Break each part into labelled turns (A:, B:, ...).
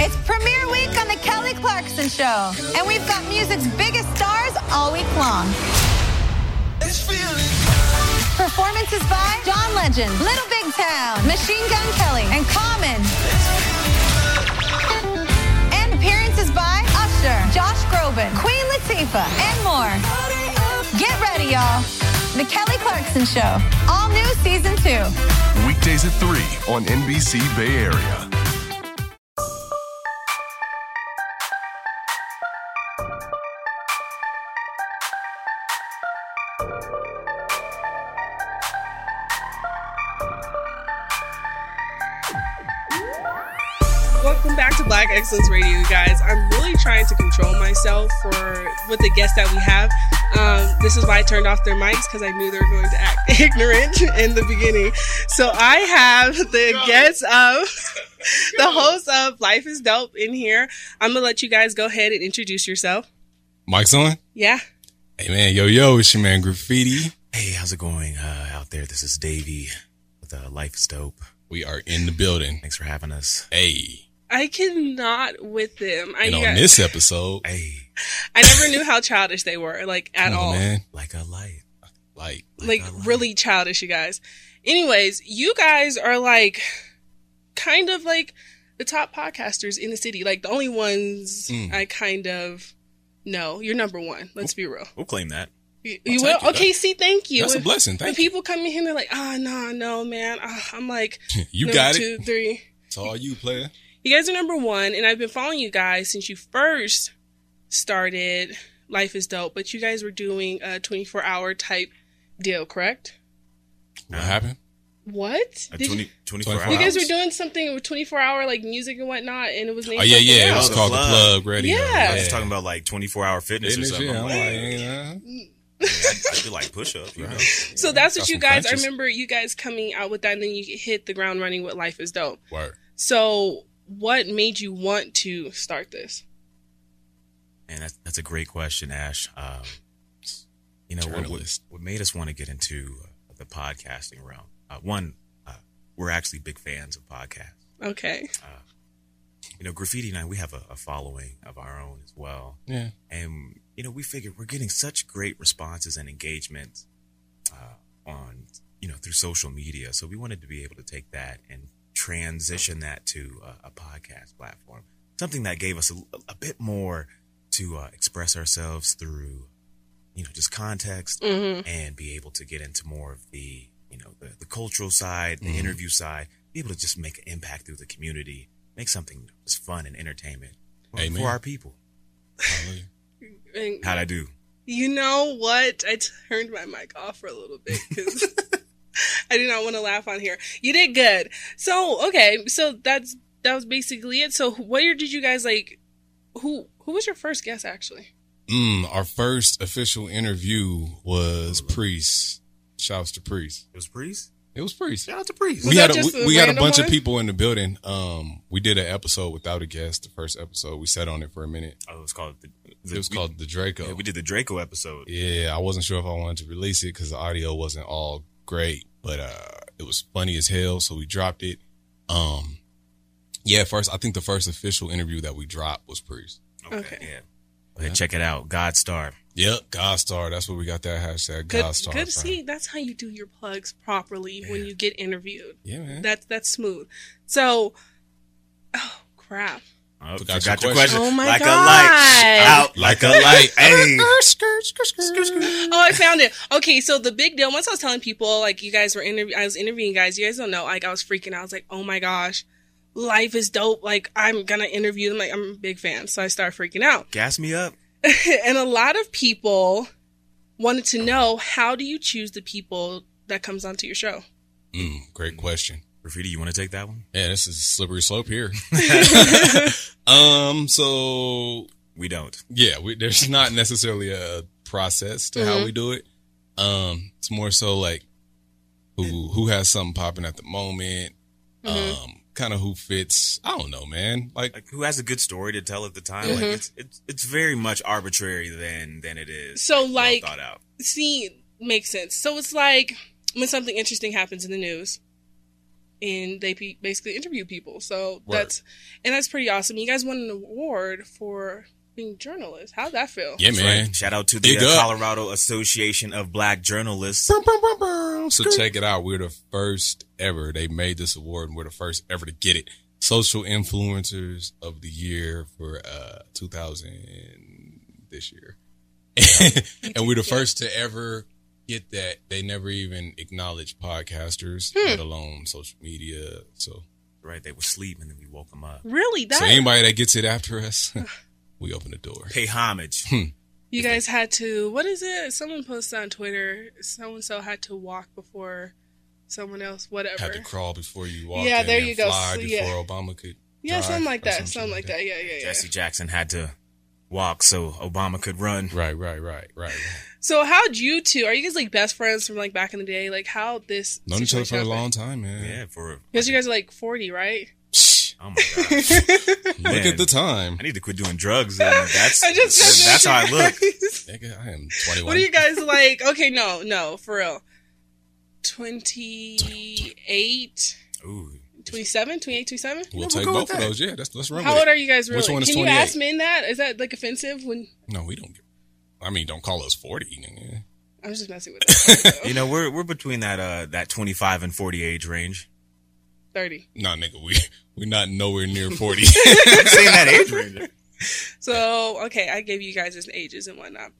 A: It's premiere week on The Kelly Clarkson Show, and we've got music's biggest stars all week long. Performances by John Legend, Little Big Town, Machine Gun Kelly, and Common. And appearances by Usher, Josh Groban, Queen Latifah, and more. Get ready, y'all. The Kelly Clarkson Show, all new season two.
B: Weekdays at 3 on NBC Bay Area.
C: Welcome back to Black Excellence Radio, you guys. I'm really trying to control myself for with the guests that we have. Um, this is why I turned off their mics because I knew they were going to act ignorant in the beginning. So I have the guests of the host of Life is Dope in here. I'm gonna let you guys go ahead and introduce yourself.
D: Mike's on.
C: Yeah.
D: Hey man, yo yo, it's your man Graffiti.
E: Hey, how's it going uh, out there? This is Davey with uh, Life is Dope.
D: We are in the building.
E: Thanks for having us.
D: Hey,
C: I cannot with them. I,
D: and
C: you
D: on
C: guys-
D: this episode,
E: Hey,
C: I never knew how childish they were, like at
D: come on,
C: all.
D: man,
E: like a light.
D: like
C: like really childish, you guys. Anyways, you guys are like kind of like the top podcasters in the city, like the only ones
D: Hmm.
C: I kind of know. You're number one. Let's be real.
E: We'll claim that.
C: You, you
D: take
C: will.
D: it, though.
C: okay, see, thank you.
D: that's a blessing.
C: When
D: Thank you.
C: people come in here, they're like, "Ah, no, no, man." Ah, I'm like,
D: You
C: number
D: got
C: two,
D: it.
C: three.
D: It's all you, player.
C: You guys are number one, and I've been following you guys since you first started Life is Dope, but you guys were doing a 24 hour type deal, correct?
D: What happened?
C: What?
E: Uh,
C: Did you-
E: 20, 24,
D: 24
E: hours.
C: You guys were doing something with 24 hour like music and whatnot, and it was named.
D: Oh yeah,
C: something
D: yeah. It was
C: else.
E: the
D: called
E: plug.
D: the plug radio.
C: Yeah.
E: I was just talking about like 24 hour fitness or
D: Fitness,
E: something.
D: yeah,
E: I'm
D: I'm
E: like,
D: like,
E: yeah,
D: yeah.
E: I do like push ups. You know?
C: So that's what
D: Got
C: you
D: some
C: guys. I
D: punches.
C: remember you guys coming out with that, and then you hit the ground running with Life Is Dope.
D: Word.
C: So what made you want to start this?
E: Man, that's, that's a great question, Ash. Um, you know, what, what,
D: Journalist.
E: what made us want to get into uh, the podcasting realm? Uh, one, uh, we're actually big fans of podcasts.
C: Okay.
E: You know, Graffiti and I, we have a, a following of our own as well.
D: Yeah.
E: and you know we figured we're getting such great responses and engagement uh, on you know through social media so we wanted to be able to take that and transition that to a, a podcast platform something that gave us a, a bit more to uh, express ourselves through you know just context and be able to get into more of the you know the, the cultural side the interview side be able to just make an impact through the community make something just fun and entertainment for,
D: Amen.
E: for our people
D: Hallelujah.
C: And
E: how'd i do
C: you know what? I turned my mic off for a little bit because I did not want to laugh on here. You did good. So okay, so that's that was basically it. So what year did you guys like? Who who was your first guest actually?
D: Mm, our first official interview was Priest. Shouts to Priest.
E: It was Priest.
D: It was Priest.
E: Shout out to Priest.
D: we
C: that
D: had a,
C: just
D: we,
C: a
D: we had a
C: random
D: bunch
C: one?
D: of people in the building. Um, we did an episode without a guest. The first episode, we sat on it for a minute.
E: Oh, it was called. The,
D: It was called the Draco.
E: We, yeah, we did the Draco episode.
D: Yeah, I wasn't sure if I wanted to release it because the audio wasn't all great, but uh, it was funny as hell, so we dropped it. Um, yeah, first I think the first official interview that we dropped was Priest.
C: Okay.
E: Yeah. Go ahead, check it out. God Star.
D: Yep, Godstar. That's where we got that hashtag
C: Good,
D: Godstar.
C: good.
D: from.
C: See, that's how you do your plugs properly when you get interviewed.
D: Yeah, man.
C: That's that's smooth. So, oh crap!
E: Oh,
D: Forgot
E: forgot,
D: your
E: your
D: question.
C: Oh
E: question.
C: my
E: like
C: God.
E: a light. Out like a light. hey.
C: Oh, I found it. Okay, so the big deal. Once I was telling people, like you guys were interview, I was interviewing guys. You guys don't know. Like I was freaking. out. I was like, oh my gosh, life is dope. Like I'm gonna interview them. Like I'm a big fan, so I started freaking out.
E: Gas me up.
C: and a lot of people wanted to know how do you choose the people that comes onto your show.
D: Mm, great question.
E: Graffiti, you want to take that one?
D: Yeah, this is a slippery slope here. um, so
E: We don't.
D: yeah, we, there's not necessarily a process to how we do it. Um, it's more so like who who has something popping at the moment. Um, kind of who fits. I don't know, man. Like,
E: Like, who has a good story to tell at the time?
C: Mm-hmm.
E: Like, it's, it's it's very much arbitrary than than it is.
C: So,
E: well
C: like-
E: thought out.
C: see makes sense. So it's like when something interesting happens in the news, and they pe- basically interview people. So
F: Word.
C: that's and that's pretty awesome. You guys won an award for being journalists. How'd that feel?
F: Yeah,
E: That's
F: man.
E: right. Shout out to the
F: Dig
E: uh,
F: up.
E: Colorado Association of Black Journalists.
C: "Oh,
F: So check it out. We're the first ever. They made this award and we're the first ever to get it. Social influencers of the year for uh 2000 this year. and we're the first to ever get that. They never even acknowledge podcasters,
C: Hmm.
F: let alone social media. So,
E: Right, they were sleeping and then we woke them up.
C: Really? That
F: so anybody that gets it after us, we open the door.
E: Pay homage.
C: you guys had to what is it? Someone posted on Twitter. So and so had to walk before someone else. Whatever.
F: Have to crawl before you walk.
C: Yeah,
F: and
C: there
F: then
C: you go.
F: Fly
C: So,
F: before
C: yeah.
F: Obama could.
C: yeah,
F: drive
C: something like
F: or
C: that. Something like that. Yeah, yeah, yeah.
E: Jesse Jackson had to walk so Obama could run.
F: Right, right, right, right. right.
C: So how'd you two? Are you guys like best friends from like back in the day? Like how this
F: Known each other for a
C: situation
F: long
C: happened?
F: time, man.
E: Yeah, for
C: Because you guys are like forty, right?
F: Shh.
E: oh my god.
F: Look at the time.
E: I need to quit doing drugs. and That's
C: I just
E: that's, that's how I look.
F: Nigga, I am 21.
C: What are you guys like? Okay, no, no, for real. 28,
E: Ooh,
C: 27, 28, 27?
F: We'll take both of those. Yeah, that's let's run
C: How
F: with
C: old
F: it.
C: are you guys really?
F: Which one is
C: Can you ask
F: 28?
C: men that? Is that like offensive? When
F: No, we don't. Get, I mean, don't call us 40. nigga.
C: I'm just messing with that.
E: you know we're we're between that uh that twenty five and forty age range.
C: 30.
F: Nah, nigga, we we're not nowhere near 40.
E: Saying that age range.
C: So, okay, I gave you guys his ages and whatnot.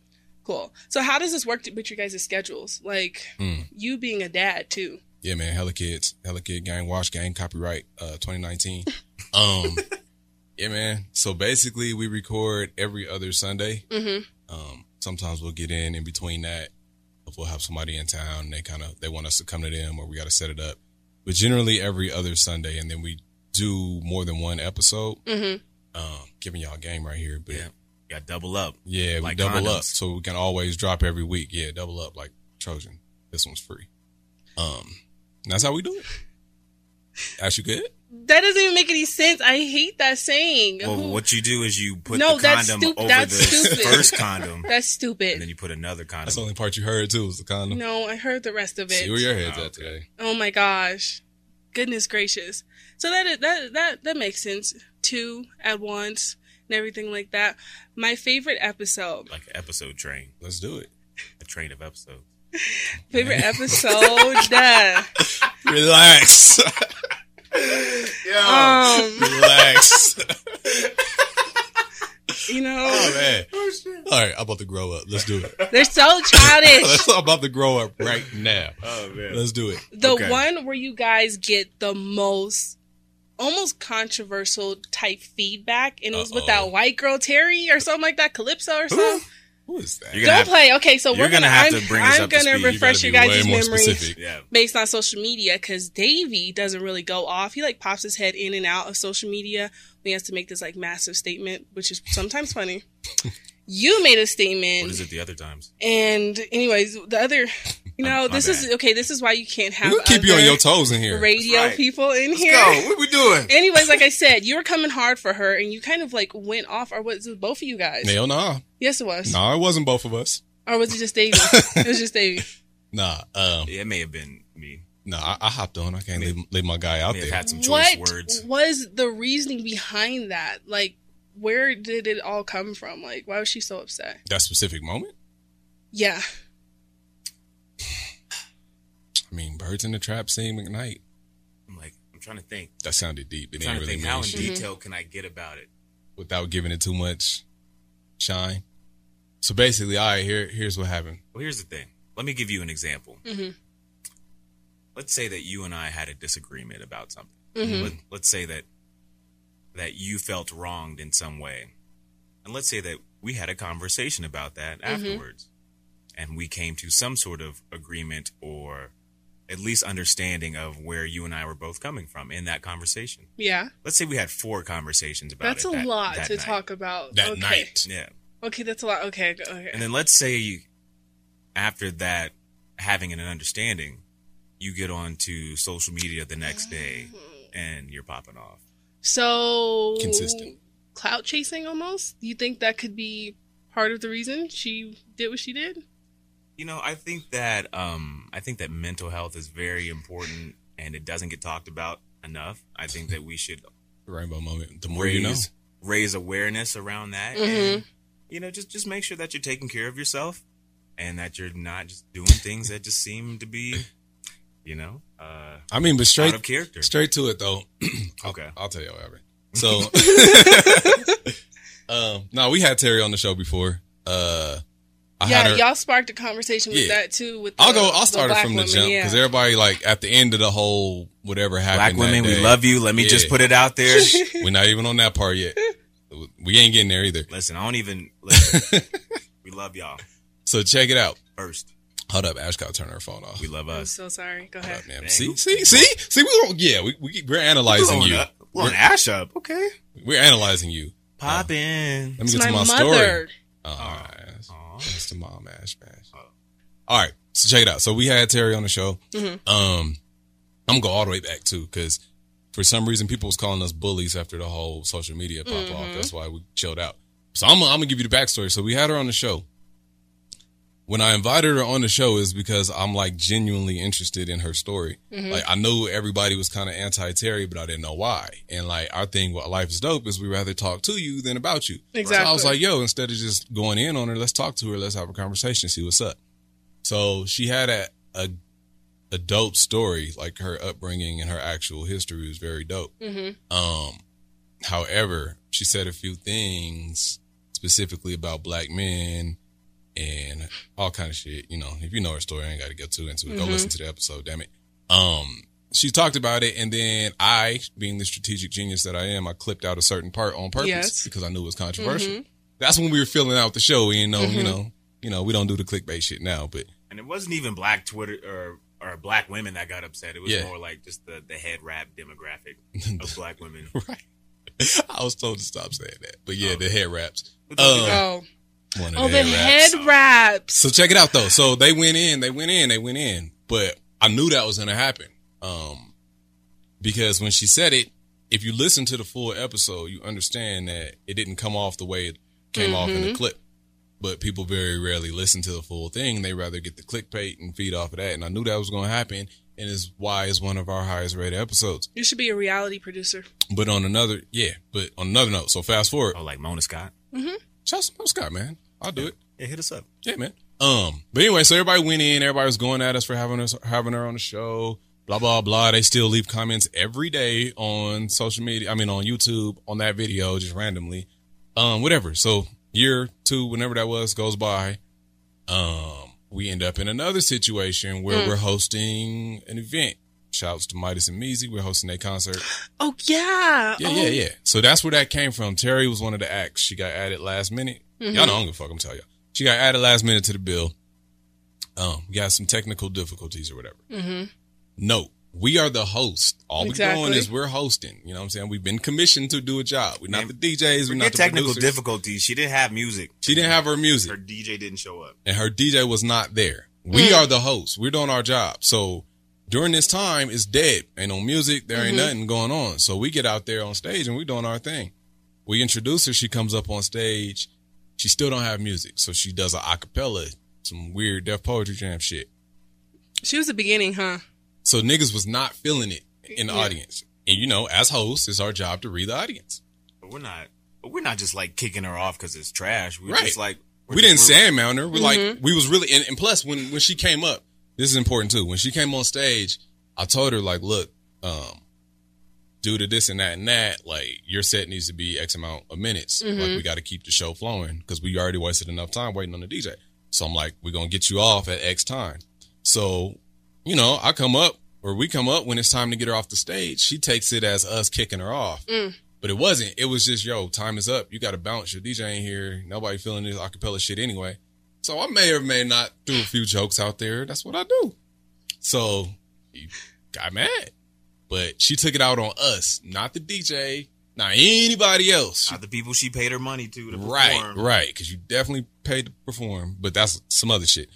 C: Cool. So, how does this work to- with your guys' schedules? Like,
F: Hmm.
C: you being a dad, too.
F: yeah, man. Hella kids, hella kid gang, wash gang, copyright, uh, 2019. Um, yeah, man. So basically, we record every other Sunday. Mm-hmm. Um, sometimes we'll get in in between that. If we'll have somebody in town, and they kind of they want us to come to them, or we got to set it up. But generally, every other Sunday, and then we do more than one episode.
C: Mhm.
F: Um, giving y'all a game right here, but
E: Yeah, yeah, double up.
F: Yeah,
E: Like
F: we double
E: condoms.
F: up, so we can always drop every week. Yeah, double up like Trojan. This one's free. Um, and that's how we do it. Actually, good.
C: That doesn't even make any sense. I hate that saying.
E: Well,
C: Who-
E: what you do is you put
C: No,
E: the
C: that's
E: condom
C: stup-
E: over
C: that's
E: the
C: stupid.
E: first condom,
C: That's
E: and then
C: stupid.
E: you put another
F: That's the
E: condom.
F: only part you heard too was the condom.
C: No, I heard the rest of it.
F: See where your head's
E: Oh,
F: at today.
C: Oh my gosh. Goodness gracious. So that is- that that that makes sense. Two at once and everything like that. My favorite episode.
E: Like an episode train,
F: Let's do it.
E: a train of episodes.
C: Favorite episode. duh.
F: Relax,
E: Oh.
C: um,
F: relax.
C: you know,
F: oh man. All right, I'm about to grow up. Let's do it.
C: they're so childish.
F: Let's, I'm about to grow up right now.
E: Oh man,
F: Let's do it.
C: The
E: Okay.
C: one where you guys get the most almost controversial type feedback and it was with
F: Uh-oh.
C: that white girl Terry or something like that, Calypso or something.
F: Who is that?
E: You're
C: Don't
E: gonna have-
C: play. Okay, so
E: you're
C: we're gonna,
E: gonna have
C: I'm,
E: to bring us
C: I'm
E: up to
C: gonna
E: speed. You
C: refresh
F: gotta
C: you
F: be
C: guys'
F: way more
C: memories.
F: specific.
E: yeah.
C: based on social media because Davey doesn't really go off. He like pops his head in and out of social media. He has to make this like massive statement, which is sometimes funny. You made a
E: What is
C: statement,
E: it the other times?
C: and anyways, the other, you know,
E: my
C: this is
E: bad.
C: okay. This is why you can't have
F: We'll keep you on
C: other
F: your toes in here.
C: radio
E: That's right.
C: people in here.
E: Yo, what we doing?
C: Anyways, like I said, you were coming hard for her, and you kind of like went off, or was it both of you guys?
F: Hell nah.
C: Yes, it was,
F: Nah, it wasn't both of us.
C: or was it just Davey? it was just Davey.
F: Nah, um,
E: Yeah, it may have been me.
F: nah. I, I hopped on. I can't leave, leave my guy out
E: May have
F: there.
E: had some choice
C: what
E: words.
C: was the reasoning behind that? Like, where did it all come from? Like, why was she so upset?
F: That specific moment.
C: Yeah.
F: I mean, birds in the trap sing McKnight.
E: I'm like, I'm trying to think.
F: That sounded deep. It
E: I'm trying
F: didn't
E: to
F: really
E: think.
F: mean
E: How in
C: Mm-hmm.
F: shit
E: detail can I get about it?
F: without giving it too much shine. So basically, all right, here here's what happened.
E: Well, here's the thing. Let me give you an example.
C: Mm-hmm.
E: Let's say that you and I had a disagreement about something.
C: Mm-hmm.
E: Let, let's say that that you felt wronged in some way, and let's say that we had a conversation about that
C: Mm-hmm.
E: afterwards, and we came to some sort of agreement or at least understanding of where you and I were both coming from in that conversation.
C: Yeah.
E: Let's say we had four conversations about
C: That's
E: it
C: a
E: that-
C: lot
E: that
C: to
E: night.
C: talk about.
F: That
C: okay.
F: night.
E: Yeah.
C: Okay, that's a lot. Okay. Okay.
E: And then let's say you, after that, having an understanding, you get on to social media the next day and you're popping off.
C: so
F: Consistent.
C: Clout chasing almost? You think that could be part of the reason she did what she did?
E: You know, I think that um, I think that mental health is very important and it doesn't get talked about enough. I think that we should
F: Rainbow moment. The more
E: raise
F: you know.
E: raise awareness around that, and you know, just just make sure that you're taking care of yourself and that you're not just doing things that just seem to be, you know, uh,
F: I mean, but straight
E: out of character.
F: Straight to it though. I'll,
E: Okay.
F: I'll tell you what happened. So, um, no, we had Terry on the show before. Uh, I
C: yeah,
F: had her.
C: y'all sparked a conversation with
F: Yeah.
C: that too. With
F: I'll
C: the-
F: go. I'll
C: the
F: start it
C: black
F: from the
C: woman,
F: jump
C: yeah.
F: because everybody like at the end of the whole whatever
E: Black
F: happened.
E: women,
F: that
E: we
F: day,
E: love you. Let me just
F: Yeah.
E: put it out there.
F: We're not even on that part yet. We ain't getting there either.
E: listen, I don't even. Listen, we love y'all
F: So check it out.
E: first.
F: Hold up, Ash got to turn her phone off.
E: We love
C: I'm
E: us.
C: so sorry. Go ahead.
F: Hold up, man.
E: Dang.
F: See, see, see, see. We don't. Yeah, we, we we're analyzing
E: Blowing
F: you.
E: up. Blowing ash up. Okay.
F: We're analyzing you.
E: Pop in.
F: Let me
C: It's
F: get
C: my
F: to my story.
C: mother.
F: Oh, all right.
E: Aw.
F: That's the mom, Ash Bash. All right. So check it out. So we had Terry on the show. Um, I'm gonna go all the way back too, because for some reason people was calling us bullies after the whole social media pop off. That's why we chilled out. So I'm, I'm gonna give you the backstory. So we had her on the show. When I invited her on the show is because I'm like genuinely interested in her story. Like I know everybody was kind of anti Terry, but I didn't know why. And like our thing, what life is dope is we rather talk to you than about you. So I was
C: Exactly.
F: like, yo, instead of just going in on her, let's talk to her, let's have a conversation, see what's up. So she had a a, a dope story, like her upbringing and her actual history was very dope. Um, however, she said a few things specifically about black men and all kind of shit. You know, if you know her story, I ain't got to get too into it. Go listen to the episode, damn it. Um, she talked about it, and then I, being the strategic genius that I am, I clipped out a certain part on purpose
C: Yes.
F: because I knew it was controversial. That's when we were filling out the show. You know, you know, you know, we don't do the clickbait shit now, but
E: And it wasn't even black Twitter or or black women that got upset. It was
F: Yeah.
E: more like just the the head wrap demographic of black women.
F: right. I was told to stop saying that, but
E: Oh.
F: yeah, the head wraps. Uh,
C: Oh,
F: one of
C: oh, the
F: wraps.
C: head wraps.
F: So check it out though. So they went in, they went in, they went in. But I knew that was gonna happen. Um because when she said it, if you listen to the full episode, you understand that it didn't come off the way it came off
C: Mm-hmm.
F: in the clip. But people very rarely listen to the full thing. They rather get the clickbait and feed off of that. And I knew that was gonna happen and is why it's one of our highest rated episodes.
C: You should be a reality producer.
F: But on another yeah, but on another note, so fast forward.
E: Oh, like Mona Scott.
F: Shout out to Mel Scott, man. I'll do it.
E: Yeah, hit us up.
F: Yeah, man. Um, but anyway, so everybody went in. Everybody was going at us for having us having her on the show. Blah blah blah. They still leave comments every day on social media. I mean, on YouTube on that video, just randomly. Um, whatever. So year two, whenever that was, goes by. Um, we end up in another situation where we're hosting an event. Shouts to Midas and Measy. We're hosting a concert.
C: Oh yeah.
F: Yeah,
C: oh,
F: yeah, yeah. So that's where that came from. Terry was one of the acts. She got added last minute. Y'all know I don't give a fuck. I'm telling y'all. She got added last minute to the bill. Um, we got some technical difficulties or whatever. Mm-hmm. No, we are the host. All
C: Exactly.
F: we're doing is we're hosting. You know what I'm saying? We've been commissioned to do a job. We're not
E: Man,
F: the DJs. We're not
E: Forget technical
F: the technical difficulties.
E: difficulties. She didn't have music.
F: She didn't have her music
E: Her DJ didn't show up.
F: and her DJ was not there. We are the hosts. We're doing our job. So during this time, it's dead. Ain't no music. There ain't nothing going on. So we get out there on stage and we doing our thing. We introduce her. She comes up on stage. She still don't have music. So she does a acapella, some weird deaf poetry jam shit.
C: She was the beginning, huh?
F: So niggas was not feeling it in the audience. And you know, as hosts, it's our job to read the audience.
E: But we're not. But we're not just like kicking her off because it's trash. We're
F: Right.
E: just like we're
F: we didn't
E: just- we're-
F: sandmount her. We like we was really and, and plus when when she came up, this is important too. When she came on stage, I told her like, look, um, due to this and that and that, like your set needs to be X amount of minutes. Like we got to keep the show flowing because we already wasted enough time waiting on the DJ. So I'm like, we're gonna get you off at X time. So you know, I come up or we come up when it's time to get her off the stage. She takes it as us kicking her off. But it wasn't. It was just, yo, time is up. You got to bounce. Your DJ ain't here. Nobody feeling this acapella shit anyway. So I may or may not threw a few jokes out there. That's what I do. So he got mad. But she took it out on us, not the DJ, not anybody else.
E: not the people she paid her money to to
F: Right,
E: perform.
F: right. Because you definitely paid to perform, but that's some other shit.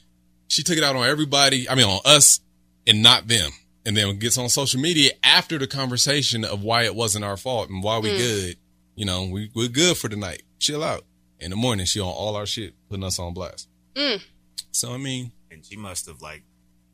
F: She took it out on everybody. I mean, on us and not them. And then gets on social media after the conversation of why it wasn't our fault and why we good. You know, we we're good for the night. Chill out. In the morning, she on all our shit, putting us on blast. So I mean,
E: And she must have like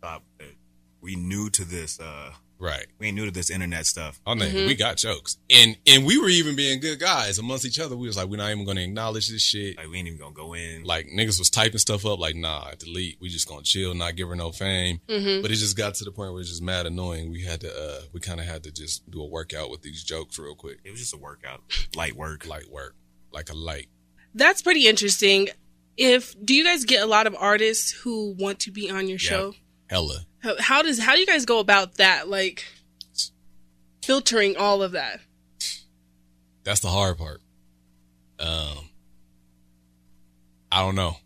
E: thought that we new to this uh
F: Right.
E: We ain't new to this internet stuff.
F: I mean, we got jokes, and and we were even being good guys amongst each other. We was like, we're not even going to acknowledge this shit.
E: Like we ain't even gonna go in.
F: Like niggas was typing stuff up, like nah, delete. We just gonna chill, not give her no fame.
C: Mm-hmm.
F: But it just got to the point where it's just mad annoying. We had to, uh we kind of had to just do a workout with these jokes real quick,
E: it was just a workout, light work.
F: light work, like a light.
C: That's pretty interesting. If do you guys get a lot of artists who want to be on your show?
F: Hella,
C: How, how does how do you guys go about that? Like filtering all of that.
F: that's the hard part. Um, I don't know.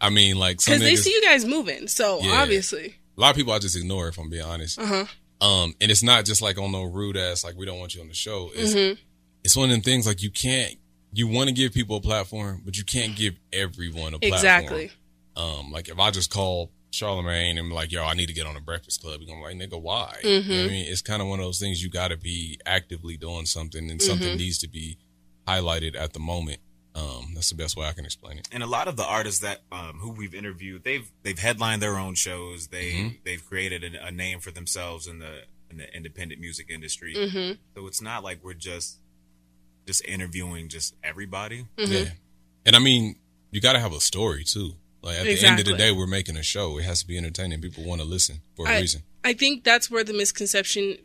F: I mean, like some
C: Because they
F: niggas-
C: see you guys moving, so
F: Yeah.
C: obviously.
F: a lot of people I just ignore if I'm being honest. Um, and it's not just like on no rude ass like we don't want you on the show. It's it's one of them things like you can't you want to give people a platform, but you can't give everyone a platform.
C: Exactly.
F: Um, like if I just call Charlemagne and be like, yo, I need to get on the Breakfast Club, you're gonna be like, nigga, why? You know what I mean, it's kind of one of those things you got to be actively doing something, and something needs to be highlighted at the moment. Um, that's the best way I can explain it.
E: and a lot of the artists that um, who we've interviewed, they've they've headlined their own shows. They
F: Mm-hmm.
E: they've created a, a name for themselves in the in the independent music industry. So it's not like we're just just interviewing just everybody.
F: Yeah. And I mean, you got to have a story too. Like at the end of the
C: Exactly.
F: day, we're making a show. It has to be entertaining. People want to listen for a
C: I,
F: reason.
C: I think that's where the misconception.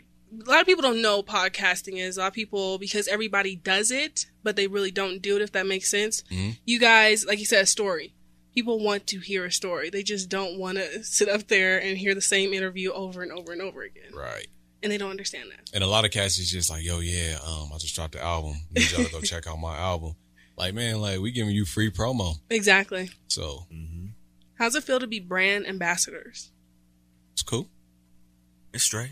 C: A lot of people don't know podcasting is. A lot of people because everybody does it, but they really don't do it. If that makes sense,
F: Mm-hmm.
C: you guys, like you said, a story. People want to hear a story. They just don't want to sit up there and hear the same interview over and over and over again,
F: Right.
C: and they don't understand that.
F: And a lot of cats is just like, yo, yeah, um, I just dropped the album. Need y'all to go check out my album. Like, man, like we giving you free promo.
C: Exactly.
F: So
C: How's it feel to be brand ambassadors?
F: it's cool.
E: It's straight.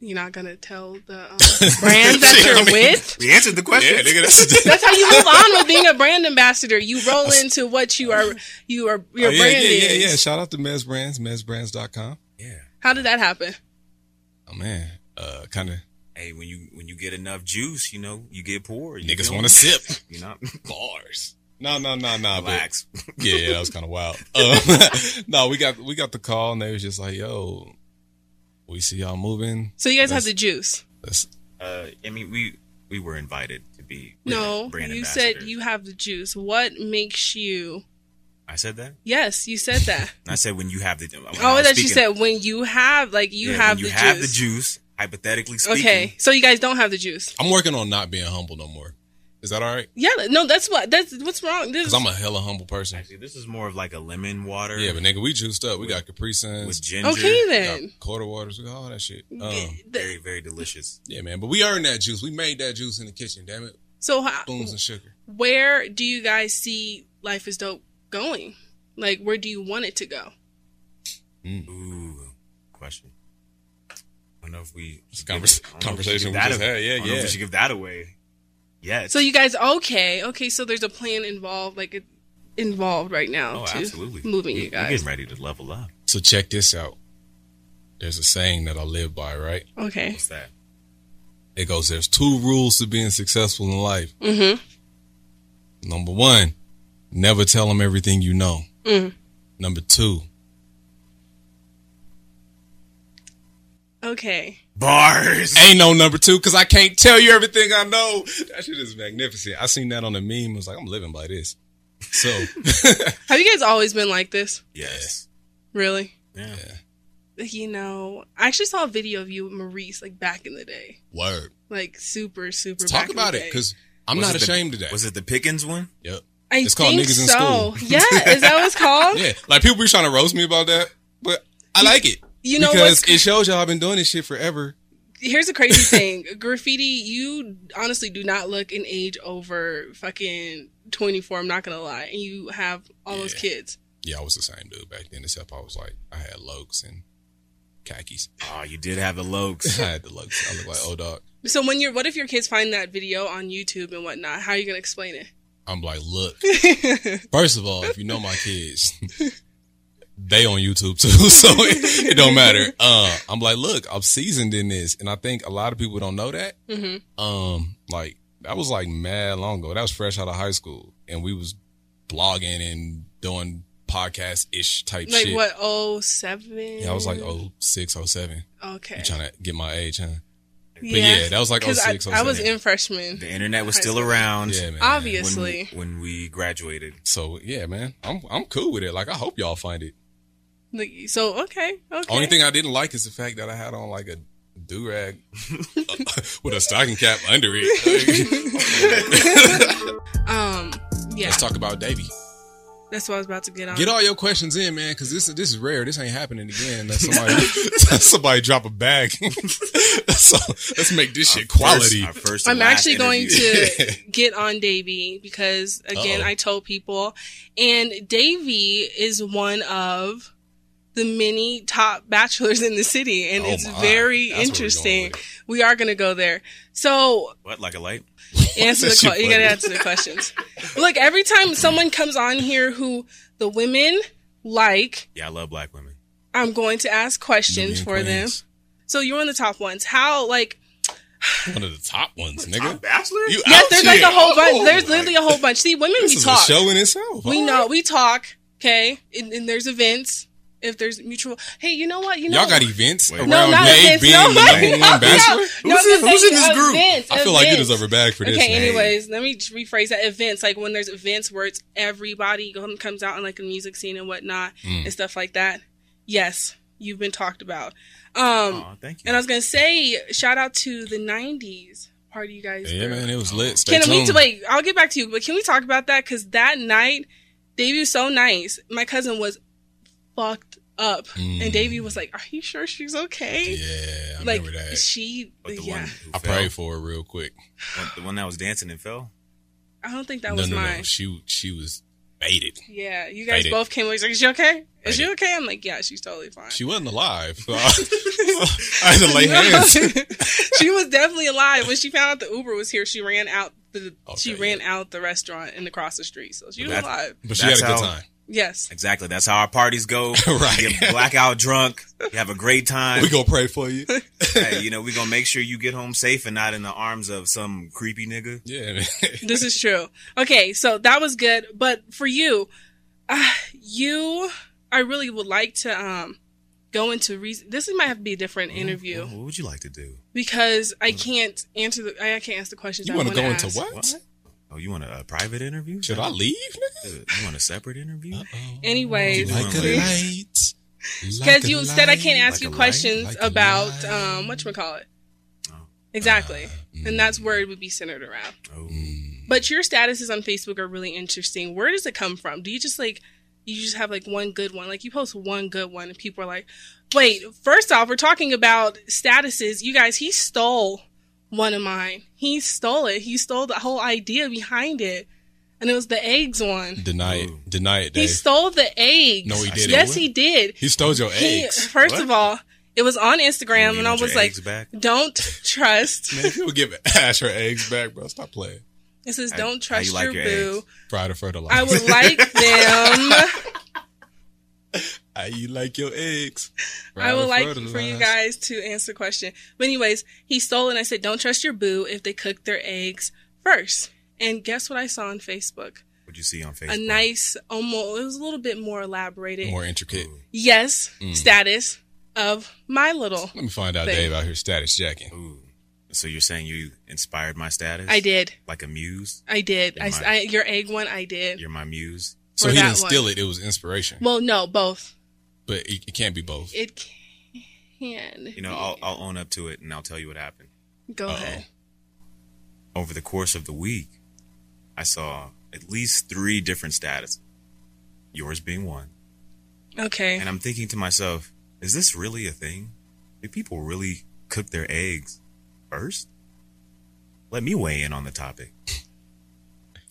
C: You're not gonna tell the um, brand that you're with.
E: We answered the question.
F: that's
C: That's how you move on with being a brand ambassador. You roll into what you are, you are, your
F: Oh, yeah,
C: brand
F: yeah, yeah,
C: is.
F: yeah. Shout out to Mez Brands, mezbrands.com.
E: yeah.
C: How did that happen?
F: Oh man, uh, kind of
E: Hey, when you when you get enough juice, you know you get poor. You
F: niggas
E: don't-
F: want to sip
E: You know,
F: bars. No, no, no, no. but-
E: relax.
F: yeah, yeah, that was kind of wild. Um, no, we got we got the call and they was just like, "Yo, we see y'all moving.
C: So you guys
F: That's-
C: have the juice.
F: Let's
E: Uh, I mean, we we were invited to be
C: No,
E: brand
C: you said
E: ambassadors.
C: you have the juice. What makes you?
E: I said that.
C: Yes, you said that.
E: I said when you have the. when I
C: oh,
E: was
C: that you
E: speaking-
C: said when you have, like you
E: Yeah,
C: have
E: when
C: the
E: you have
C: juice.
E: the juice. Hypothetically speaking,
C: Okay, so you guys don't have the juice.
F: I'm working on not being humble no more. Is that all right?
C: Yeah, no, that's what that's what's wrong. This
F: Because I'm a hella humble person.
E: Actually, this is more of like a lemon water.
F: Yeah, but nigga, we juiced up. We got Capri
E: with
F: Suns,
E: ginger.
C: okay
F: we got
C: then.
F: quarter waters, we got all that shit. Um,
E: Very, very delicious.
F: yeah, man. But we earned that juice. We made that juice in the kitchen. Damn it,
C: So how,
F: spoons and sugar.
C: where do you guys see life is dope going? Like where do you want it to go?
F: Mm.
E: Ooh, question. I don't know if we
F: This
E: should
F: convers-
E: give- I don't know if
F: conversation
E: should
F: we
E: give that
F: just
E: away.
F: had, yeah,
E: I don't know if
F: yeah.
E: we should give that away. Yeah.
C: So you guys okay? Okay, so there's a plan involved, like it- involved right now.
E: Oh,
C: to
E: absolutely.
C: Moving
E: We-
C: you
E: We're
C: guys.
E: getting ready to level up.
F: So check this out. There's a saying that I live by, right?
C: Okay.
E: What's that?
F: It goes, there's two rules to being successful in life. Mm-hmm. Number one, never tell them everything you know.
C: Mm-hmm.
F: Number two,
C: Okay.
E: Bars.
F: ain't no number two because I can't tell you everything I know. That shit is magnificent. I seen that on a meme. I was like, I'm living by this. So,
C: Have you guys always been like this?
E: Yes.
C: Really?
E: Yeah.
C: You know, I actually saw a video of you with Maurice like back in the day.
F: word.
C: Like super, super back
F: Talk
C: in
F: about
C: the
F: it
C: day.
F: because I'm
E: Was
F: not
E: it the-
F: ashamed of that.
E: Was it the Pickens one?
F: yep.
C: I
F: it's called
C: think
F: Niggas in
C: so.
F: School.
C: Yeah, is that what it's called?
F: Yeah. Like people be trying to roast me about that, but I like it.
C: You know
F: because
C: what's
F: it shows y'all I've been doing this shit forever.
C: here's a crazy thing graffiti you honestly do not look an age over fucking 24 i'm not gonna lie and you have all those
F: Yeah.
C: kids
F: Yeah, I was the same dude back then, except I was like, I had lokes and khakis.
E: Oh, you did have the
F: I
E: Lokes.
F: had the lokes. I look like old dog.
C: so when you're what if your kids find that video on youtube and whatnot how are you gonna explain it
F: I'm like, look. First of all, if you know my kids, they on YouTube too, so it, it don't matter. Uh, I'm like, look, I'm seasoned in this, and I think a lot of people don't know that.
C: Mm-hmm.
F: Um, like that was like mad long ago. That was fresh out of high school, and we was blogging and doing podcast ish type
C: Like
F: shit.
C: what? Oh seven.
F: Yeah, I was like oh six, oh seven.
C: Okay.
F: You trying to get my age, huh?
C: But
F: yeah, that was like 06,
C: I, I was
F: 07.
C: in freshman,
E: The internet was still around.
F: Yeah, man.
E: when-
C: obviously.
E: when we graduated.
F: So yeah, man, I'm I'm cool with it. Like I hope y'all find it.
C: Like, So okay, okay.
F: Only thing I didn't like is the fact that I had on like a do rag with a stocking cap under it.
C: um, yeah,
F: Let's talk about Davey.
C: that's what I was about to get on.
F: Get all your questions in, man, because this this is rare. This ain't happening again unless somebody somebody drop a bag. so let's make this shit quality.
E: First, our first and
C: I'm
E: last
C: actually going
E: interview.
C: to get on Davy because again,
F: Uh-oh.
C: I told people, and Davy is one of the many top bachelors in the city, and
F: Oh
C: it's
F: my.
C: very
F: That's where we're going
C: interesting.
F: with it.
C: We are going to go there. So
E: What, like a light?
C: answer the
F: That shit
C: que- you gotta
F: funny.
C: answer the questions. Look, every time someone comes on here who the women like,
E: Yeah, I love black women.
C: I'm going to ask questions for
F: Million
C: them.
F: Queens.
C: So you're on the top ones. How like
F: One of the top ones, nigga.
E: bachelor?
F: You
C: yes,
F: out
C: there's like
F: here.
C: a whole bunch.
F: Oh,
C: there's
F: like,
C: literally a whole bunch. See, women
F: This
C: we
F: is
C: talk.
F: a show in itself.
C: We
F: All
C: know
F: right.
C: we talk. Okay, and, and there's events. If there's mutual, hey, you know what? You know
F: Y'all got events
E: Wait.
F: around
C: no, not
F: May
C: events.
F: being
C: No,
F: the number
C: no,
F: one
C: no,
F: bachelor.
C: no,
E: Who's in-
C: I'm
E: who's in
C: saying
E: this group?
C: events,
F: I feel like you
C: events.
F: deserve a bag for this.
C: Okay,
F: man.
C: anyways, let me rephrase that. Events, like when there's events where it's everybody go- comes out in like a music scene and whatnot
F: Mm.
C: and stuff like that. Yes, you've been talked about. Um,
E: Aw, thank you.
C: and I was gonna say, shout out to the '90s party, you guys.
F: Yeah,
C: threw.
F: man, it was lit. Stay
C: Can we
F: tuned.
C: wait? I'll get back to you, but can we talk about that? Because that night, Davey was so nice. My cousin was fucked up, and Davey was like, "Are you sure she's okay?"
F: Mm. Yeah, I
C: like
F: remember that.
C: she,
E: But the
C: yeah.
E: one who
F: I
E: fell,
F: prayed for her real quick.
E: the one that was dancing and fell.
C: I don't think that
F: no,
C: was
F: no,
C: mine.
F: no. She she was baited.
C: Yeah, you guys
F: Faded.
C: both came over. He's like, "Is she okay? Is
F: Faded.
C: she okay?" I'm like, "Yeah, she's totally fine."
F: She wasn't alive. So I, I had to lay hands.
C: she was definitely alive when she found out the Uber was here. She ran out the
F: Okay,
C: she ran out the restaurant and across the street, so she was
E: That's-
C: alive.
F: But she had a
E: That's
F: good
E: how-
F: time.
C: Yes,
E: Exactly. That's how our parties go.
F: Right.
E: You get blackout drunk. You have a great time.
F: We gonna pray for you.
E: Hey, you know, we gonna make sure you get home safe and not in the arms of some creepy nigga.
F: Yeah, man.
C: this is true. Okay, so that was good, but for you, uh, you, I really would like to um go into reason. This might have to be a different
F: Mm-hmm.
C: interview
E: What would you like to do?
C: because I can't answer the I I can't ask the questions.
F: You
C: want
F: wanna
C: to
F: go into
C: ask.
F: what?
E: What? Oh, you want a, a private interview? uh,
F: Should I leave, nigga?
E: You want a separate interview?
C: Anyways,
E: Like a
C: see?
F: light.
C: Because you instead, I can't ask
E: like
C: you
E: a light,
C: questions
F: like a
C: about
F: light.
C: um, what you call it.
E: Oh.
C: Exactly, and that's where it would be centered around.
E: Oh,
C: But your statuses on Facebook are really interesting. Where does it come from? Do you just like you just have like one good one? Like you post one good one, and people are like, "Wait, first off, we're talking about statuses. You guys, he stole one of mine. He stole it. He stole the whole idea behind it, and it was the eggs one.
F: Deny
E: Ooh.
F: it. Deny it,
C: He
F: Dave.
C: stole the eggs.
F: No, he didn't.
C: Yes, he did.
F: He stole your
C: He,
F: eggs.
C: first
E: What?
C: of all, it was on
E: You
C: Instagram, and I
E: want your
C: was like,
E: eggs back?
C: "Don't trust."
F: Man, people give Ash her eggs back, bro. Stop playing.
C: It says,
E: How-
C: "Don't
E: how you
C: trust
E: like
C: your,
E: your
C: boo."
E: eggs?
F: Fried or fertilized.
C: I would like them.
F: How you like your eggs?
C: I
F: Fried or
C: would like for you
F: fertilized.
C: guys to answer the question. But anyways, he stole, and I said, "Don't trust your boo if they cook their eggs first. And guess what I saw on Facebook?
E: What'd you see on Facebook?
C: A nice, almost it was a little bit more elaborated.
F: More intricate.
C: Yes,
E: Mm.
C: status of my little.
F: Let me find out,
C: Thing.
F: Dave, out here status jacking.
E: Ooh. So you're saying you inspired my status?
C: I did.
E: Like a muse?
C: I did. I,
E: Mine.
C: I- your egg one. I did.
E: You're my muse?
F: So
C: For
F: he
C: that
F: didn't steal
C: one.
F: it; it was inspiration.
C: Well, no, both.
F: but it, it can't be both.
C: It can.
E: You know, I'll, I'll own up to it and I'll tell you what happened.
C: Go
F: Uh-oh.
C: ahead.
E: Over the course of the week, I saw at least three different statuses, yours being one.
C: Okay.
E: And I'm thinking to myself, is this really a thing? Do people really cook their eggs first? Let me weigh in on the topic.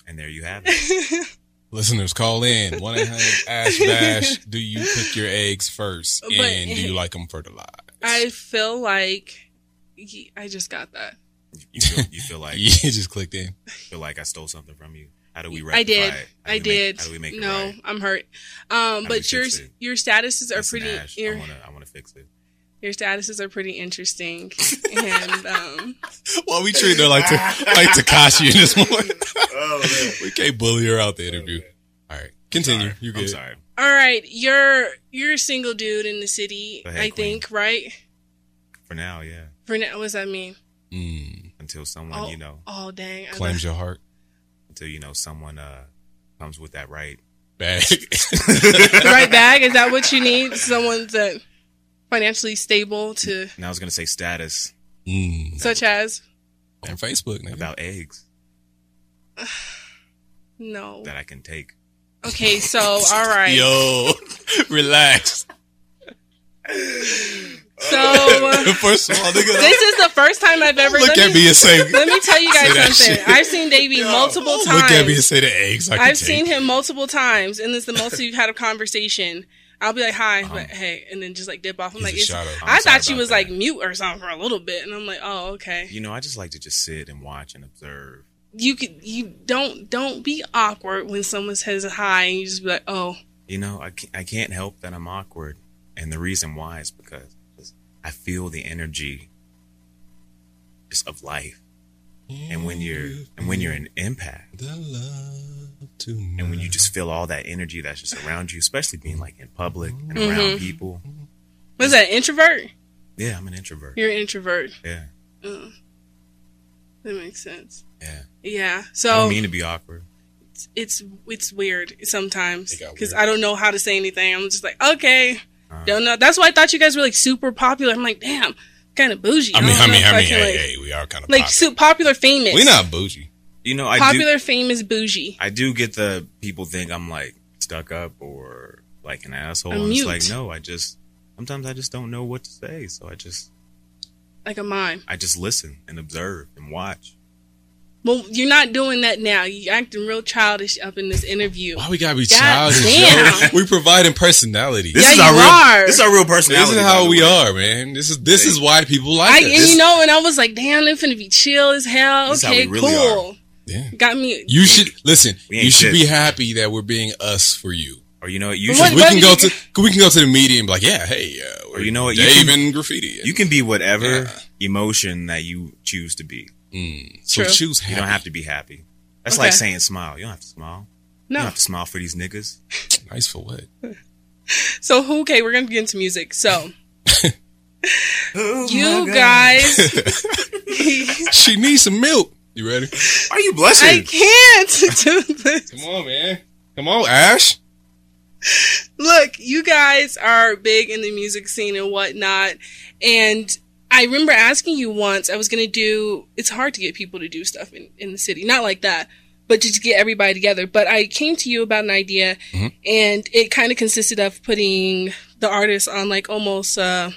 E: And there you have it.
F: Listeners, call in one eight hundred Ash Bash. Do you cook your eggs first,
C: But-
F: and do you like them fertilized?
C: I feel like ye- I just got that.
E: You feel, you feel like
F: you just clicked in.
E: feel like I stole something from you. How do we rectify
C: I did.
E: it? How do
C: I
E: we make-
C: did.
E: how do we make
C: no,
E: it right?
C: I'm hurt. Um,
E: we
C: but your
E: fix it?
C: your statuses are
E: Listen,
C: pretty
E: Ash, I
C: your,
E: want to. I want to fix it.
C: your statuses are pretty interesting. and um,
F: Well, we treat her like to, like Takashi
E: Oh,
F: this morning. we can't bully her out the interview. All right, continue.
E: Sorry.
F: You good?
E: I'm sorry.
C: all All right, you're you're a single dude in the city,
E: Go ahead,
C: I
E: queen.
C: think, right?
E: For now, yeah.
C: For now, what does that mean?
F: Mm,
E: Until someone,
C: Oh,
E: you know,
C: oh dang! I
F: claims your heart
E: until you know someone uh comes with that right.
F: back.
C: thought- right back. Is that what you need? Someone that financially stable to,
E: And I was gonna say status
F: mm,
C: such as
F: on Facebook, nigga.
E: about eggs
C: no.
E: that I can take.
C: Okay, so all right,
F: Yo, relax.
C: so uh,
F: First of all, nigga,
C: this is the first time I've ever
F: look
C: let
F: at me and say,
C: Let me tell you
F: Say that
C: guys something.
F: shit.
C: I've seen Davey multiple times.
F: look at me and say the eggs. I can
C: I've
F: take.
C: seen him multiple times, and it's the most we've had a conversation. I'll be like, "Hi," but hey, and then just like dip off. I'm
F: Um,
C: like,
F: he's a
C: it's,
F: shadow.
C: I
E: I'm sorry
C: thought you
E: about
C: was
E: that.
C: like mute or something for a little bit, and I'm like, "Oh, okay."
E: You know, I just like to just sit and watch and observe.
C: You could, you don't, don't be awkward when someone says hi, and you just be like, "Oh,
E: You know, I can't, I can't help that I'm awkward, and the reason why is because I feel the energy just of life. And when you're and when you're in impact,
F: The love to
E: and when you just feel all that energy that's just around you, especially being like in public and
C: Mm-hmm.
E: around people.
C: was that an introvert?
E: Yeah, I'm an introvert.
C: You're an introvert.
E: Yeah,
C: That makes sense."
E: yeah.
C: Yeah,
E: I
C: so
E: don't mean to be awkward.
C: it's it's weird sometimes
F: It got
C: because
F: weird. Uh-huh.
C: I don't know how to say anything. I'm just like, okay, don't know. That's why I thought you guys were like super popular. I'm like, damn, kind of bougie.
F: I mean,
C: don't
F: I
C: know
F: mean,
C: if
F: I mean,
C: can,
F: hey,
C: like,
F: hey, we are kind of
C: like
F: popular.
C: su- popular, famous.
F: We not bougie.
E: You know, I do.
C: popular, famous, bougie.
E: I do get the people think I'm like stuck up or like an asshole.
C: A
E: I'm
C: mute.
E: just like, no, I just sometimes I just don't know what to say, so I just
C: Like a mime.
E: I just listen and observe and watch.
C: Well, you're not doing that now. You're acting real childish up in this interview.
F: Why we gotta be
C: God
F: childish?
C: damn.
F: yo? We providing personality.
E: This
C: Yeah,
E: is our
C: you
E: real.
C: are.
E: This is our real
F: This
E: personality.
F: is how
E: by the
F: we
E: way.
F: are, man. This is this is why people
C: I,
F: like
C: and
F: us.
C: you know, and I was like, damn, I'm finna be chill as hell.
E: This is how
C: okay,
E: we really
C: cool.
F: Yeah.
C: Got me.
F: You should listen.
E: We ain't
F: You should
E: shit.
F: be happy that we're being us for you.
E: Or you know, what, you
C: What-
E: should.
F: We can
C: did
F: go
C: you
F: to we can go to the media and be like, yeah, hey, uh, we're
E: you know what, you
F: Dave
E: can-
F: and graffiti.
E: You can be whatever
F: Yeah.
E: emotion that you choose to be.
F: so
C: True.
F: choose.
E: You
F: Happy.
E: don't have to be happy. That's
C: Okay.
E: like saying smile. You don't have to smile. You don't
C: No.
E: have to smile for these niggas.
F: Nice for what?
C: So, who- okay, we're gonna get into music. So, you guys,
F: she needs some milk. You ready?
E: Why are you
C: I
E: blushing?
C: can't do this.
F: Come on, man. Come on, Ash.
C: look, you guys are big in the music scene and whatnot. And I remember asking you once, I was going to do, it's hard to get people to do stuff in, in the city. Not like that, but just to get everybody together. But I came to you about an idea and it kind of consisted of putting the artists on like almost, uh,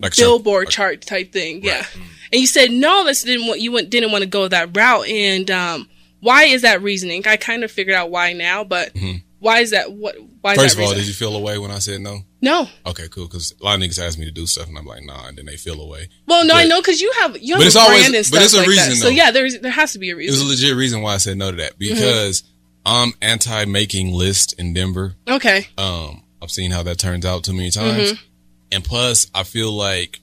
F: Like
C: billboard chart type thing. Yeah. And you said no, that's didn't want you went, didn't want to go that route. And um, why is that reasoning? I kind of figured out why now, but why is that? What? Why?
F: Mm-hmm. First
C: is
F: of
C: that
F: all,
C: reason?
F: did you feel away when I said no?
C: no.
F: Okay, cool. Because a lot of niggas ask me to do stuff, and I'm like, nah, and then they feel away.
C: Well, no, I
F: But-
C: know because you have you have
F: But it's
C: a brand
F: always-
C: and
F: but
C: stuff
F: it's a
C: like
F: reason,
C: that. So
F: though.
C: yeah, there's there has to be a
F: It was a
C: reason.
F: legit reason why I said no to that because I'm anti making lists in Denver.
C: okay,
F: Um, I've seen how that turns out too many times. And plus, I feel like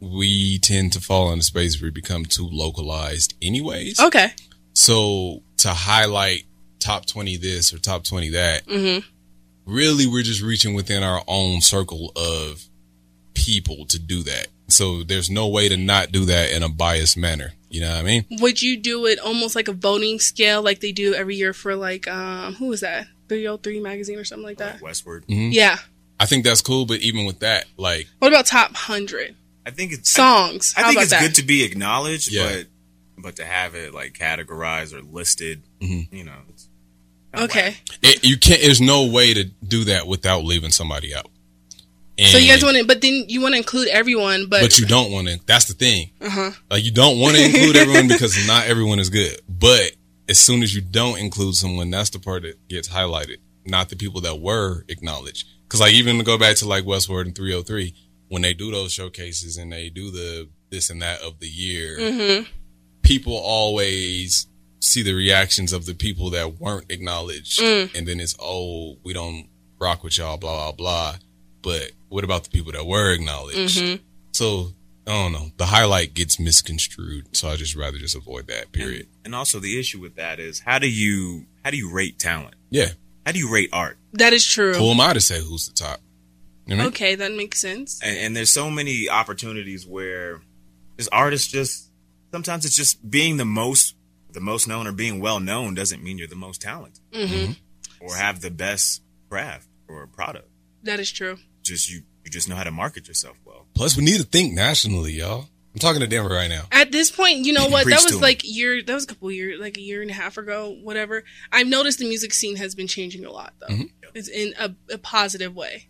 F: we tend to fall into space where we become too localized, anyways.
C: okay,
F: So to highlight top 20 this or top 20 that,
C: Mm-hmm.
F: really we're just reaching within our own circle of people to do that. So there's no way to not do that in a biased manner. You know what I mean?
C: would you do it almost like a voting scale, like they do every year for like um who was that 303 magazine or something like that?
E: Westward.
F: Mm-hmm.
C: Yeah.
F: I think that's cool, but even with that, like,
C: What about top hundred
E: I think it's
C: songs?
E: I
C: How
E: think
C: about
E: it's
C: that?
E: good to be acknowledged,
F: Yeah.
E: but but to have it like categorized or listed,
F: Mm-hmm.
E: you know. It's
C: okay,
F: it, you can't, there's no way to do that without leaving somebody out.
C: so you guys
F: And-
C: want to, but then you want to include everyone, but,
F: but you don't want to. That's the thing. Like you don't want to include everyone because not everyone is good. But as soon as you don't include someone, that's the part that gets highlighted, not the people that were acknowledged. Because like even to go back to like Westward and 303, when they do those showcases and they do the this and that of the year, people always see the reactions of the people that weren't acknowledged,
C: Mm.
F: and then it's oh we don't rock with y'all, blah blah blah. But what about the people that were acknowledged?
C: Mm-hmm.
F: So I don't know. The highlight gets misconstrued, so I just rather just avoid that. Period.
E: And also the issue with that is how do you how do you rate talent?
F: Yeah,
E: How do you rate art?
C: That is true.
F: Who am I to say who's the top? You know what I mean?
C: Okay, that makes sense.
E: And, and there's so many opportunities where this artist just sometimes it's just being the most the most known or being well known doesn't mean you're the most talented Mm-hmm. or have the best craft or product.
C: That is true.
E: Just you you just know how to market yourself well.
F: Plus, we need to think nationally, y'all. I'm talking to Denver right now.
C: At this point, you know what?
E: Preach
C: That
E: to 'em.
C: was like year. That was a couple years, like a year and a half ago, whatever. I've noticed the music scene has been changing a lot, though.
F: Mm-hmm.
C: It's in a, a positive way,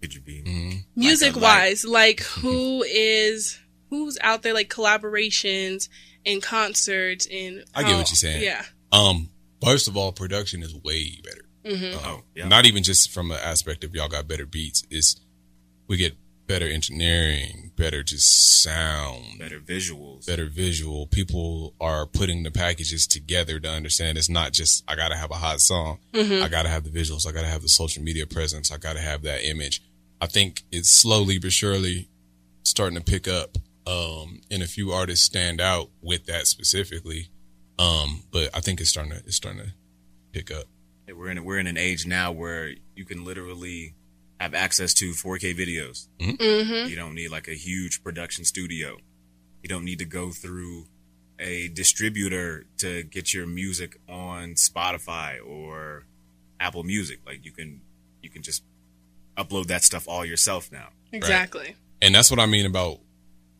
E: Could you be?
C: music wise. Like who is who's out there? Like collaborations and concerts and.
F: I get
C: how-
F: what you're saying.
C: Yeah.
F: Um, first of all, production is way better.
E: Oh, yeah.
F: Not even just from the aspect of y'all got better beats. It's we get better engineering, better just sound,
E: better visuals.
F: better visual. People are putting the packages together to understand it's not just I gotta have a hot song. I gotta have the visuals. I gotta have the social media presence. I gotta have that image. I think it's slowly but surely starting to pick up. Um, and a few artists stand out with that specifically. Um, but I think it's starting to it's starting to pick up.
E: We're in we're in an age now where you can literally have access to 4K videos. You don't need like a huge production studio. You don't need to go through a distributor to get your music on Spotify or Apple Music. Like you can you can just upload that stuff all yourself now.
C: Exactly.
F: And that's what I mean about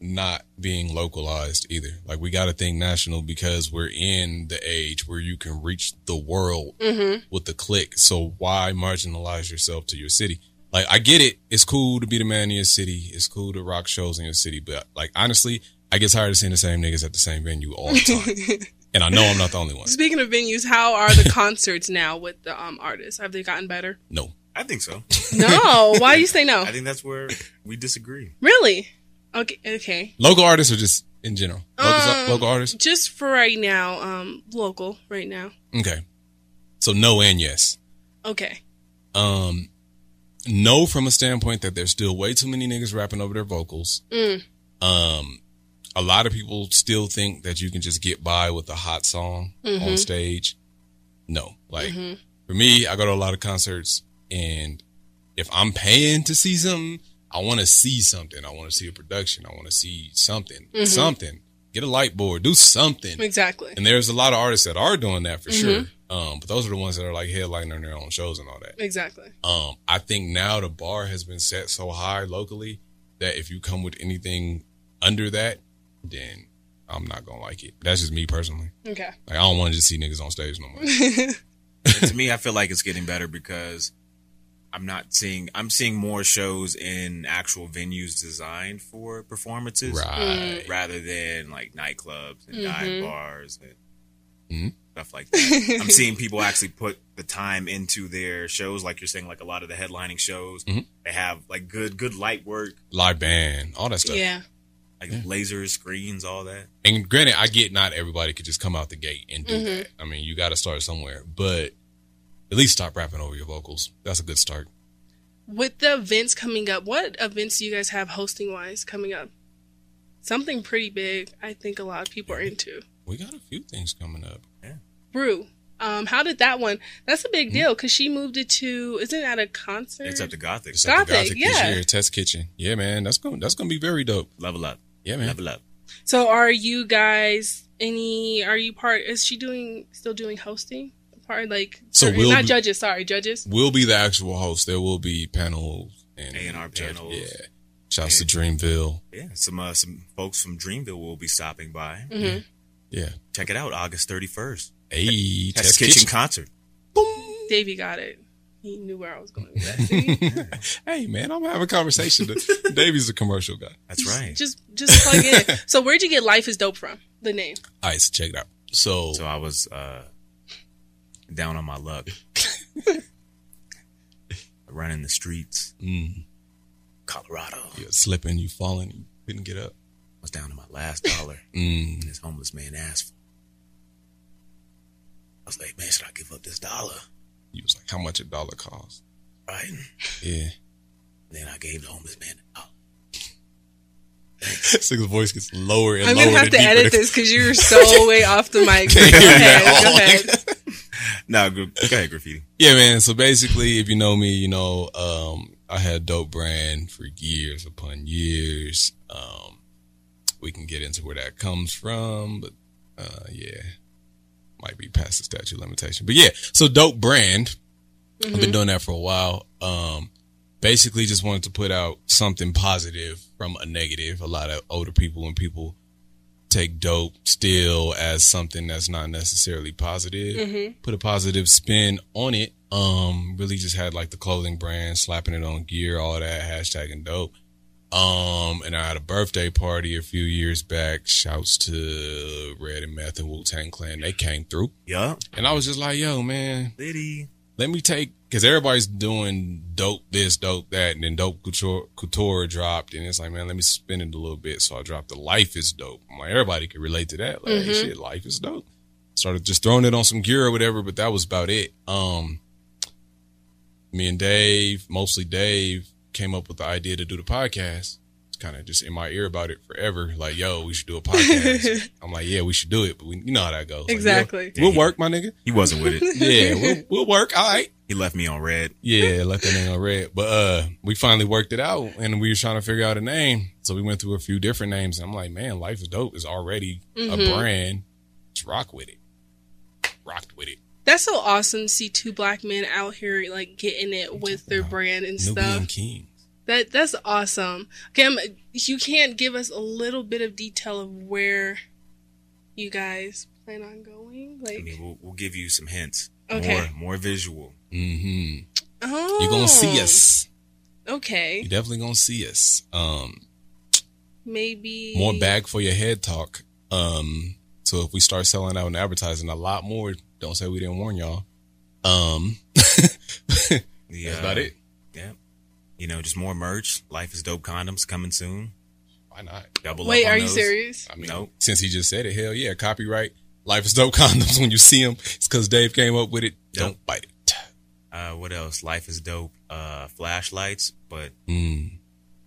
F: not being localized either. Like we got to think national because we're in the age where you can reach the world with the click. So why marginalize yourself to your city? Like I get it. It's cool to be the man in your city. It's cool to rock shows in your city. But like honestly, I get tired of seeing the same niggas at the same venue all the time. and I know I'm not the only one.
C: Speaking of venues, how are the concerts now with the um, artists? Have they gotten better?
F: No.
E: I think so.
C: No. Why do you say no?
E: I think that's where we disagree.
C: Really? Okay. Okay.
F: Local artists are just in general. Local, local artists.
C: just for right now, um, local right now.
F: Okay. So no and yes.
C: Okay.
F: um no from a standpoint that there's still way too many niggas rapping over their vocals um a lot of people still think that you can just get by with a hot song on stage no like for me i go to a lot of concerts and if i'm paying to see something i want to see something i want to see a production i want to see something something get a light board do something
C: Exactly.
F: and there's a lot of artists that are doing that for sure um but those are the ones that are like headlining their own shows and all that
C: Exactly.
F: um, I think now the bar has been set so high locally that if you come with anything under that, then I'm not gonna like it. That's just me personally.
C: Okay.
F: Like I don't want to just see niggas on stage no more.
E: And to me, I feel like it's getting better because I'm not seeing I'm seeing more shows in actual venues designed for performances
F: right.
E: rather than like nightclubs and dive bars and
F: Mm-hmm.
E: stuff like that. I'm seeing people actually put the time into their shows, like you're saying, like a lot of the headlining shows.
F: Mm-hmm.
E: They have like good good light work,
F: Live band, all that stuff.
C: Yeah.
E: like laser screens, all that.
F: And granted, I get not everybody could just come out the gate and
C: Mm-hmm.
F: do that. I mean, you got to start somewhere, but at least stop rapping over your vocals. That's a good start.
C: With the events coming up, what events do you guys have hosting wise coming up? Something pretty big. I think a lot of people are into.
F: We got a few things coming up.
C: Brew. Um, how did that one? That's a big deal because she moved it to. Isn't that a concert?
E: Except the gothic.
F: Hmm? It's at the
C: Gothic, yeah.
F: this year, Test Kitchen. Yeah, man, that's gonna that's gonna be very dope.
E: Level up.
F: Yeah, man.
E: Level up.
C: so are you guys any? Are you part? Is she doing still doing hosting? Part like
F: So
C: certain-
F: we'll
C: not
F: be-
C: judges. Sorry, judges.
F: will be the actual host. There will be panels and
E: A&R panels.
F: Yeah. Shouts to Dreamville.
E: Yeah. Some uh, some folks from Dreamville will be stopping by.
F: Yeah.
E: Check it out, August thirty first.
F: Hey,
E: Test,
F: Test
E: kitchen,
F: Kitchen.
E: concert.
C: Davey got it. He knew where I was going with that.
F: hey, man, I'm having a conversation. Davey's a commercial guy.
E: That's right.
C: Just just plug in. So where'd you get Life is Dope from? The name.
F: All right, so check it out. So,
E: so I was uh, down on my luck, running the streets, Colorado. I
F: you're slipping, you falling, you couldn't get up.
E: was down to my last dollar,
F: Mm.
E: and this homeless man asked. For I was like, man, should I give up this dollar?
F: You was like, how much a dollar cost?
E: Right? And
F: Yeah.
E: then I gave the homeless man a dollar.
F: Six's voice gets lower and
C: I'm
F: lower.
C: gonna have
F: the
C: to
F: deeper
C: edit
F: the-
C: this because you're so way off the mic. Go ahead. Go ahead.
E: No, go go ahead, graffiti.
F: Yeah, man. So basically, if you know me, you know, um, I had dope brand for years upon years. Um, we can get into where that comes from, but, uh, yeah, might be past the statute of limitation, but yeah. So dope brand. I've been doing that for a while. Um, basically just wanted to put out something positive from a negative. A lot of older people and people take dope still as something that's not necessarily positive. Put a positive spin on it. Um, really just had like the clothing brand slapping it on gear, all that hashtagging dope. Um, and I had a birthday party a few years back. Shouts to Red and Meth and Wu Tang Clan. They came through,
E: Yup.
F: and I was just like, "Yo, man,
E: Liddy.
F: let me take because everybody's doing dope this, dope that, and then dope couture, couture dropped, and it's like, man, let me spin it a little bit. So I dropped the life is dope. I'm like, everybody can relate to that. Like, hey, shit, life is dope. Started just throwing it on some gear or whatever, but that was about it. Um, me and Dave, mostly Dave, came up with the idea to do the podcast. It's kind of just in my ear about it forever. Like, yo, we should do a podcast. I'm like, yeah, we should do it, but we, you know how that goes. Like, yeah,
C: Exactly.
F: we'll work, my nigga.
E: He wasn't with it.
F: Yeah, we'll, we'll work. All right.
E: He left me on red.
F: Yeah, left that name on red. But uh we finally worked it out and we were trying to figure out a name. So we went through a few different names and I'm like, man, Life is Dope is already a brand. Let's rock with it. Rocked with it.
C: That's so awesome to see two black men out here like getting it with their brand and
F: Nubian
C: stuff.
F: King.
C: That that's awesome. Kim, you can't give us a little bit of detail of where you guys plan on going? Like,
E: I mean, we'll, we'll give you some hints.
C: Okay.
E: More, more visual.
F: Mm-hmm.
C: oh,
F: You're gonna see us.
C: Okay,
F: You're definitely gonna see us. Um
C: maybe
F: more bag for your head talk. Um, so if we start selling out and advertising a lot more, don't say we didn't warn y'all. Um
E: Yeah.
F: that's about it.
E: Yeah. You know, just more merch. Life is dope condoms coming soon.
F: Why not?
E: Double
C: Wait,
E: up on
C: are you
E: those.
C: serious?
F: I mean,
E: Nope.
F: since he just said it, hell yeah, copyright. Life is dope condoms when you see them. It's because Dave came up with it. Don't bite it.
E: Uh, what else? Life is dope. Uh, flashlights, but
F: Mm.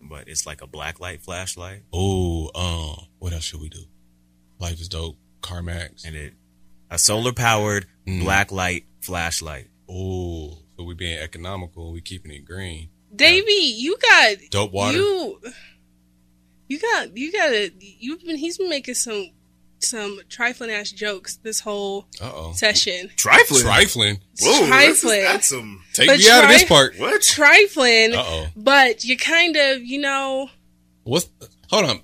E: but it's like a black light flashlight,
F: Oh, um, what else should we do? Life is dope. CarMax.
E: and it a solar powered
F: Mm.
E: black light flashlight.
F: Oh, so we being economical. We keeping it green.
C: Davey, you got
F: Dope water.
C: You, you got you got to You've been he's been making some some trifling ass jokes this whole
F: Uh oh.
C: session.
E: Trifling.
F: Trifling.
C: trifling.
E: some
F: Take
C: But
F: me out of this
C: tri-
F: part.
E: what?
C: Trifling,
F: Uh oh.
C: but you kind of you know
F: What's? Hold on.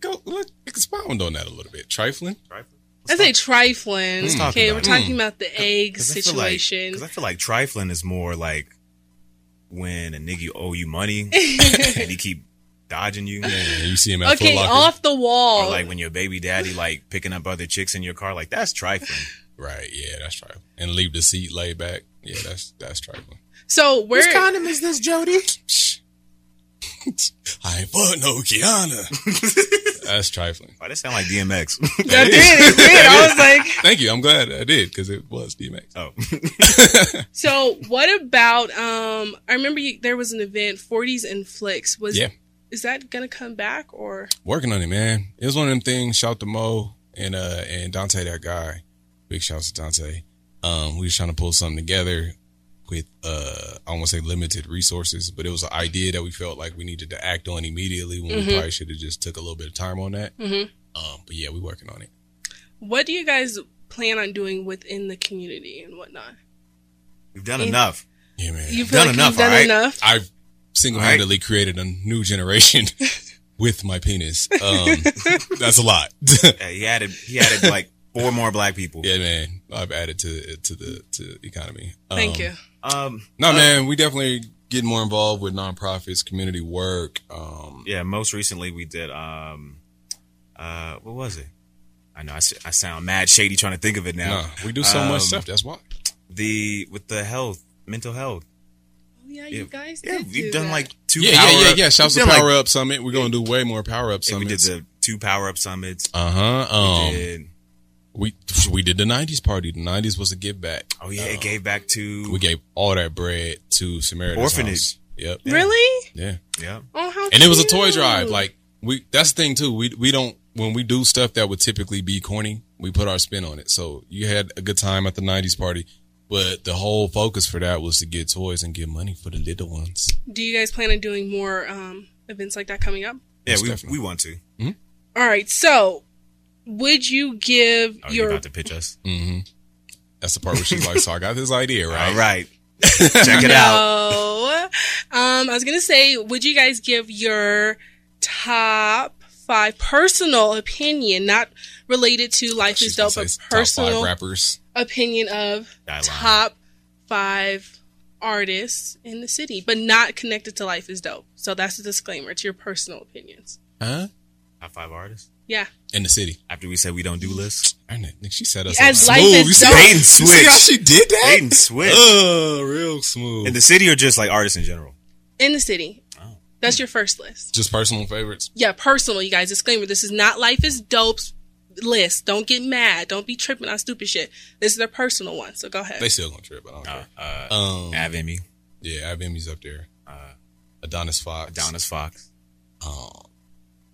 F: Go. Let, expound on that a little bit. Trifling.
E: Trifling.
C: I say trifling.
E: Let's talk
C: Okay,
E: about
C: we're
E: it. Hmm.
C: talking about the egg
E: 'Cause I feel like-
C: situation.
E: 'cause I feel like trifling is more like when a nigga owe you money and he keep dodging you.
F: Yeah, you see him at
C: okay,
F: Foot Locker.
C: off the
E: Or
C: wall.
E: like when your baby daddy like picking up other chicks in your car, like that's trifling.
F: Right. Yeah, that's trifling. And leave the seat laid back. Yeah, that's that's trifling.
C: so where
E: is this, Jody?
F: I ain't fuck no Kiana. That's trifling.
E: Oh, that sound like DMX.
C: I did, it did. I was like,
F: Thank you. I'm glad I did because it was DMX.
E: oh,
C: so what about? Um, I remember you, there was an event, 40s and Flicks. Was
F: Yeah.
C: is that gonna come back or?
F: Working on it, man. It was one of them things. Shout to Mo and uh and Dante, that guy. Big shouts to Dante. Um, we was trying to pull something together with uh I won't say limited resources, but it was an idea that we felt like we needed to act on immediately when
C: Mm-hmm.
F: we probably should have just took a little bit of time on that. Um, but yeah, we working on it.
C: What do you guys plan on doing within the community and whatnot?
E: we've done enough.
F: Yeah, man.
C: You feel
E: Done
C: like
E: enough,
C: you've done
E: all right?
C: enough.
F: I've single handedly created a new generation with my penis. Um, that's a lot.
E: Uh, he added, he added like four more black people.
F: yeah, man. I've added to to the to the economy. Um,
C: Thank you. Uh,
E: Um,
F: No, man. We definitely get more involved with nonprofits, community work. Um,
E: yeah. Most recently, we did. Um, uh, what was it? I know I, s- I sound mad shady trying to think of it now.
F: nah, we do so
E: Um,
F: much stuff. That's why.
E: The with the health, mental health.
C: Oh, yeah, you guys.
E: Yeah,
C: did do
E: we've done
C: that.
E: like two.
F: Yeah,
E: power
F: yeah, yeah,
E: up-
F: yeah. Shouts
E: we've
F: to
E: done, like,
F: Power Up Summit. We're gonna do way more Power Up
E: yeah, we did the
F: summits.
E: two power up summits.
F: Uh huh. Um,
E: did,
F: we we did the '90s party. The '90s was a give back.
E: oh yeah, it gave back to.
F: uh, We gave all that bread to Samaritan's
E: Orphanage.
F: House. Yep.
C: really.
F: Yeah.
E: yeah.
C: Oh, how
F: and it was a toy
C: cute.
F: drive. Like we, that's the thing too. We we don't when we do stuff that would typically be corny, we put our spin on it. So you had a good time at the '90s party, but the whole focus for that was to get toys and get money for the little ones.
C: Do you guys plan on doing more um, events like that coming up?
E: Yeah,
F: Most
E: we,
F: definitely.
E: we want to.
C: All right. So, would you give
E: Oh, you're
C: your
E: about to pitch us.
F: That's the part where she's like, "So I got this idea, right?"
E: All right. Check it out.
C: no? Um, I was gonna say, would you guys give your top five personal opinion, not related to life is
F: She's gonna
C: dope, but
F: say top
C: personal
F: five rappers.
C: opinion of
E: Guideline.
C: top five artists in the city, but not connected to life is dope. So that's a disclaimer. It's your personal opinions.
F: Huh?
E: Top five artists.
C: Yeah.
F: In the city.
E: After we said we don't do lists,
F: Darn it, Nick, she set us
C: As
F: up
C: life
F: smooth.
C: is
F: you see,
C: dope.
E: bait and
F: you see how
E: switch.
F: she did that?
E: Bait and switch.
F: Uh, real smooth.
E: In the city or just like artists in general?
C: In the city.
E: Oh.
C: That's your first list.
F: Just personal favorites.
C: Yeah, personal, you guys. Disclaimer this is not Life is Dope's list. Don't get mad. Don't be tripping on stupid shit. This is their personal one. So go ahead.
F: They still gonna trip. I
E: Uh.
F: don't care. um,
E: Av Emmy,
F: yeah, Abimi's up there. Adonis Fox.
E: Uh. Adonis Fox,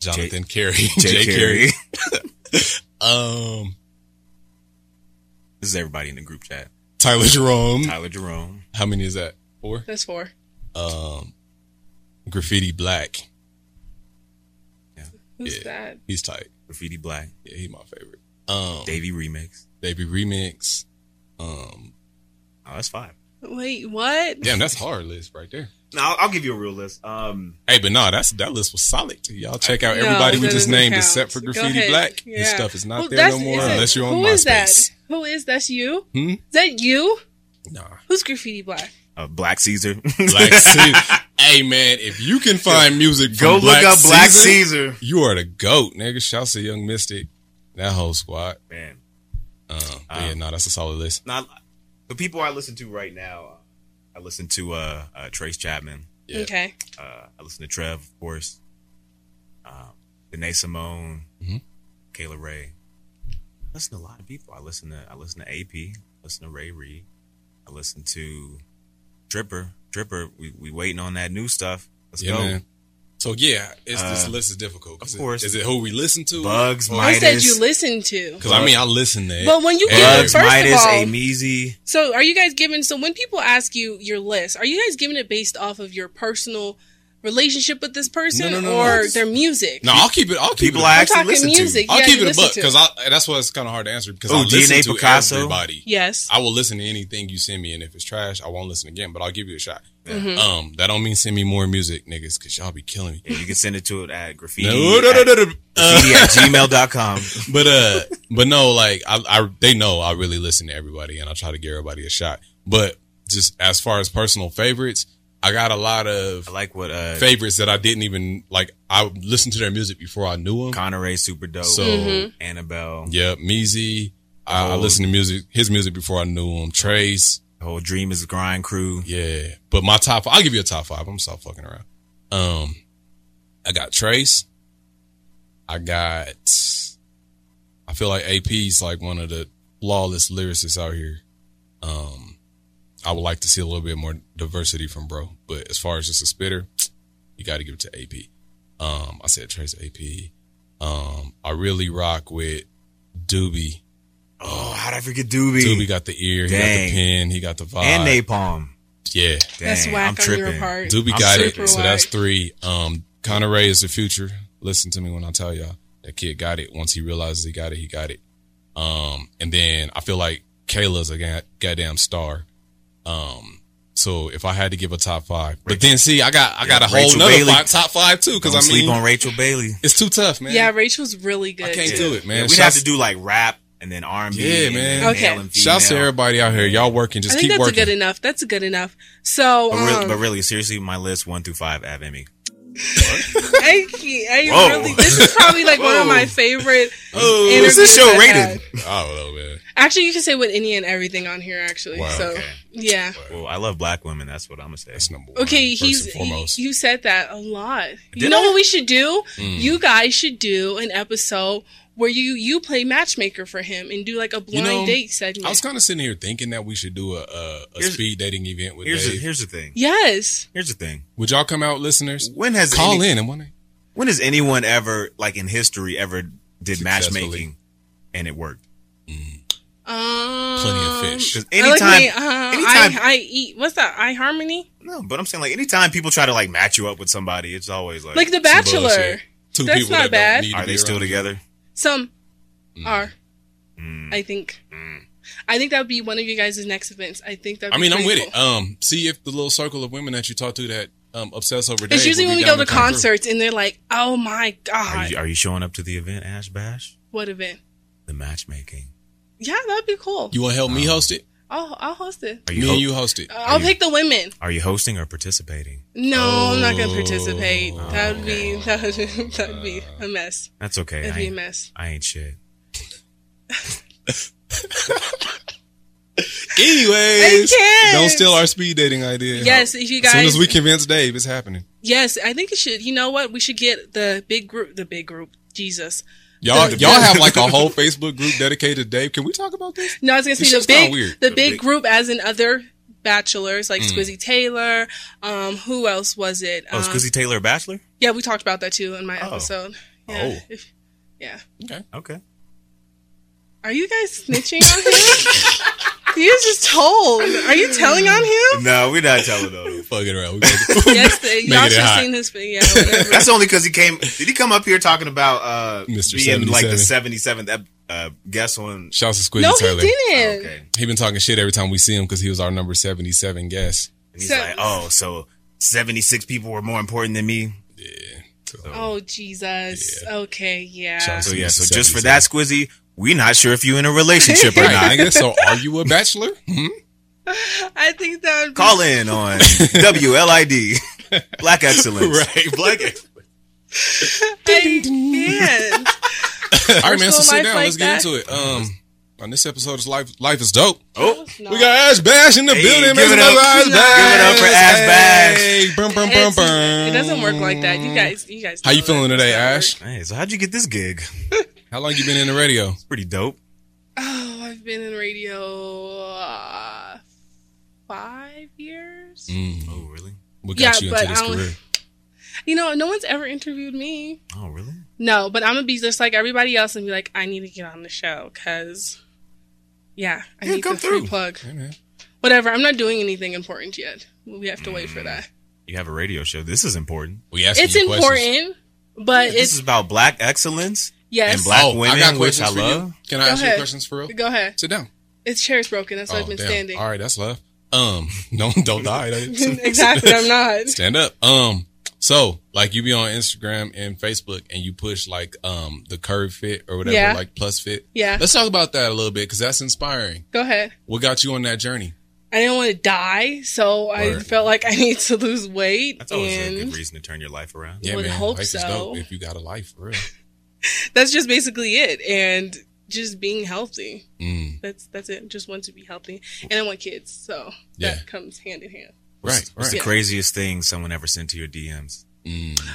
F: Jonathan Carey.
E: Jay,
F: Jay Carey.
E: Carey.
F: Um,
E: this is everybody in the group chat.
F: Tyler Jerome.
E: Tyler Jerome.
F: How many is that? Four.
C: That's four.
F: Graffiti Black.
C: Who's
F: Yeah.
C: that?
F: He's tight.
E: Graffiti Black,
F: Yeah, he's my favorite. Um,
E: Davey Remix.
F: Baby Remix. Um,
E: Oh, that's five.
C: Wait, what?
F: damn, that's a hard list right there.
E: No, I'll, I'll give you a real list. Um,
F: Hey, but nah, that's that list was solid. Y'all check out
C: No,
F: everybody we
C: that
F: just
C: doesn't
F: named
C: count.
F: except for
C: Go
F: Graffiti
C: ahead.
F: Black. His
C: Yeah.
F: stuff is not
C: Who-
F: there no
C: that's-
F: more
C: is it-
F: unless you're on
C: Who
F: MySpace.
C: is that? Who is that's you?
F: Hmm?
C: Is that you?
F: Nah.
C: Who's graffiti black?
E: uh, Black Caesar.
F: Black Caesar. hey man, if you can find music, from
E: Go
F: Black
E: look up Black
F: Caesar,
E: Caesar.
F: You are the goat, nigga. Shouts to Young Mystic, that whole squad.
E: Man,
F: Um, but yeah, no, that's a solid list.
E: not the people I listen to right now. uh, I listen to uh, uh Trace Chapman.
F: Yeah.
C: Okay.
E: Uh, I listen to Trev, of course. Um, Danae Simone,
F: Mm-hmm.
E: Kayla Ray. I listen to a lot of people. I listen to I listen to AP. I listen to Ray Reed. I listen to Dripper. Dripper. We we waiting on that new stuff. Let's
F: Yeah,
E: go.
F: man. So yeah, it's, this list is difficult. 'cause
E: Uh, of
F: it-
E: course.
F: is it who we listen to?
E: Bugs,
C: Who said
E: Midas.
C: you listen to?
F: Because I mean, I listen to.
C: But when you get-
F: every-
E: Bugs,
C: First of
E: Midas, E
C: all-
E: Ameezy.
C: So, are you guys giving? So, when people ask you your list, are you guys giving it based off of your personal relationship with this person
F: No, no, no, no.
C: or their music?
F: no, I'll keep it. I'll keep
E: People
F: it.
E: I
C: I'm
E: actually
C: talking
E: listen to.
C: music.
F: I'll
C: yeah,
F: keep
C: you
F: it a
C: listen
F: buck
C: to.
F: because that's why it's kind of hard to answer because I
E: Ooh,
F: listen
E: DNA
F: to
E: Picasso.
F: everybody.
C: Yes.
F: I will listen to anything you send me, and if it's trash, I won't listen again. But I'll give you a shot.
C: Mm-hmm.
F: Um, that don't mean send me more music, niggas, because y'all be killing me.
E: Yeah, you can send it to it at graffiti.
F: No, no, no, no, no. Uh,
E: graffiti at gmail.com.
F: but uh, but no, like I, I, they know I really listen to everybody, and I try to give everybody a shot. But just as far as personal favorites, I got a lot of
E: I like what uh,
F: favorites that I didn't even like. I listened to their music before I knew them.
E: Conneray Super Dope.
F: So-
C: Mm-hmm.
F: Mhm.
E: Annabelle,
F: yeah, Meezy. I, I
E: Oh.
F: listened to music, his music before I knew him. Trace.
E: the whole Dream is Grind crew.
F: Yeah. But my top five, I'll give you a top five. I'm gonna stop fucking around. Um, I got Trace. I got, I feel like AP's like one of the flawless lyricists out here. Um, I would like to see a little bit more diversity from bro, but as far as just a spitter, you got to give it to AP. Um, I said Trace AP. Um, I really rock with Doobie.
E: Oh, how'd I forget Doobie?
F: Doobie got the ear, he got
E: Dang.
F: the pen, he got the vibe.
E: and Napalm.
F: yeah.
E: Dang,
C: That's whack
E: I'm
C: on
E: tripping.
C: your part.
F: Doobie
E: I'm
F: got
E: super
F: it. So that's
C: whack.
F: three. Um, Conor Ray is the future. Listen to me when I tell y'all that kid got it. Once he realizes he got it, he got it. Um, and then I feel like Kayla's a ga- goddamn star. Um, so if I had to give a top five, but then see, I got I got a whole
E: Rachel
F: nother
E: Bailey.
F: five, top five too because
E: Don't
F: I
E: sleep
F: mean
E: on Rachel Bailey.
F: it's too tough, man.
C: yeah, Rachel's really good.
F: I can't
C: too.
F: do it, man.
E: Yeah, we'd have
F: Shouts-
E: to do like rap and then R&B.
F: Yeah,
E: and
F: man.
E: then
C: Okay.
E: male and
F: Shouts to
E: female.
F: everybody out here. Y'all working,
C: I
F: just
C: think
F: keep
C: that's
F: working.
C: good enough. That's good enough. So,
E: But really,
C: um,
E: but really, seriously, my list one through five at Emmy.
C: I, can't- I
E: Whoa.
C: really, this is probably like one of
E: Whoa.
C: my favorite.
E: Oh,
C: interviews
E: what's this show
C: I
E: rated?
C: had.
F: I don't know, man.
C: Actually, you can say with any and everything on here. Actually,
F: Wow,
C: so
E: okay.
C: yeah.
E: Well, I love black women. That's what I'm gonna say.
F: That's number one.
C: Okay,
F: first
C: he's
F: and foremost. Hmm.
C: he- you said that a lot. you
E: Did
C: know
E: I?
C: what we should do? You guys should do an episode where you you play matchmaker for him and do like a blind
F: know,
C: date segment.
F: I was kind of sitting here thinking that we should do a a, a
E: Here's-
F: speed dating event with
E: Here's the,
F: Dave.
E: here's the thing.
C: yes.
E: Here's the thing.
F: Would y'all come out, listeners?
E: When has
F: Call
E: any-
F: in and one.
E: When has anyone ever, like in history, ever did
F: Successfully.
E: matchmaking and it worked.
C: Um,
F: Plenty of fish.
E: 'Cause
C: Anytime,
E: anytime,
C: uh, I,
E: anytime,
C: I eat. What's that? iHarmony?
E: no, but I'm saying like anytime people try to like match you up with somebody, it's always like,
C: Like The
F: Some
C: Bachelor.
F: bullshit. Two
C: That's
F: people
C: not
F: that
C: bad.
F: Don't need to
E: are
F: be
E: they still
F: around.
E: together?
C: Some
F: Hmm.
C: are. I think. I think that would be one of you guys' next events. I think that.
F: I mean, I'm with it. Um, see if the little circle of women that you talk to that um obsess over.
C: It's
F: Dave
C: usually
F: will
C: when
F: be
C: we go to
F: down come through.
C: concerts and they're like, "Oh my
E: Are
C: god,
E: you, are you showing up to the event, Ash Bash?
C: what event?"
E: The matchmaking.
C: Yeah, that'd be cool.
F: You want to help me host it?
C: I'll I'll host it.
E: Are
F: Me
E: ho-
F: and you host it.
C: I'll pick the women.
E: Are you hosting or participating?
C: No, I'm not
F: Oh,
C: gonna participate. that would be that would that'd be a mess.
E: That's okay.
C: That'd
E: I
C: be a
E: ain't,
C: mess.
E: I ain't shit.
F: Anyways,
C: I can't.
F: don't steal our speed dating idea.
C: Yes, if you
F: As soon
C: guys-
F: as we convince Dave, it's happening.
C: Yes, I think it should. You know what? We should get the big group. The big group. Jesus.
F: Y'all, y'all have like a whole Facebook group dedicated to Dave. Can we talk about this?
C: No, I was gonna
F: It's
C: say the
F: just kinda
C: big,
F: weird.
C: the
F: The
C: big
F: big- Hmm.
C: group, as in other bachelors like Squizzy Taylor. Um, who else was it?
E: Oh,
C: Um,
E: is Koozie Taylor a bachelor?
C: yeah, we talked about that too in my
E: Oh.
C: episode. Yeah,
E: Oh.
C: If- yeah.
F: Okay.
E: Okay.
C: Are you guys snitching on him? you just told. Are you telling on him?
E: No, we're not telling those.
F: Fuck it around. We gotta-
C: Yes, they,
F: Making
C: y'all
F: it
C: should have
F: hot.
C: seen his. Yeah, whatever.
E: That's only because he came. Did he come up here talking about uh,
F: Mr.
E: being like the seventy seventh uh, guest on?
F: Shouts to Squidgy
C: no, he
F: Taylor.
C: didn't.
E: Okay,
F: He been talking shit every time we see him because he was our number seventy-seven guest.
E: and he's
C: So-
E: like, oh, so seventy six people were more important than me.
F: Yeah. So,
C: Oh Jesus. Okay. Yeah.
F: Shouts
E: So
F: to
E: yeah,
F: Mr.
E: so just for that, Squizzy, we not sure if you in a relationship or
F: 77.
E: not.
F: Right, nigga. So are you a bachelor? Hmm?
C: I think that would be
E: Call in on WLID Black Excellence.
F: Right, e-
E: Black. Ex-
C: I can't.
F: All right, man. So
C: Personal
F: sit
C: life
F: down.
C: like
F: Let's get
C: that.
F: into it. Um, on this episode is life. Life is dope.
E: Oh,
F: We got Ash Bash in the
E: Hey,
F: building.
E: give
F: Make
E: it
F: another
E: up.
F: Ash
E: Give
F: Bash.
E: it up for Ash Bash.
F: Hey, brum, brum, brum,
C: It's-
F: brum.
C: It doesn't work like that. You guys, you guys.
F: How you
C: know that.
F: feeling today,
C: It's
F: Ash?
E: hey, so how'd you get this gig?
F: How long you been in the radio?
E: Pretty dope.
C: not work. Oh, I've been in radio uh, five years.
F: Mm. Mm-hmm.
E: Oh, really?
F: What
C: Yeah,
F: got you
C: but
F: into this
C: I don't-
F: career?
C: You know, no one's ever interviewed me.
E: Oh, really?
C: No, but I'm gonna be just like everybody else and be like, I need to get on the show because, yeah, I
E: Yeah,
C: need
E: come
C: the free
E: through.
C: plug.
F: Hey, man.
C: Whatever. I'm not doing anything important yet. We have to wait for that.
E: You have a radio show. This is important.
F: We asking
C: It's
F: you Mm. questions.
C: important, but
E: this is
C: it's
E: about black excellence.
C: yes.
E: and black-
F: Oh, I
E: women,
F: got
E: which
F: questions
E: I
F: for you.
E: love.
F: Can I
C: Go
F: ask you
C: ahead.
F: questions for real?
C: Go ahead.
F: Sit down.
C: It's chair's broken. That's why I've
F: Oh,
C: been
F: damn.
C: standing.
F: All right, that's love. Um, no, don't die.
C: exactly. I'm not.
F: Stand up. Um, so like you be on Instagram and Facebook and you push like um the curve fit or whatever,
C: Yeah.
F: like plus fit.
C: Yeah.
F: Let's talk about that a little bit because that's inspiring.
C: Go ahead.
F: What got you on that journey?
C: I didn't want to die, so I
F: Word.
C: felt like I need to lose weight,
E: That's always a
C: and
E: good reason to turn your life around.
F: Yeah,
C: Would
F: man.
C: hope
F: life is
C: so.
F: dope if you got a life for real.
C: that's just basically it. And just being healthy.
F: Mm,
C: That's that's it. Just want to be healthy, and I want kids, so
F: Yeah.
C: that comes hand in hand.
F: right,
E: What's
F: right.
E: the craziest thing someone ever sent to your DMs?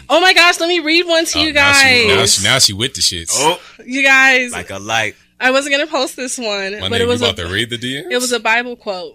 C: Oh my gosh, let me read one to
F: Oh,
C: you
F: now she-
C: guys.
F: Now she, now she with the shits.
E: Oh.
C: you guys,
E: like a light.
C: I wasn't gonna post this one,
F: My
C: but
F: nigga,
C: it was
F: you
C: a,
F: about to read the DM?
C: it was a Bible quote.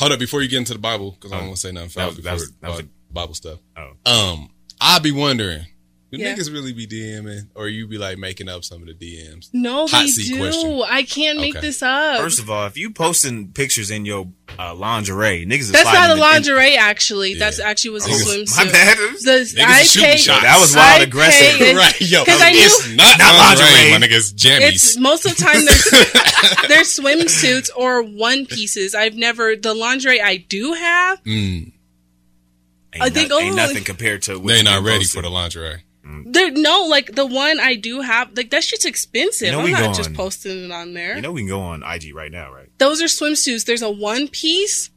F: Hold up before you get into the Bible because I don't want to say nothing foul
E: Oh. That was- that was-
F: before-
E: that was
F: about Bible stuff.
E: Oh.
F: Um, I be wondering, do
C: Yeah.
F: niggas really be DMing or you be like making up some of the DMs?
C: No,
F: Hot
C: they
F: seat
C: do.
F: question.
C: I can't make
F: Okay.
C: this up.
E: First of all, if you posting pictures in your uh, lingerie, niggas. is
C: that's
E: sliding
C: not a
E: in-
C: lingerie, actually. That's
F: Yeah.
C: actually was a
E: Oh,
C: swimsuit.
E: my bad.
C: The,
F: Niggas
C: I
F: is shooting
C: paid-
F: shots.
E: That was wild
C: I
E: aggressive.
C: paid-
F: right, yo.
C: 'Cause I knew-
F: it's not,
E: Not
F: lingerie,
E: lingerie.
F: my niggas.
C: It's
F: Jammies.
C: most of the time they're, they're swimsuits or one pieces. I've never the lingerie I do have.
E: Ain't
F: Mm,
C: I think
E: no-
C: only-
E: ain't nothing compared to. what
F: they
E: you
F: not
E: been
F: ready
E: posting.
F: for the lingerie.
C: There no like the one I do have like that shit's expensive.
E: You know
C: I'm
E: we
C: not
E: going-
C: just posting it on there.
E: You know we can go on IG right now, right?
C: Those are swimsuits. There's a one piece,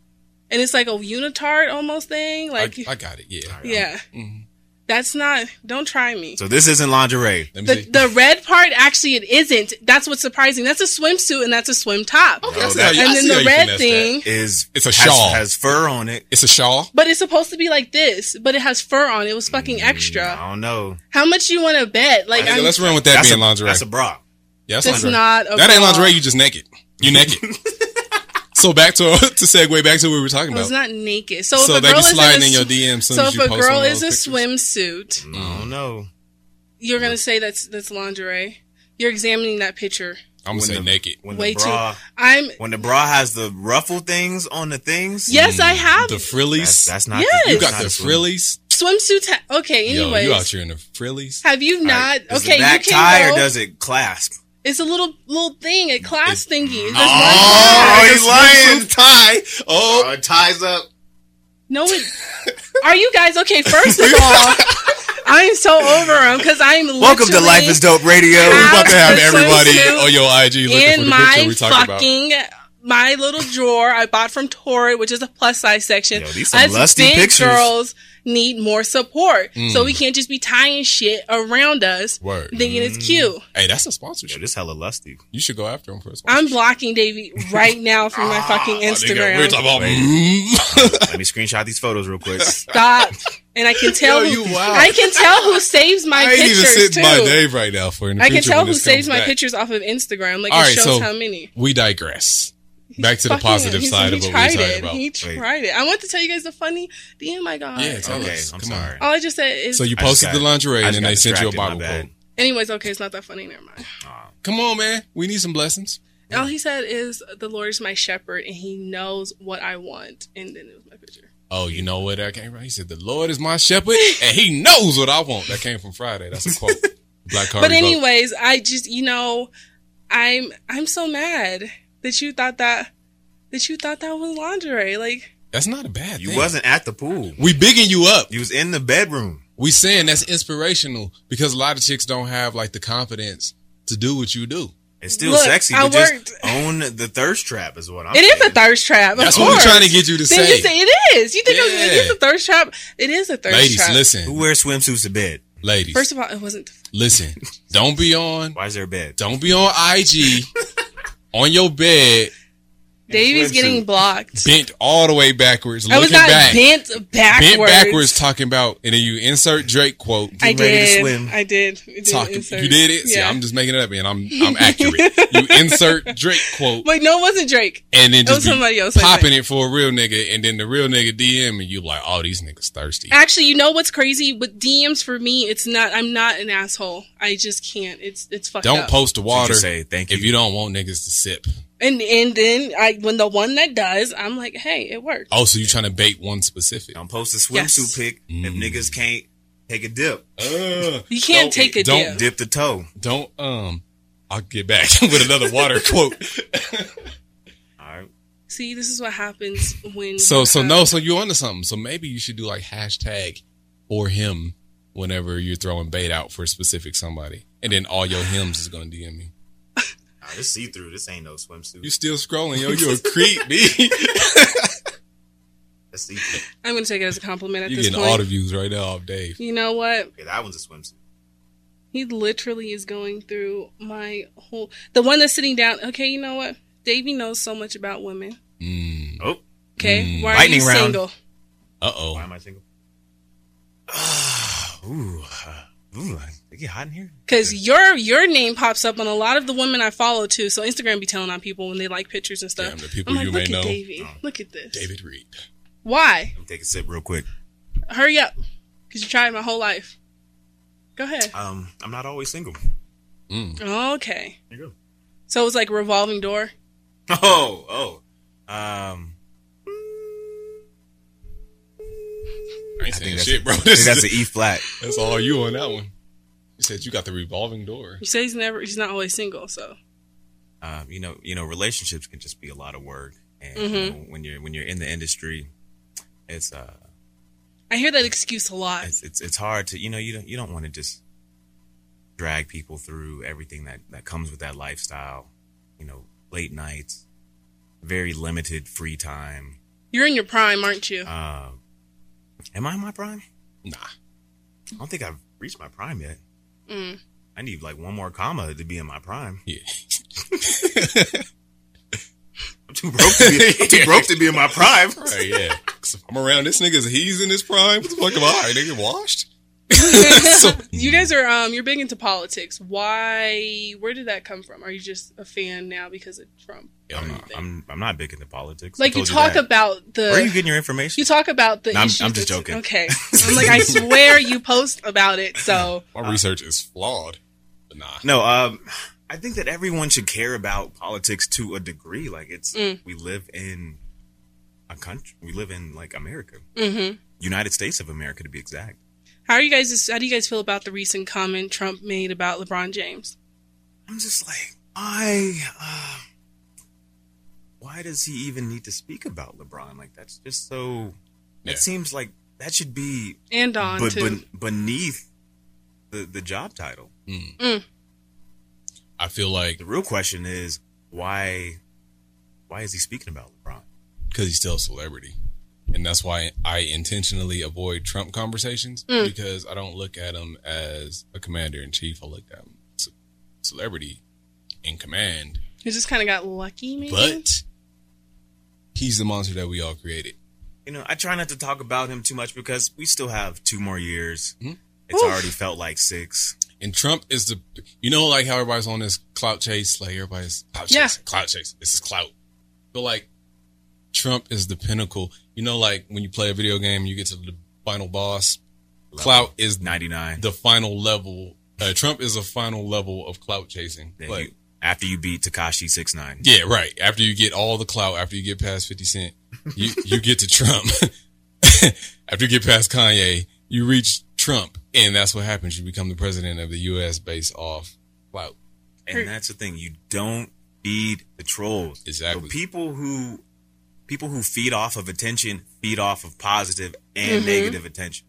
C: and it's like a unitard almost thing. Like
F: I, I got it. Yeah.
C: yeah,
F: Mm-hmm.
C: that's not. Don't try me.
E: So this isn't lingerie.
F: Let me
C: the,
F: see.
C: the red part actually it isn't. That's what's surprising. That's a swimsuit and that's a swim top.
F: Okay,
E: No,
F: I see
E: that-
F: Oh, how you- I
C: and then
F: see how
C: the
F: you
C: red
F: finessed
C: thing.
F: that.
E: Is
F: It's a
E: has-
F: shawl.
E: has fur on it.
F: It's a shawl.
C: But it's supposed to be like this, but it has fur on. It was fucking
F: Mm-hmm.
C: extra.
E: I don't know.
C: How much you want to bet? Like,
F: Nigga,
C: I'm,
F: let's run with that
E: that's
F: being
E: a,
F: lingerie.
E: That's a bra.
F: yeah, that's
C: That's
F: lingerie.
C: not a
F: that ain't
C: bra.
F: lingerie. You just naked. You naked. so back to to segue back to what we were talking
C: I was
F: about.
C: not naked. So,
F: So
C: if a
F: they
C: girl
F: be
C: is in
F: sliding
C: a,
F: in your
C: sw-
F: DM soon
C: So
F: as
C: if
F: you
C: a
F: post
C: girl
F: one of
C: is a
F: those pictures.
C: swimsuit,
E: I don't know.
C: you're gonna say that's that's lingerie. You're examining that picture
F: I'm gonna
E: When
F: say
E: the-
F: naked.
E: When
C: way
E: the bra,
C: too. I'm.
E: when the bra has the ruffle things on the things.
C: Yes, I have
F: Mm-hmm. The frillies.
E: that's, that's not.
C: Yes.
F: Mm. you
E: that's
F: got
E: not
F: the
E: a swim.
F: frillies.
C: swimsuit. Ta- okay.
F: Yo,
C: Anyways,
F: you out here in the frillies?
C: have you
E: All
C: not?
E: right, Does
C: okay,
E: the back
C: you can
E: tie
C: go.
E: or does it clasp?
C: It's a little little thing, a class thingy. There's no-
G: Oh, he's lying.
E: Tie.
F: Oh,
G: Oh, it ties up.
C: No, it. Are you guys okay? First of all, I'm so over him because I'm
E: Welcome to Life Is Dope Radio.
F: we about to have
C: The
F: everybody
C: swimsuit
F: on your IG looking for
C: in
F: the picture
C: my
F: we talking about.
C: fucking my little drawer I bought from Torrid, which is a plus size section.
E: Yo, these some
C: Us
E: lusty
C: big
E: pictures. Mm.
C: girls need more support, so we can't just be tying shit around us,
F: Word.
C: thinking
E: Mm.
C: it's cute.
F: Hey, that's a
E: Yo,
F: sponsorship.
E: this hella lusty.
F: You should go after him for a sponsorship.
C: I'm blocking Davey right now from
E: Ah,
C: my fucking
F: Nigga, we're
C: Instagram.
F: talking about. Mm.
E: Let me screenshot these photos real quick.
C: Stop. And I can tell
F: Yo,
C: who,
F: you wild.
C: I can tell who saves my
F: I ain't even
C: pictures
F: sitting
C: too.
F: my name right now for in the
C: I can
F: future
C: tell
F: when
C: who
F: this
C: saves
F: comes
C: my
F: back.
C: pictures off of Instagram. Like
F: All
C: it
F: right,
C: shows
F: so
C: how many.
F: We digress. Back to the
C: Fucking-
F: positive
C: he-
F: side
C: he
F: of what we
C: tried
F: were talking
C: it.
F: about.
C: He tried it. I want to tell you guys the funny DM I got.
F: Yeah, tell
E: Okay,
F: us.
E: I'm
F: Come on.
E: sorry.
C: All I just said is.
F: So Oh, you
E: I just
F: posted
E: got-
F: the lingerie
E: I
F: and
E: just
F: then
E: got
F: they sent you a
E: distracted, my
F: Bible
E: bad.
F: quote.
C: anyways, okay, it's not that funny. Never mind.
F: Come on, man. We need some blessings.
C: All he said is, "The Lord is my shepherd, and He knows what I want." And then it was my picture.
F: Oh, you know what that came from? He said, "The Lord is my shepherd, and He knows what I want." That came from Friday. That's a quote. Black card.
C: but anyways, I just you know, I'm I'm so mad that you thought that that you thought that was lingerie. Like
F: that's not a bad.
E: You
F: thing.
E: wasn't at the pool.
F: We bigging you up.
E: You was in the bedroom.
F: We saying that's inspirational because a lot of chicks don't have like the confidence to do what you do.
E: It's still
C: Look,
E: sexy.
C: I
E: but just
C: worked.
E: own the thirst trap is what I'm.
C: it is a
E: saying.
C: thirst trap. of
F: That's what we're
C: course.
F: trying to get you to
C: Then you
F: say.
C: say it is. You think it was-
F: Yeah.
C: it is a thirst trap? It is a thirst
F: Ladies,
C: trap.
E: Who
F: listen.
E: wears swimsuits to bed?
F: Ladies,
C: First of all, it wasn't.
F: listen. Don't be on.
E: Why is there a bed?
F: Don't be on IG on your bed,
C: Davey's getting
E: swimsuit.
C: blocked.
F: bent all the way backwards,
C: I
F: looking
C: was not
F: back,
C: bent backwards.
F: bent backwards, talking about, and then you insert Drake quote.
C: I
E: Getting ready to
C: did.
E: swim.
C: I did. It did
F: talking.
C: insert.
F: You did it. Yeah. See, I'm just making it up, and I'm I'm accurate. you insert Drake quote,
C: Wait, no, it wasn't Drake.
F: and then
C: It was
F: just be
C: somebody else. I
F: popping
C: think.
F: it for a real nigga, and then the real nigga DM, and you like, oh, these niggas thirsty.
C: Actually, you know what's crazy with DMs for me? It's not. I'm not an asshole. I just can't. It's it's fucked
F: Don't
C: up.
F: post the water
E: Just say thank you.
F: if you don't want niggas to sip.
C: And and then I when the one that does, I'm like, hey, it worked.
F: Oh, so you trying to bait one specific?
E: don't post a
C: Yes.
E: swimsuit pic if
F: Mm.
E: niggas can't take a dip. Uh,
C: you can't
F: Oh, don't-
C: take a
F: don't
C: dip.
E: Dip the toe.
F: Don't um. I'll get back with another water quote.
E: All right.
C: See, this is what happens when.
F: So so
C: um,
F: no, so you onto something. So maybe you should do like hashtag or him whenever you're throwing bait out for a specific somebody. And then all your hymns is gonna DM you.
E: Nah, this see through. This ain't no swimsuit.
F: You still scrolling, yo, you a creep, B.
E: That's see through.
C: I'm gonna take it as a compliment at
F: you
C: this
F: getting
C: point.
F: all the views right now off Dave.
C: you know what?
E: Okay, that one's a swimsuit.
C: He literally is going through my whole. The one that's sitting down. Okay, you know what? Davey knows so much about women.
F: Mm.
E: Oh,
C: Okay,
F: Mm.
C: why are
E: Lightning
C: you
E: round.
C: single?
F: Uh
E: why
F: oh.
E: am I single? Ooh, uh, ooh, it get hot in here.
C: Because your your name pops up on a lot of the women I follow too. So Instagram be telling on people when they like pictures and stuff.
F: Damn, the people
C: I'm like,
F: you
C: look
F: may
C: at
F: know." Oh.
C: Davey. Look at this.
F: David Reed.
C: Why?
E: Let me take a sip real quick.
C: Hurry up. Because you tried my whole life. Go ahead.
E: Um, I'm not always single.
C: Okay.
E: There you
C: So it was like revolving door.
E: go. Oh, oh. Um,
F: I ain't
E: I think
F: saying
E: that's
F: shit, bro.
E: I think that's
F: that's,
E: an E flat.
F: that's all you on that one. You said you got the revolving door.
C: You say he's never he's not always single, so
E: um, you know, you know, relationships can just be a lot of work, and you know, when you're when you're in the industry, it's uh,
C: I hear that excuse a lot.
E: it's it's, it's hard to you know you don't you don't want to just drag people through everything that that comes with that lifestyle, you know, late nights, very limited free time.
C: You're in your prime, aren't you?
E: Uh, am I in my prime?
F: Nah.
E: I don't think I've reached my prime yet.
C: Mm.
E: I need like one more comma to be in my prime.
F: Yeah.
E: I'm too broke to be, I'm too broke to be in my prime.
F: Hey, yeah. 'Cause if I'm around this niggas, he's in his prime. What the fuck am I? Nigga washed? So-
C: you guys are um you're big into politics. Why where did that come from? Are you just a fan now because of Trump?
E: I'm, not- I'm I'm not big into politics. I
C: Like you
E: told
C: talk
E: that.
C: about the
E: Where are you getting your information?
C: You talk about the
E: No, I'm-
C: issues.
E: I'm just
C: that's-
E: joking.
C: Okay. I'm like, I swear you post about it. So
F: My research is flawed. But nah.
E: No, um, I think that everyone should care about politics to a degree. Like it's
C: Mm.
E: we live in a country. We live in like America, mm-hmm. United States of America, to be exact.
C: How are you guys? How do you guys feel about the recent comment Trump made about LeBron James?
E: I'm just like I. Uh, why does he even need to speak about LeBron? Like that's just so.
F: Yeah.
E: It seems like that should be
C: And Don
E: but,
C: too.
E: but beneath the the job title.
F: I feel like
E: The real question is why why is he speaking about LeBron?
F: because he's still a celebrity. And that's why I intentionally avoid Trump conversations because I don't look at him as a commander in chief. I look at him as a celebrity in command.
C: he just kind of got lucky, maybe.
F: But he's the monster that we all created.
E: you know, I try not to talk about him too much because we still have two more years.
F: Hmm?
E: It's already felt like six.
F: And Trump is the, you know, like how everybody's on this clout chase, like everybody's clout chase,
C: Yeah.
F: clout chase. This is clout. But like Trump is the pinnacle. You know, like when you play a video game, you get to the final boss. Clout is
E: Ninety nine.
F: the final level. Uh, Trump is a final level of clout chasing. Like,
E: after you beat Takashi six nine.
F: yeah, right. After you get all the clout, after you get past Fifty Cent, you you get to Trump. after you get past Kanye, you reach Trump, and that's what happens. You become the president of the U.S. based off clout.
E: And that's the thing. You don't feed the trolls.
F: Exactly.
E: The people who people who feed off of attention feed off of positive and negative attention.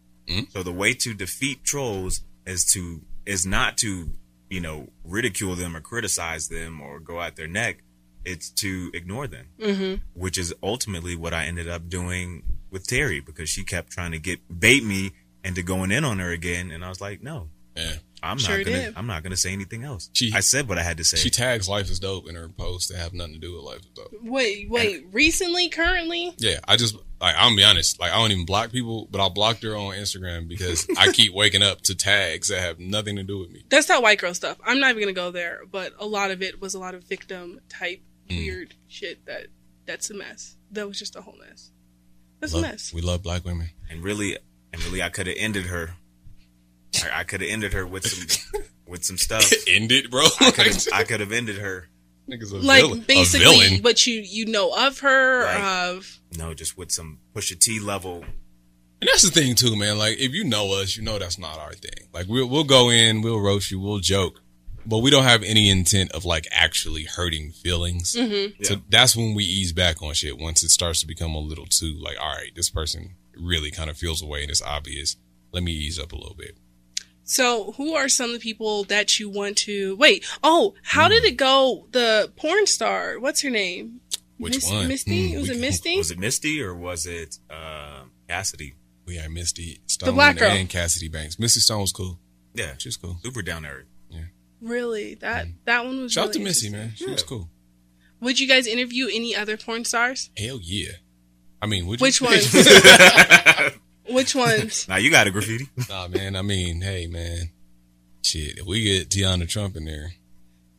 E: So the way to defeat trolls is to is not to, you know, ridicule them or criticize them or go at their neck. It's to ignore them. Which is ultimately what I ended up doing with Terry because she kept trying to get bait me into going in on her again and I was like, No,
F: Yeah.
E: I'm
C: Sure
E: not gonna
C: did.
E: I'm not gonna say anything else.
F: She-
E: I said what I had to say.
F: She tags "Life is Dope" in her posts that have nothing to do with "Life is Dope."
C: wait, wait. Recently, currently,
F: Yeah, I just like I'm gonna be honest. Like I don't even block people, but I blocked her on Instagram because I keep waking up to tags that have nothing to do with me.
C: that's that white girl stuff. I'm not even gonna go there. But a lot of it was a lot of victim type
F: Mm.
C: weird shit. That that's a mess. That was just a whole mess. That's
F: Love-
C: a mess.
F: we love black women.
E: and really and really I could have ended her. I, I could have ended her with some with some stuff.
F: End it, bro.
E: I could have I could have ended her.
F: Niggas a
C: like
F: villain. a
C: basically
F: villain.
C: what you you know of her
E: Right.
C: of
E: No, just with some push a T level.
F: And that's the thing too, man. Like if you know us, you know that's not our thing. Like we'll we'll go in, we'll roast you, we'll joke, but we don't have any intent of like actually hurting feelings.
C: Mm-hmm.
F: So
E: Yeah.
F: that's when we ease back on shit. Once it starts to become a little too like, all right, this person really kind of feels away and it's obvious. Let me ease up a little bit.
C: So, who are some of the people that you want to wait? Oh, how
F: Hmm.
C: did it go? The porn star, what's her name?
F: Which
C: Miss-
F: one?
C: Misty?
F: Hmm,
C: was
F: we
C: it
F: can-
C: Misty?
E: Was it Misty or was it uh, Cassidy?
F: We had Misty Stone
C: black girl.
F: and Cassidy Banks. Misty Stone was cool.
E: Yeah,
F: She was cool.
E: super down there.
C: really? That that one was.
F: Hmm. Shout out
C: really
F: to Missy,
C: interesting.
F: man. She was cool.
C: Would you guys interview any other porn stars?
F: Hell yeah. I mean, would you-
C: Which ones? Which ones?
E: Now you got a graffiti.
F: Nah, man. I mean, hey, man. Shit, if we get Tiana Trump in there,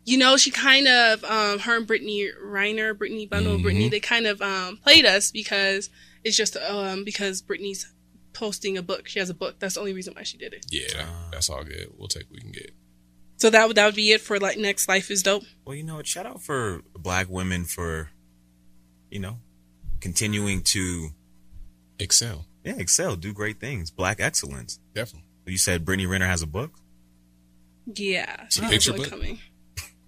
C: You know, she kind of um, her and Brittany Reiner, Brittany Bundle,
F: Mm-hmm.
C: Brittany. They kind of um, played us because it's just um, because Brittany's posting a book. She has a book. That's the only reason why she did it.
F: yeah, that- that's all good. We'll take what we can get.
C: So that would that would be it for like next life is dope.
E: Well, you know, what? shout out for black women for, you know, continuing to
F: Excel,
E: yeah excel, do great things, black excellence.
F: definitely.
E: You said Brittany Renner has a book.
C: Yeah,
F: a
C: that's
F: picture
C: one
F: book?
C: coming.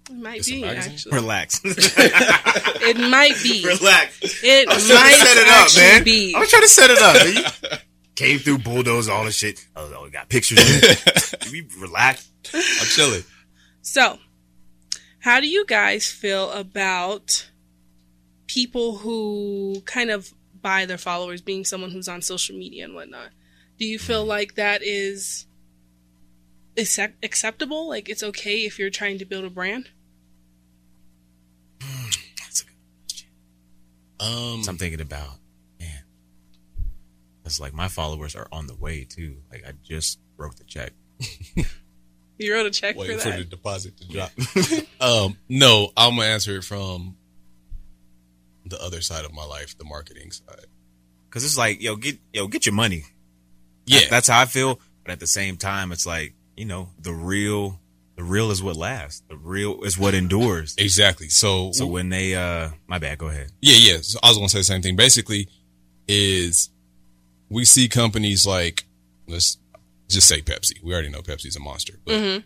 C: It might
F: It's a
C: be
F: magazine?
C: actually.
E: Relax,
C: It might be.
E: relax.
C: It might
G: trying to set it up,
C: actually
G: man.
C: be.
G: I was trying to set it up. man. You Came through bulldoze all the shit. Oh, oh, we got pictures. Can we relax.
F: I'm chilling.
C: So, how do you guys feel about people who kind of buy their followers being someone who's on social media and whatnot? Do you feel like that is accept- acceptable? Like it's okay if you're trying to build a brand?
F: Um,
E: So I'm thinking about, man. It's like my followers are on the way too. Like I just broke the check.
C: You wrote a check for
F: waiting
C: that.
F: for the deposit to drop. um, no, I'm gonna answer it from the other side of my life, the marketing side.
E: Cause it's like, yo, get yo, get your money.
F: Yeah,
E: That's how I feel. But at the same time, it's like, you know, the real The real is what lasts. The real is what endures.
F: Exactly. So,
E: So when they, uh, my bad, go ahead.
F: yeah, yeah. So I was gonna say the same thing. Basically, is we see companies like let's just say Pepsi. We already know Pepsi's a monster, but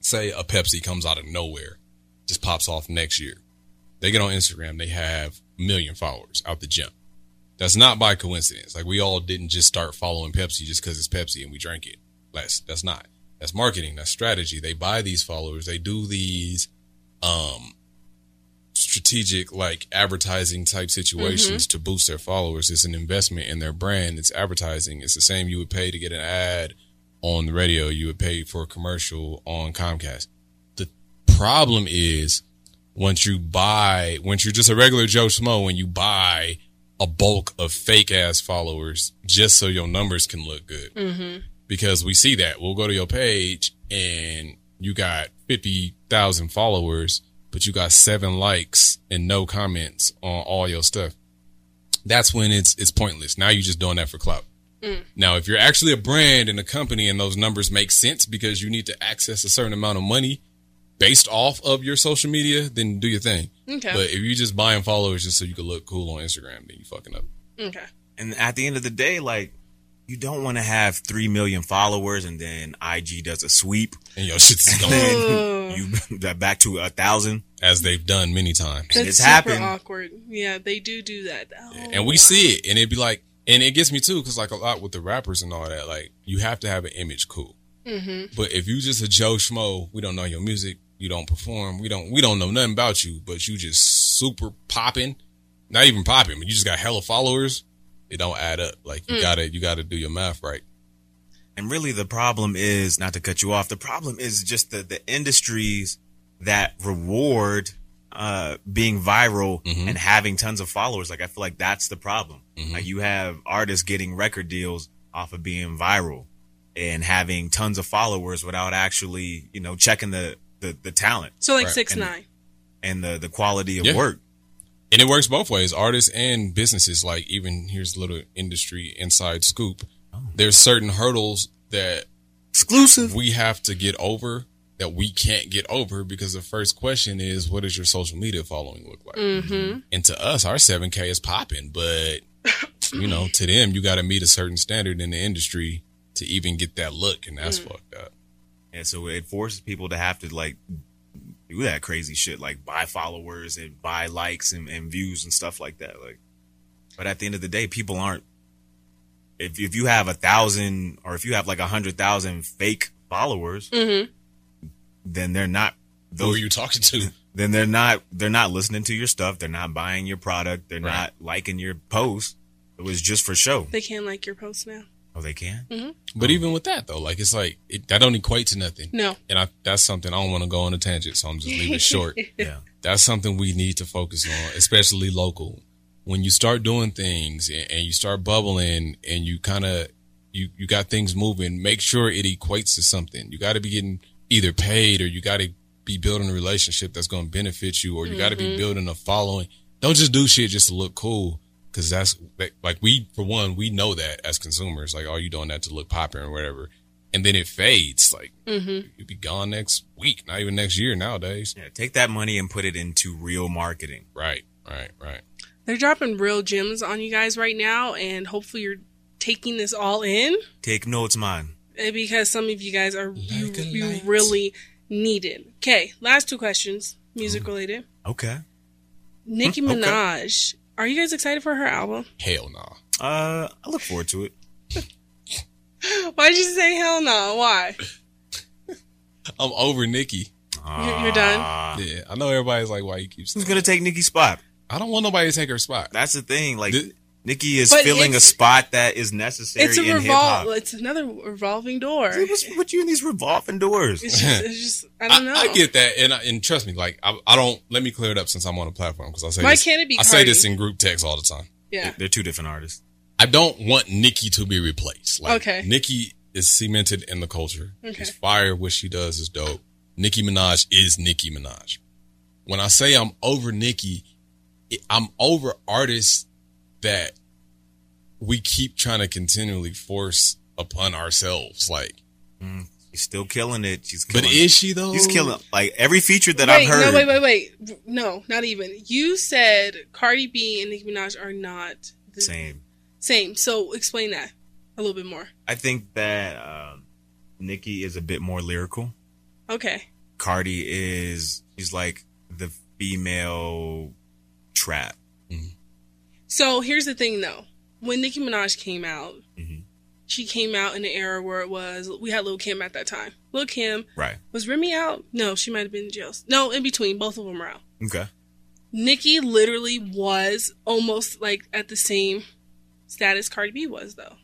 F: say a Pepsi comes out of nowhere, just pops off next year. They get on Instagram, they have a million followers out the jump. That's not by coincidence. Like we all didn't just start following Pepsi just because it's Pepsi and we drank it. That's that's not. That's marketing. That's strategy. They buy these followers. They do these um strategic like advertising type situations to boost their followers. It's an investment in their brand. It's advertising. It's the same you would pay to get an ad on the radio. You would pay for a commercial on Comcast. The problem is once you buy, once you're just a regular Joe Schmo and you buy a bulk of fake ass followers just so your numbers can look good. Mm-hmm. Because we see that. We'll go to your page and you got 50,000 followers, but you got seven likes and no comments on all your stuff. That's when it's, it's pointless. Now you're just doing that for clout. Now, if you're actually a brand and a company and those numbers make sense because you need to access a certain amount of money based off of your social media, then do your thing.
C: Okay.
F: But if you're just buying followers just so you can look cool on Instagram, then you fucking up.
C: Okay.
E: And at the end of the day, like, you don't want to have 3 million followers and then IG does a sweep.
F: And your shit's going
E: And you back to a thousand.
F: as they've done many times.
E: And
C: That's
E: it's
C: super
E: happened.
C: awkward. Yeah, they do do that. Oh,
F: and we see it and it'd be like and it gets me too because like a lot with the rappers and all that like you have to have an image cool but if you just a joe schmo we don't know your music you don't perform we don't we don't know nothing about you but you just super popping not even popping but you just got hella followers it don't add up like you gotta you gotta do your math right
E: And really, the problem is not to cut you off. The problem is just the the industries that reward uh, being viral and having tons of followers. Like I feel like that's the problem. Like you have artists getting record deals off of being viral and having tons of followers without actually, you know, checking the the, the talent
C: So like
F: Right.
C: six
E: And-
C: nine.
E: and the the quality of
F: Yeah.
E: work.
F: and it works both ways artists and businesses like even here's a little industry inside scoop there's certain hurdles that
E: Exclusive.
F: we have to get over that we can't get over because the first question is what does your social media following look like and to us our 7k is popping but you know to them you got to meet a certain standard in the industry to even get that look and that's fucked up
E: And so it forces people to have to like do that crazy shit, like buy followers and buy likes and, and views and stuff like that. Like, but at the end of the day, people aren't. If if you have a thousand or if you have like a hundred thousand fake followers, then they're not.
F: who
E: Those,
F: are you talking to
E: then they're not. They're not listening to your stuff. They're not buying your product. They're
F: Right.
E: not liking your post. It was just for show.
C: They can like your post now.
E: Oh, they can.
F: but even with that though like it's like it, that don't equate to nothing
C: No.
F: and I, that's something i don't want to go on a tangent so i'm just leaving it short
E: Yeah.
F: that's something we need to focus on, especially local. When you start doing things and, and you start bubbling and you kind of you you got things moving, make sure it equates to something. You got to be getting either paid or you got to be building a relationship that's going to benefit you, or you got to be building a following. Don't just do shit just to look cool, because that's like- like we for one we know that as consumers, like are you doing that to look popular or whatever, and then it fades. Like you'll be gone next week, not even next year nowadays.
E: Yeah. Take that money and put it into real marketing.
F: Right, right, right.
C: They're dropping real gems on you guys right now, and hopefully you're taking this all in
E: Take notes, man.
C: eh, because some of you guys are you,
F: Like a
C: you
F: light.
C: really need it. Okay, last two questions,
F: Mm.
C: music related.
E: Okay.
C: Nicki
E: okay.
C: Minaj, are you guys excited for her album?
F: Hell no. Nah.
E: Uh, I look forward to it.
C: Why'd you say hell no? Why?
F: I'm over Nikki.
C: You're,
F: Uh,
C: you're done.
F: yeah, I know everybody's like, why you keep
E: Who's
F: saying
E: gonna take Nikki's spot?
F: I don't want nobody to take her spot.
E: That's the thing. Like
F: Th-
E: Nikki is
C: But
E: filling a
C: it's-
E: spot that is necessary
C: It's a
E: in hip hop.
C: revolve. It's another revolving door.
E: What's with you in these revolving doors?
C: It's just, it's just I
F: I,
C: don't know.
F: I get that, and I, and trust me, like I, I don't. Let me clear it up since I'm on a platform because I say
C: Why
F: this,
C: can't it be
F: I say
C: Cardi?
F: this in group text all the time.
C: Yeah.
E: They're two different artists.
F: I don't want Nikki to be replaced. Like,
C: Okay.
F: Nikki is cemented in the culture.
C: Okay.
F: She's fire. What she does is dope. Nicki Minaj is Nicki Minaj. When I say I'm over Nicki, it- I'm over artists that we keep trying to continually force upon ourselves. Like,
E: She's still killing it. She's killing
F: But is she though?
E: She's killing like every feature that
C: wait,
E: I've heard.
C: no, wait, wait, wait. No, not even. You said Cardi B and Nicki Minaj are not the
E: Same.
C: same. So explain that a little bit more.
E: I think that um, Nikki is a bit more lyrical.
C: Okay.
E: Cardi is she's like the female trap.
C: So here's the thing, though. When Nicki Minaj came out,
F: Mm-hmm.
E: Mhm.
C: she came out in an era where it was we had Lil Kim at that time. Lil Kim
E: Right.
C: was Remy out? No, she might have been in jail. No, in between, both of them were out.
E: Okay.
C: Nicki literally was almost like at the same status Cardi B was, though.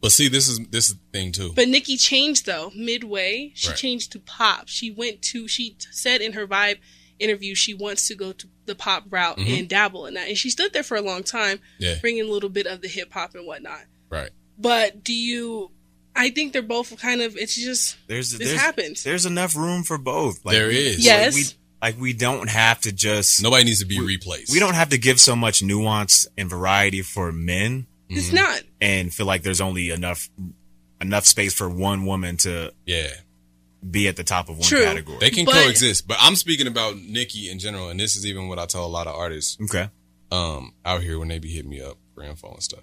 F: But see, this is this is the thing too.
C: But Nikki changed though midway. She
F: Right.
C: changed to pop. She went to she t- said in her Vibe interview she wants to go to the pop route and dabble in that. And she stood there for a long time,
F: Mm-hmm. Yeah.
C: bringing a little bit of the hip hop and whatnot.
F: Right.
C: But do you? I think they're both kind of. It's just
E: There's
C: This
E: there's,
C: happens.
E: There's enough room for both.
F: There is.
E: like,
C: Yes.
E: we, like we don't have to just
F: Nobody needs to be replaced.
E: we don't have to give so much nuance and variety for men
F: Mm-hmm.
C: it's not.
E: and feel like there's only enough enough space for one woman to
F: Yeah.
E: be at the top of one
C: True.
E: category.
F: They can
C: But-
F: coexist. But I'm speaking about Nikki in general, and this is even what I tell a lot of artists
E: okay.
F: um out here when they be hitting me up for info and stuff.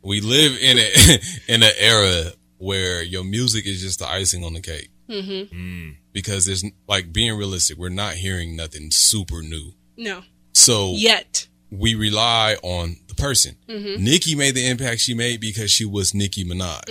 F: We live in a in an era where your music is just the icing on the cake.
C: Mm-hmm.
F: Because there's like being realistic, we're not hearing nothing super new.
C: No.
F: So
C: Yet.
F: we rely on the person.
C: Mm-hmm.
F: Nicki made the impact she made because she was Nicki Minaj.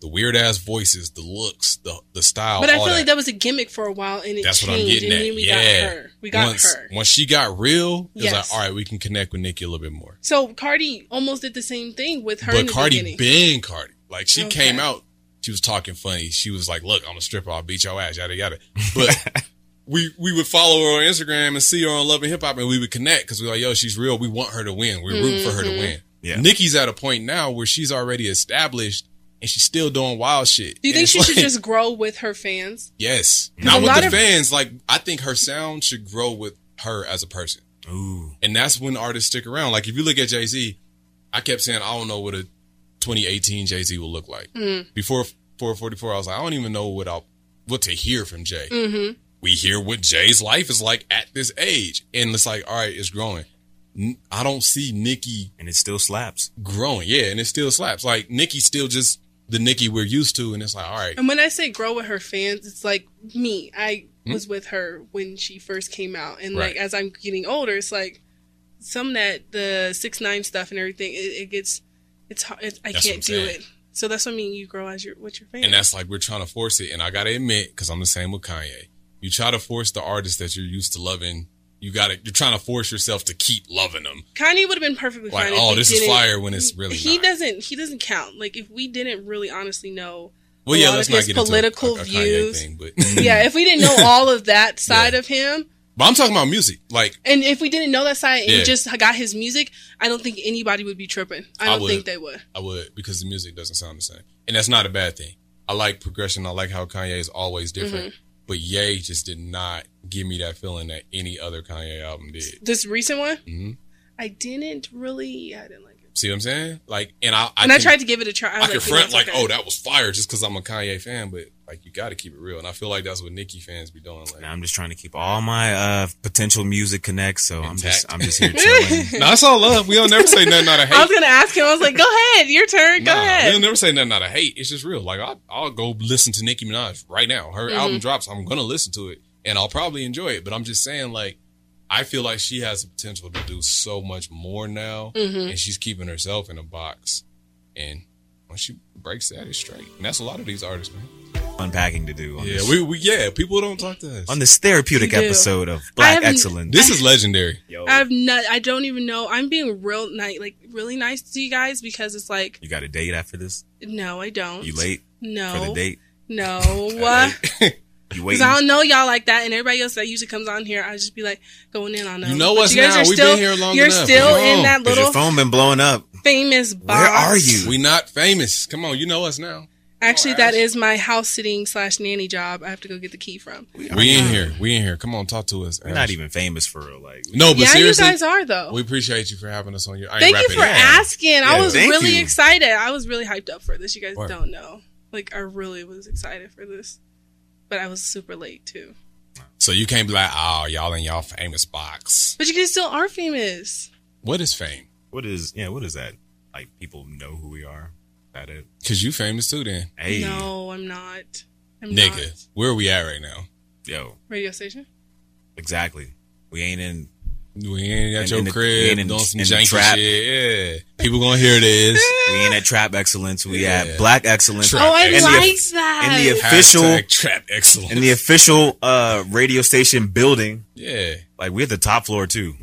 F: The weird ass voices, the looks, the the style.
C: Mm-hmm. But I
F: all
C: feel
F: that.
C: like that was a gimmick for a while, and it
F: That's what
C: changed.
F: I'm getting
C: and
F: at.
C: then we
F: yeah.
C: got her. We got
F: once,
C: her.
F: Once she got real, it was
C: Yes.
F: like, all right, we can connect with Nikki a little bit more.
C: So Cardi almost did the same thing with her. in
F: but
C: the
F: Cardi
C: beginning.
F: been Cardi. Like she
C: Okay.
F: came out, she was talking funny. She was like, Look, I'm a stripper, I'll beat your ass, yada yada. But we we would follow her on Instagram and see her on Love and Hip Hop and we would connect because we were like, yo, she's real. We want her to win. We're rooting for her
C: Mm-hmm.
F: to win.
E: Yeah.
F: Nikki's at a point now where she's already established and she's still doing wild shit.
C: Do you
F: And
C: think
F: it's
C: she should
F: like-
C: just grow with her fans?
F: Yes.
C: a
F: Not with
C: lot
F: the
C: of-
F: fans. Like I think her sound should grow with her as a person.
E: Ooh.
F: And that's when artists stick around. Like if you look at Jay Z, I kept saying I don't know what a 2018 Jay Z will look like. Before 444, I was like, I don't even know what I what to hear from Jay. We hear what Jay's life is like at this age, and it's like, all right, it's growing. N- I don't see Nicki
E: And it still slaps.
F: growing, yeah, and it still slaps. Like Nicki's still just the Nicki we're used to, and it's like, all right,
C: And when I say grow with her fans, it's like me. I was with her when she first came out, and like
F: Hmm? Right.
C: as I'm getting older, it's like some that the six nine stuff and everything. It, it gets, it's hard. It's, I
F: That's what
C: can't
F: I'm
C: do
F: saying.
C: it. So that's what I mean. You grow as your with your fans.
F: and that's like we're trying to force it. And I gotta admit, because I'm the same with Kanye. You try to force the artist that you're used to loving. You gotta. You're trying to force yourself to keep loving them.
C: Kanye would have been perfectly
F: Like,
C: fine. if
F: oh,
C: we
F: this is
C: didn't-
F: fire when it's really
C: He
F: not.
C: doesn't. He doesn't count. Like if we didn't really honestly know.
F: Well,
C: a
F: yeah,
C: lot
F: let's
C: of
F: not
C: his
F: get
C: political
F: into a- a, a
C: views.
F: Kanye thing, but mm,
C: Yeah, if we didn't know all of that side of him,
F: but I'm talking about music. Like
C: And if we didn't know that side and
F: Yeah.
C: just got his music, I don't think anybody would be tripping. I
F: I
C: don't
F: would.
C: think they would.
F: I would because the music doesn't sound the same, and that's not a bad thing. I like progression. I like how Kanye is always different.
C: Mm-hmm.
F: But Ye just did not give me that feeling that any other Kanye album did.
C: This recent one,
F: Mhm.
C: I didn't really. I didn't like it.
F: See what I'm saying? Like, and I, I
C: and I
F: can-
C: tried to give it a try.
F: I
C: was
F: can
C: "No,
F: front
C: it's
F: like,
C: okay."
F: oh, that was fire, just because I'm a Kanye fan. But like, you got to keep it real, and I feel like that's what Nicki fans be doing. Like,
E: And I'm just trying to keep all my uh potential music connects, so I'm just
F: Intact.
E: I'm just here chilling.
F: nah, it's all love. We don't never say nothing out of hate.
C: I was gonna ask him. I was like, "Go ahead, your turn. Go
F: nah, They'll
C: ahead."
F: never say nothing out of hate. It's just real. Like I, I'll go listen to Nicki Minaj right now. Her
C: Mm-hmm.
F: album drops. I'm gonna listen to it, and I'll probably enjoy it. But I'm just saying, like, I feel like she has the potential to do so much more now,
C: Mm-hmm.
F: and she's keeping herself in a box. And once she breaks that, it's straight. And that's a lot of these artists, man.
E: Unpacking to do on
F: Yeah,
E: this
F: we, we yeah, people don't talk to us.
E: on this therapeutic
C: We do.
E: episode of
C: I
E: Black
C: haven't-
E: Excellence.
F: This is legendary.
E: Yo,
C: I've not. I don't even know. I'm being real nice, like really nice to you guys because it's like,
E: you got a date after this?
C: no, I don't.
E: You late
C: No.
E: for the date?
C: No.
E: You
C: Because
E: waiting?
C: I don't know y'all like that, and everybody else that usually comes on here, I just be like going in on them.
F: You know
C: But
F: us
C: guys
F: now.
C: are
F: We've been
C: still-
F: here long
C: You're
F: enough.
C: still
F: Come
C: in
F: on.
C: that
E: 'Cause
C: little
E: your phone been blowing up.
C: famous box.
E: Where are you?
F: We not famous. Come on, you know us now.
C: Actually, that is my house sitting slash nanny job. I have to go get the key from.
F: We in here. We in here. Come on, talk to us.
E: We're not even famous for real. Like
F: No, but
C: yeah,
F: seriously,
C: you guys are though.
F: we appreciate you for having us on your. I ain't
C: Thank you
F: wrapping
C: for
F: it up.
C: asking. I
E: Yeah,
C: was
E: thank
C: really
E: you.
C: excited. I was really hyped up for this. You guys
F: Word.
C: don't know. Like I really was excited for this, but I was super late too.
F: So you can't be like, oh, y'all in y'all famous box.
C: But you guys still are famous.
F: What is fame?
E: What is yeah? What is that? Like people know who we are. That it?
F: Cause you famous too, then,
E: Hey,
C: No, I'm not. I'm
F: nigga.
C: not.
F: Where are we at right now?
E: yo,
C: Radio station.
E: exactly. We ain't in.
F: We ain't at
E: In-
F: your
E: in the-
F: crib
E: in- in-
F: doing some
E: in the
F: janky
E: trap.
F: shit. Yeah, people gonna hear this.
E: We ain't at trap excellence. We
F: Yeah.
E: at black excellence.
F: Trap Oh, I
E: In the-
F: like
C: that.
E: in the Official-
F: Hashtag trap excellence.
E: in the official uh radio station building.
F: yeah,
E: Like we're at the top floor too.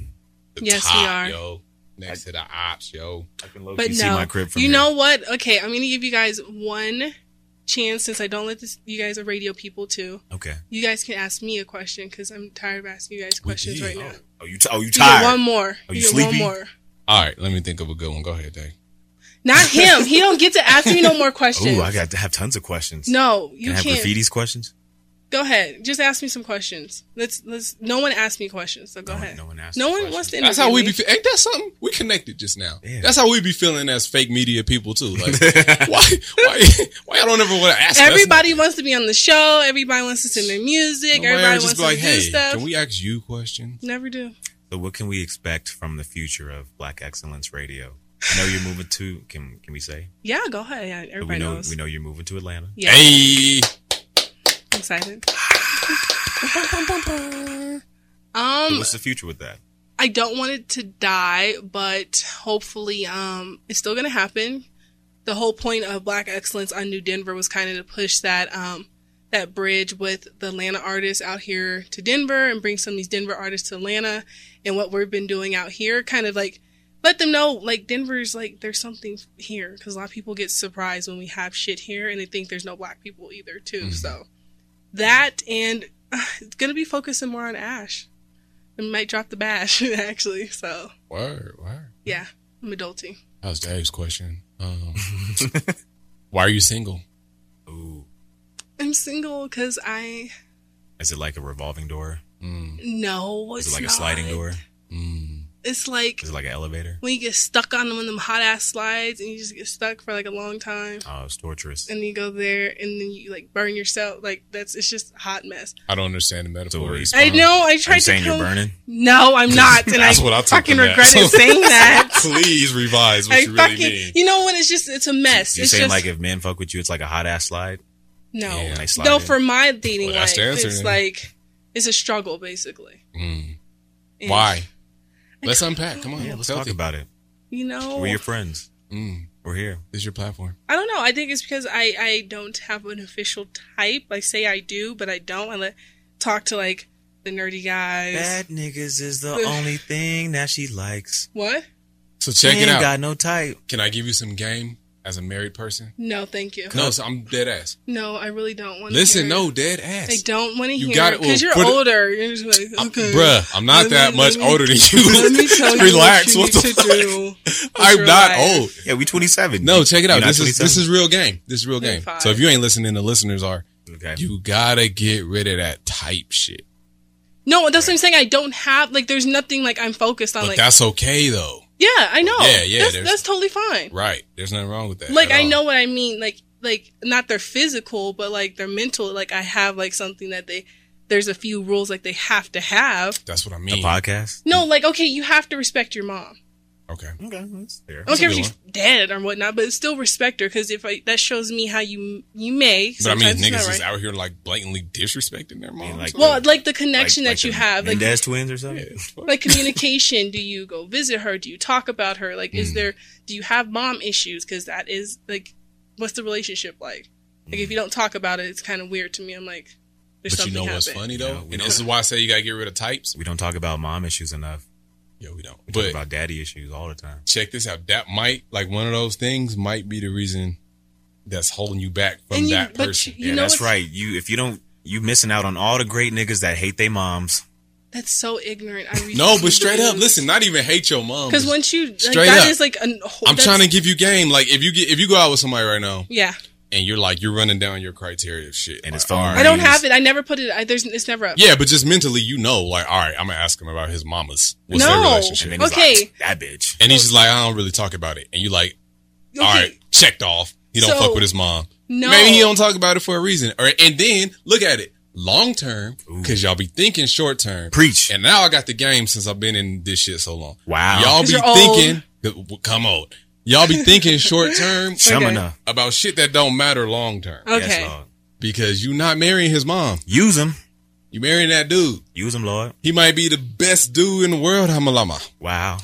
F: The
C: Yes, we are.
F: Yo, next to the ops, yo.
E: I can low
C: but
E: key
C: no,
E: see my crib from
C: you
E: here.
C: know what? Okay, I'm gonna give you guys one chance since I don't let this. You guys are radio people too.
E: Okay.
C: You guys can ask me a question because I'm tired of asking you guys questions
F: did.
C: right now.
E: Oh, oh, you t- oh you
C: You get
E: tired?
C: one more.
E: Are you
C: get
E: sleepy?
C: one more.
F: All right, let me think of a good one. Go ahead, Dave.
C: Not him. He don't get to ask me no more questions.
E: Ooh, I got to have tons of questions.
C: no,
E: Can
C: you
E: I have
C: can't.
E: graffiti's questions?
C: Go ahead. Just ask me some questions. Let's let's. No one asked me questions, so go
E: No one-
C: ahead.
E: no one asked
C: No
E: me
C: one wants to.
F: That's how we be.
C: interview
F: Fe- ain't that something? We connected just now.
E: Yeah.
F: That's how we be feeling as fake media people too. Like, why, why, why y'all don't ever want to ask? us
C: Everybody wants to be on the show. Everybody wants to send their music.
F: Nobody
C: Everybody
F: just
C: wants
F: be
C: to
F: like,
C: do
F: hey,
C: stuff.
F: can we ask you questions?
C: Never do.
E: So what can we expect from the future of Black Excellence Radio? I know you're moving to can can we say?
C: Yeah, go ahead. Yeah,
E: So we
C: everybody
E: know
C: knows.
E: we know you're moving to Atlanta.
C: Yeah,
F: Hey,
C: I'm excited. um,
E: What's the future with that?
C: I don't want it to die, but hopefully, um, it's still gonna happen. The whole point of Black Excellence on New Denver was kind of to push that, um, that bridge with the Atlanta artists out here to Denver and bring some of these Denver artists to Atlanta. And what we've been doing out here, kind of like let them know, like Denver's like there's something here because a lot of people get surprised when we have shit here and they think there's no black people either too. So that and uh, it's gonna be focusing more on Ash. We might drop the bash actually. So
F: word, word.
C: yeah, I'm adulting.
F: That was Dave's question. Um, why are you single?
E: Ooh.
C: I'm single because I
E: Is it like a revolving door?
C: no.
E: Is
C: It's
E: it like
C: not.
E: a sliding door?
C: It's like
E: Is it like an elevator?
C: when you get stuck on one of them hot ass slides and you just get stuck for like a long time.
E: Oh, it's torturous.
C: And then you go there, and then you like burn yourself. Like that's it's just a hot mess.
F: I don't understand the metaphor.
E: So
F: Um,
E: what are you-
F: Respond.
C: I know. I
E: Uh-huh. Are
C: tried
E: you saying
C: to.
E: you're
C: Come,
E: burning?
C: No, I'm not, and I,
F: That's what I took
C: fucking
F: from that.
C: regretted saying that.
F: Please revise what
C: I
F: you really
C: fucking.
F: mean.
C: You know what? It's just it's a mess.
E: You're
C: it's
E: saying
C: just
E: like if men fuck with you, it's like a hot ass slide.
C: no.
E: And they slide
C: No,
E: in?
C: for my dating
F: Well,
C: life,
F: that's the answer
C: it's
F: then.
C: like it's a struggle basically. And,
F: Mm. Why? Let's unpack. Come on,
E: yeah, let's
F: it's healthy.
E: talk about it.
C: You know,
E: We're your friends.
F: Mm,
E: We're here.
F: this is your platform.
C: I don't know. I think it's because I I don't have an official type. I say I do, but I don't. I let, talk to like the nerdy guys.
E: Bad niggas is the only thing that she likes.
C: What?
F: So check
E: She
F: it
E: ain't
F: out.
E: Got no type.
F: Can I give you some game as a married person?
C: No, thank you.
F: No, so I'm dead ass.
C: No, I really don't want.
F: Listen,
C: hear.
F: no, dead
C: I
F: ass.
C: don't want to
F: You
C: hear
F: got it.
C: because
F: Well,
C: you're
F: put it-
C: older. You're just like,
F: I'm-
C: okay,
F: Bruh, I'm not
C: Let
F: that
C: me-
F: much
C: let me-
F: older than you.
C: Let me tell you
F: Relax.
C: what, you
F: the
C: need
F: fuck?
C: to do. with
F: I'm
C: your
F: not
C: life.
F: old.
E: Yeah, we 27.
F: No, check it out.
E: You're not
F: This is
E: 27?
F: this is real game. This is real game.
C: Five.
F: So if you ain't listening, the listeners are.
E: Okay.
F: You gotta get rid of that type shit.
C: No, that's what I'm saying. I don't have like. There's nothing like I'm focused on.
F: But
C: like,
F: that's okay though,
C: yeah, I know.
F: Yeah, yeah,
C: That's,
F: there's-
C: that's totally fine.
F: right? There's nothing wrong with that.
C: like
F: at
C: I
F: all.
C: know what I mean. Like like not their physical, but like their mental. Like I have like something that they there's a few rules like they have to have.
F: That's what I
E: the
F: mean.
E: podcast.
C: No, like okay, you have to respect your mom.
F: Okay.
E: Okay, that's fair.
C: I don't care
F: a
C: if
F: good
C: she's dead or whatnot, but still respect her because if I, that shows me how you you may.
F: But I mean,
C: sometimes it's not
F: niggas is
C: right.
F: out here like blatantly disrespecting their mom.
E: like-
C: well, like the connection that you
E: the
C: have, like
E: Mendez twins or something.
C: like communication do you go visit her do you talk about her like
F: Hmm.
C: is there do you have mom issues because that is like what's the relationship like like if you don't talk about it it's kind of weird to me i'm like there's
F: but you
C: something
F: know what's
C: happened.
F: funny though,
E: Yeah, we
F: and
E: know.
F: this is why I say you gotta get rid of types.
E: We don't talk about mom issues enough.
F: Yeah, we don't.
E: We
F: But
E: talk about daddy issues all the time.
F: check this out. That might like one of those things might be the reason that's holding you back from
C: And you-
F: that
C: but
F: person.
C: you-
E: yeah,
C: know
E: that's
C: what's-
E: right. You if you don't, you missing out on all the great niggas that hate their moms.
C: that's so ignorant i
F: no, but straight up, listen. Not even hate your mom.
C: because once you like,
F: Straight
C: that
F: up.
C: is like an whole,
F: I'm
C: that's-
F: trying to give you game. Like if you get if you go out with somebody right now
C: yeah
F: and you're like you're running down your criteria of shit,
E: And it's
F: like,
E: phone
F: all
E: I
C: i don't
E: Please.
C: have it i never put it I, there's it's never up
F: Yeah, but just mentally, you know, like, all right, I'm gonna ask him about his mama's what's their
C: No.
F: relationship,
E: And he's
C: Okay.
E: like, that bitch.
F: and he's just like, I don't really talk about it, and you like,
C: Okay,
F: all right, checked off. He don't
C: So-
F: fuck with his mom.
C: No.
F: Maybe he don't talk about it for a reason. Or and then look at it long term because y'all be thinking short term.
E: Preach.
F: And now I got the game since I've been in this shit so long.
E: Wow.
F: Y'all
C: 'Cause
F: be
C: you're old.
F: thinking. Come on. Y'all be thinking short term
E: Shamana.
F: about shit that don't matter long term
C: Okay.
E: Yes, Lord.
F: because you not marrying his mom.
E: Use him.
F: You marrying that dude.
E: Use him, Lord.
F: He might be the best dude in the world, Hamalama.
E: Wow.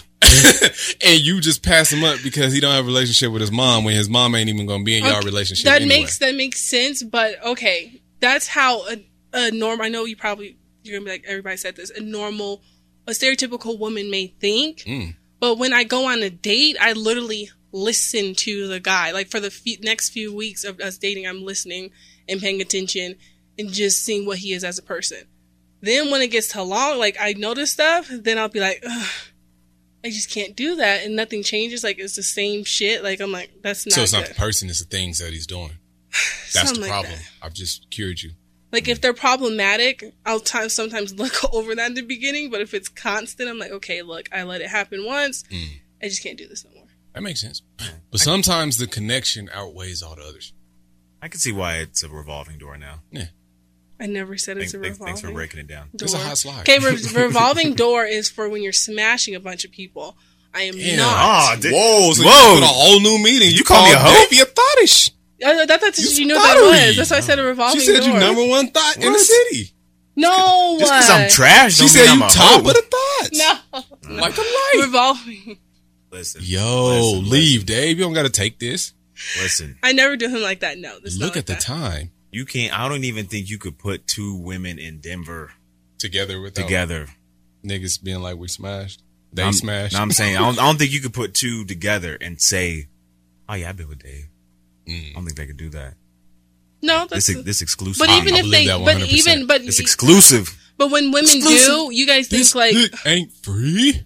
F: And you just pass him up because he don't have a relationship with his mom when his mom ain't even gonna be in y'all
C: Okay,
F: relationship.
C: that
F: anyway.
C: makes that makes sense but okay that's how a, a norm i know you probably you're gonna be like everybody said this a normal a stereotypical woman may think
F: Hmm.
C: but when i go on a date i literally listen to the guy like for the fe- next few weeks of us dating i'm listening and paying attention and just seeing what he is as a person then when it gets to long like i notice stuff then i'll be like Ugh, i just can't do that and nothing changes like it's the same shit like i'm like that's not
F: so it's not
C: good.
F: the person, it's the things that he's doing. That's
C: Something like
F: the problem.
C: that.
F: I've just cured you.
C: Like if they're problematic, I'll time sometimes look over that in the beginning. But if it's constant, I'm like, okay, look, I let it happen once.
E: Mm.
C: I just can't do this no more.
F: That makes sense. But sometimes the connection outweighs all the others.
E: I can see why it's a revolving door now.
C: I never said it's
E: Thanks,
C: a
E: thanks,
C: revolving.
E: thanks for breaking it down.
C: Door.
F: It's a hot slide.
C: Okay, re- revolving door is for when you're smashing a bunch of people. I am
F: Damn.
C: not.
E: Ah, di-
F: Whoa, so
E: Whoa.
F: you put a whole new meaning.
E: you call me a hoe?
F: Davey a thottish.
C: I, I thought that's what
F: You
C: you knew what that
F: flattery.
C: was. That's why I said a
F: She
C: revolving
F: said
C: door.
F: you number one thought in the
E: What?
F: city.
C: no,
E: Just because I'm
C: uh,
E: trash.
F: She
E: don't
F: said
E: mean
F: you
E: I'm a
F: top
E: hoe.
F: of the thoughts.
C: No,
F: Like a light.
C: revolving.
E: Listen,
F: Yo,
E: listen,
F: leave, Dave. You don't gotta take this.
E: Listen,
C: I never do him like that. No, this is not
F: Look
C: like
F: at the
C: that.
F: time.
E: you can't. I don't even think you could put two women in Denver
F: Together with
E: together.
F: niggas being like we smashed. They
E: I'm,
F: smashed.
E: No, I'm saying I don't, I don't think you could put two together and say, "Oh yeah, I've been with Dave." I don't think they could do that.
C: No, that's.
E: This this this exclusive.
C: but
F: I-
C: even
F: I
C: if they,
F: believe that
C: but
F: 100%.
C: even but
E: it's exclusive.
C: but when women do,
F: Exclusive.
C: you guys think
F: this
C: like
F: dick ain't free.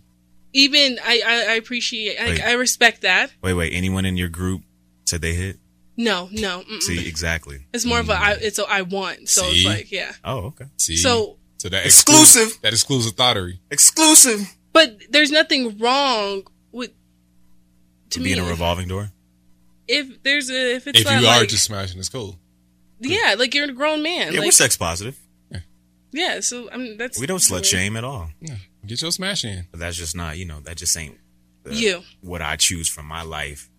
C: even I, I, I appreciate
E: Wait.
C: I, I respect that.
E: Wait, wait. Anyone in your group said they hit?
C: No, no, mm-mm.
E: See, exactly.
C: it's more of a I, it's a I want. So
F: Mm. See?
C: it's like yeah.
E: Oh, okay.
F: See,
C: So
F: so that
E: Exclusive.
F: That exclusive thottery.
E: Exclusive.
C: but there's nothing wrong with to me
E: Being a revolving door.
C: if there's a if it's
F: if
C: not
F: you are
C: like-
F: just smashing, it's cool.
C: yeah like you're a grown man
E: Yeah,
C: like,
E: we're sex positive.
C: yeah so I mean that's
E: We don't slut shame at all.
F: Yeah. Get your smash in.
E: But that's just not. You know, that just ain't
C: you
E: what I choose from my life.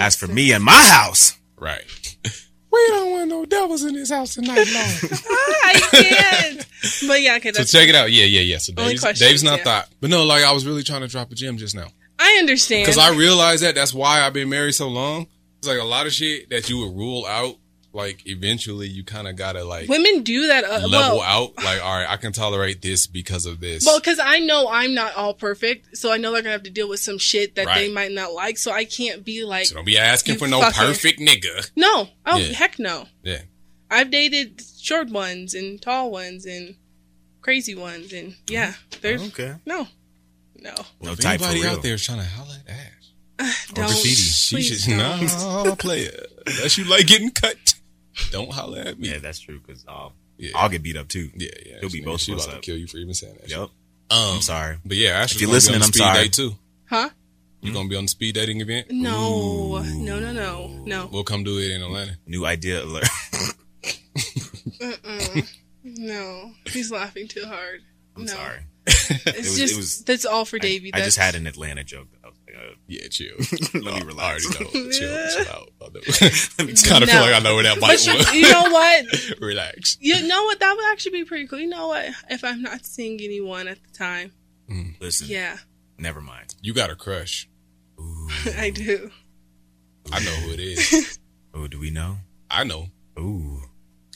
E: As for me and my house,
F: Right. we don't want no devils in this house tonight, long.
C: I can't but yeah okay
F: so
C: that's
F: check it out. Yeah, yeah, yeah. So
C: Only
F: Dave's,
C: questions,
F: Dave's not
C: yeah.
F: thought. But no, like I was really trying to drop a gem just now.
C: I understand
F: Because I realized that that's why I've been married so long. It's like a lot of shit that you would rule out. Like eventually, you kind of gotta like
C: women do that uh,
F: level
C: well
F: out. Like, all right, I can tolerate this because of this.
C: Well, because I know I'm not all perfect, so I know they're gonna have to deal with some shit that they
F: Right.
C: might not like. So I can't be like,
F: so don't be asking
C: You
F: for no
C: fucking-
F: perfect nigga.
C: no, oh
F: Yeah.
C: heck no.
F: Yeah,
C: I've dated short ones and tall ones and crazy ones, and yeah, there's
E: Oh, okay. Oh,
C: no, no,
E: No
F: if
E: type for
F: anybody
E: real.
F: out there is trying to holler at Ash,
C: don't.
E: graffiti.
F: she
C: Oh, please
F: should
C: don't.
F: nah player. Unless you like getting cut, don't holler at me.
E: Yeah, that's true. Because I'll,
F: Yeah.
E: I'll get beat up too.
F: Yeah, yeah.
E: It'll be
F: Nigga,
E: both
F: she
E: of us
F: about to
E: up.
F: kill you for even saying that. shit.
E: Yep.
F: Um,
E: I'm sorry.
F: But yeah, Ash,
E: If
F: was
E: you're
F: gonna be
E: listening,
F: on the
E: I'm
F: speed
E: sorry.
F: date too.
C: Huh?
F: You're gonna be on the speed dating event.
C: No, no, no, no, no,
F: We'll come do it in Atlanta.
E: New idea alert.
C: no. He's laughing too hard.
E: I'm
C: no.
E: sorry.
C: It's
E: was- it
C: just
E: was-
C: that's all for Davey.
E: I just
C: That's-
E: had an Atlanta joke. That I was like, uh,
F: Yeah, chill.
E: let me
F: I already
E: relax.
F: know. chill,
C: Yeah.
F: chill out. I kind of feel
C: No.
F: like I know where that
C: But
F: bite
C: you,
F: was.
C: you know what?
F: Relax.
C: You know what? That would actually be pretty cool. You know what? If I'm not seeing anyone at the time,
E: Listen,
C: yeah,
E: never mind.
F: You got a crush.
C: I do.
F: I know who it is.
E: Oh, do we know?
F: I know.
E: Ooh.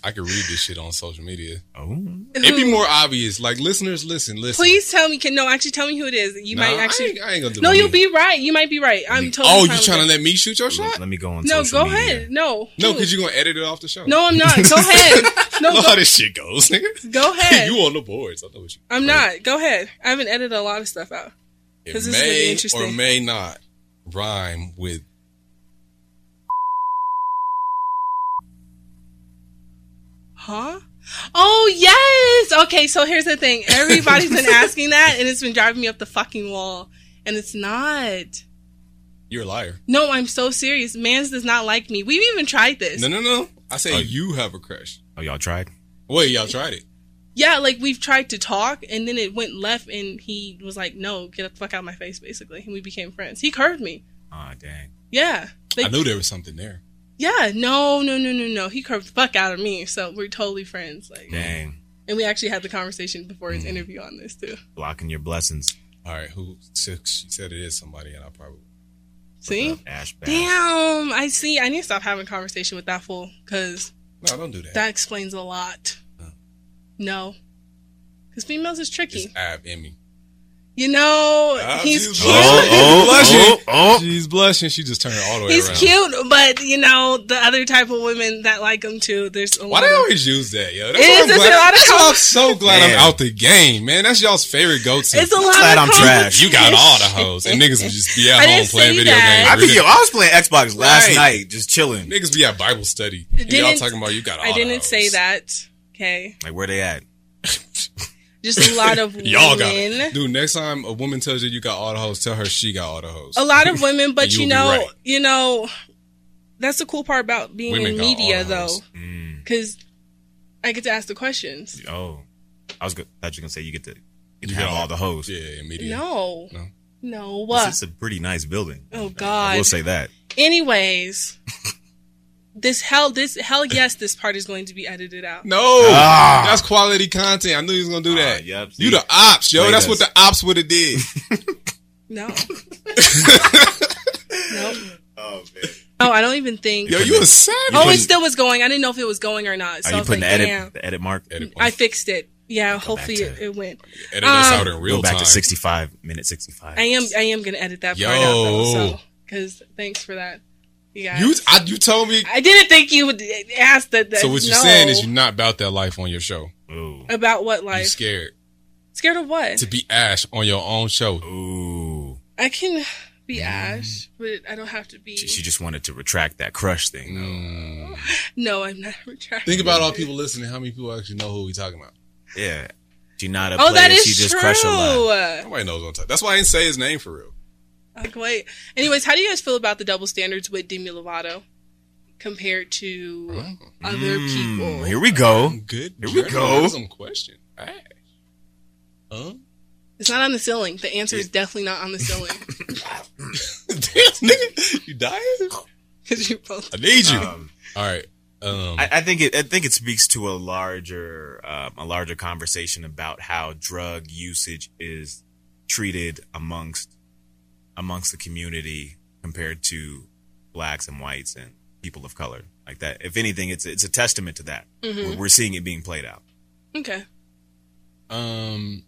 F: I can read this shit on social media.
E: Oh.
F: It'd be more obvious. Like listeners, listen, listen.
C: Please tell me. Can, no, actually, tell me who it is. You
F: Nah,
C: might
F: I
C: actually.
F: ain't- I ain't gonna do
C: no,
F: it.
C: you'll be right. You might be right. I'm totally.
F: Oh,
C: fine
F: you
C: with
F: trying to
C: it.
F: let me shoot your
E: Let,
F: shot?
E: let me go on
C: No,
E: social
C: go
E: media.
C: ahead. No.
F: No,
C: Who?
F: because you're gonna edit it off the show.
C: No, I'm not. Go ahead. No,
F: I know
C: go,
F: how this shit goes, nigga.
C: go ahead.
F: you on the boards? I know what you.
C: I'm not. Go ahead. I haven't edited a lot of stuff out.
F: It
C: 'Cause this is gonna be
F: may or
C: interesting.
F: may not rhyme with.
C: Huh? Oh yes. Okay. So here's the thing. Everybody's been asking that, and it's been driving me up the fucking wall. And it's not.
F: You're a liar.
C: No, I'm so serious. Mans does not like me. We've even tried this.
F: No, no, no. I say
E: Oh.
F: you have a crush.
E: Oh, y'all tried?
F: Wait, y'all tried it.
C: Yeah, like we've tried to talk, and then it went left, and he was like, "No, get the fuck out of my face," basically, and we became friends. He curved me.
E: Aw, dang.
C: Yeah. They-
F: I knew there was something there.
C: Yeah. No, no, no, no, no. He curved the fuck out of me, so we're totally friends. Like,
E: Dang.
C: and we actually had the conversation before
F: Mm.
C: his interview on this too.
E: Blocking your blessings.
F: All right, who so she said it is somebody, and I probably
C: See?
E: Ash Bash.
C: Damn. I see. I need to stop having conversation with that fool because
F: no, don't do that.
C: that explains a lot. No. Because females is tricky.
F: It's Ab Emmy.
C: You know,
F: Ah,
C: he's
F: she's
C: cute.
F: blushing.
G: oh, oh.
F: She's blushing. She just turned all the way
C: He's
F: around.
C: cute, but you know the other type of women that like him too. There's a
F: Why
C: lot
F: they
C: of-
F: always use that, yo? That's,
C: It
F: why
C: is,
F: I'm,
C: it's
F: glad-
C: a lot of
F: that's why I'm
C: com-
F: so glad
E: Man.
F: I'm out the game, man. That's y'all's favorite go-to.
C: It's a lot.
E: Glad
C: of
E: I'm
C: competition.
E: trash.
F: you got all the hoes, and niggas would just be at
C: I didn't
F: home playing
C: say
F: video
C: that.
G: I
F: games.
G: think yo, I was playing Xbox last
F: Right.
G: night, just chilling.
F: Niggas be at Bible study. And y'all
C: Didn't-
F: talking about you got all
C: I
F: the
C: didn't
F: hoes.
C: say that. Okay,
E: Like, where they at?
C: just a lot of
F: Y'all got it.
C: women.
F: Dude, next time a woman tells you you got all the hoes, tell her she got all the hoes.
C: A lot of women, but
F: You
C: you
F: will be
C: know,
F: right.
C: you know, that's the cool part about being
F: Women
C: in
F: got all
C: media,
F: the
C: though,
F: hoes.
C: because I get to ask the questions.
E: Oh. I was good. thought you were going to say you get to you
F: You
E: have
F: got
E: all the hoes.
F: Yeah, immediately.
C: No,
F: No.
C: no,
E: This
C: what?
E: is a pretty nice building.
C: oh
E: I
C: God.
E: will say that.
C: Anyways, this hell, this hell, yes, this part is going to be edited out.
F: No,
G: Ah.
F: that's quality content. I knew he was gonna do
E: Ah,
F: that.
E: yep.
F: You the ops, yo.
E: Played
F: That's
E: us.
F: what the ops would have did.
C: No. nope.
G: Oh man.
C: Oh, I don't even think.
F: Yo, you a savage.
C: oh, it
E: putting-
C: still was going. I didn't know if it was going or not. So
E: Are
C: I
E: you
C: was
E: putting
C: like,
E: the edit
C: damn.
E: the edit mark?
F: Edit,
C: I fixed it. Yeah, hopefully
E: back
C: it,
E: to-
C: it went.
F: edit this
C: um,
F: out in real
E: Go back
F: time.
E: to 65 minute 65.
C: I am. I am gonna edit that part out though.
F: Yo.
C: So, because thanks for that, you guys.
F: You, I, you told me.
C: I didn't think you would eh, ask that. that
F: So what you're
C: no.
F: saying is you're not about that life on your show.
E: Ooh.
C: about what
F: You
C: life?
F: scared
C: Scared of what?
F: to be Ash on your own show.
E: Ooh.
C: I can
F: Mm.
C: be Ash, but I don't have to be.
E: She, she just wanted to retract that crush thing.
F: Mm.
E: though.
C: no, I'm not retracting.
F: Think about all people listening. How many people actually know who we talking about?
E: Yeah. She not a
C: Oh,
E: player.
C: that is
E: she just
C: true. Uh,
E: crush a lot.
F: Nobody knows what I'm talking. That's why I didn't say his name for real.
C: Like, wait. Anyways, how do you guys feel about the double standards with Demi Lovato compared to
F: Mm,
C: other people?
E: Mm, here we go.
F: Good.
E: Here we go.
F: journalism question. Ash. Huh?
C: It's not on the ceiling. The answer is definitely not on the ceiling.
F: Damn, nigga, you dying?
C: Because you both.
F: I need you.
E: Um,
F: All right. Um,
E: I, I think it. I think it speaks to a larger, um, a larger conversation about how drug usage is treated amongst amongst the community compared to blacks and whites and people of color. Like that. If anything, it's it's a testament to that. We're, we're seeing it being played out.
C: Okay.
F: um,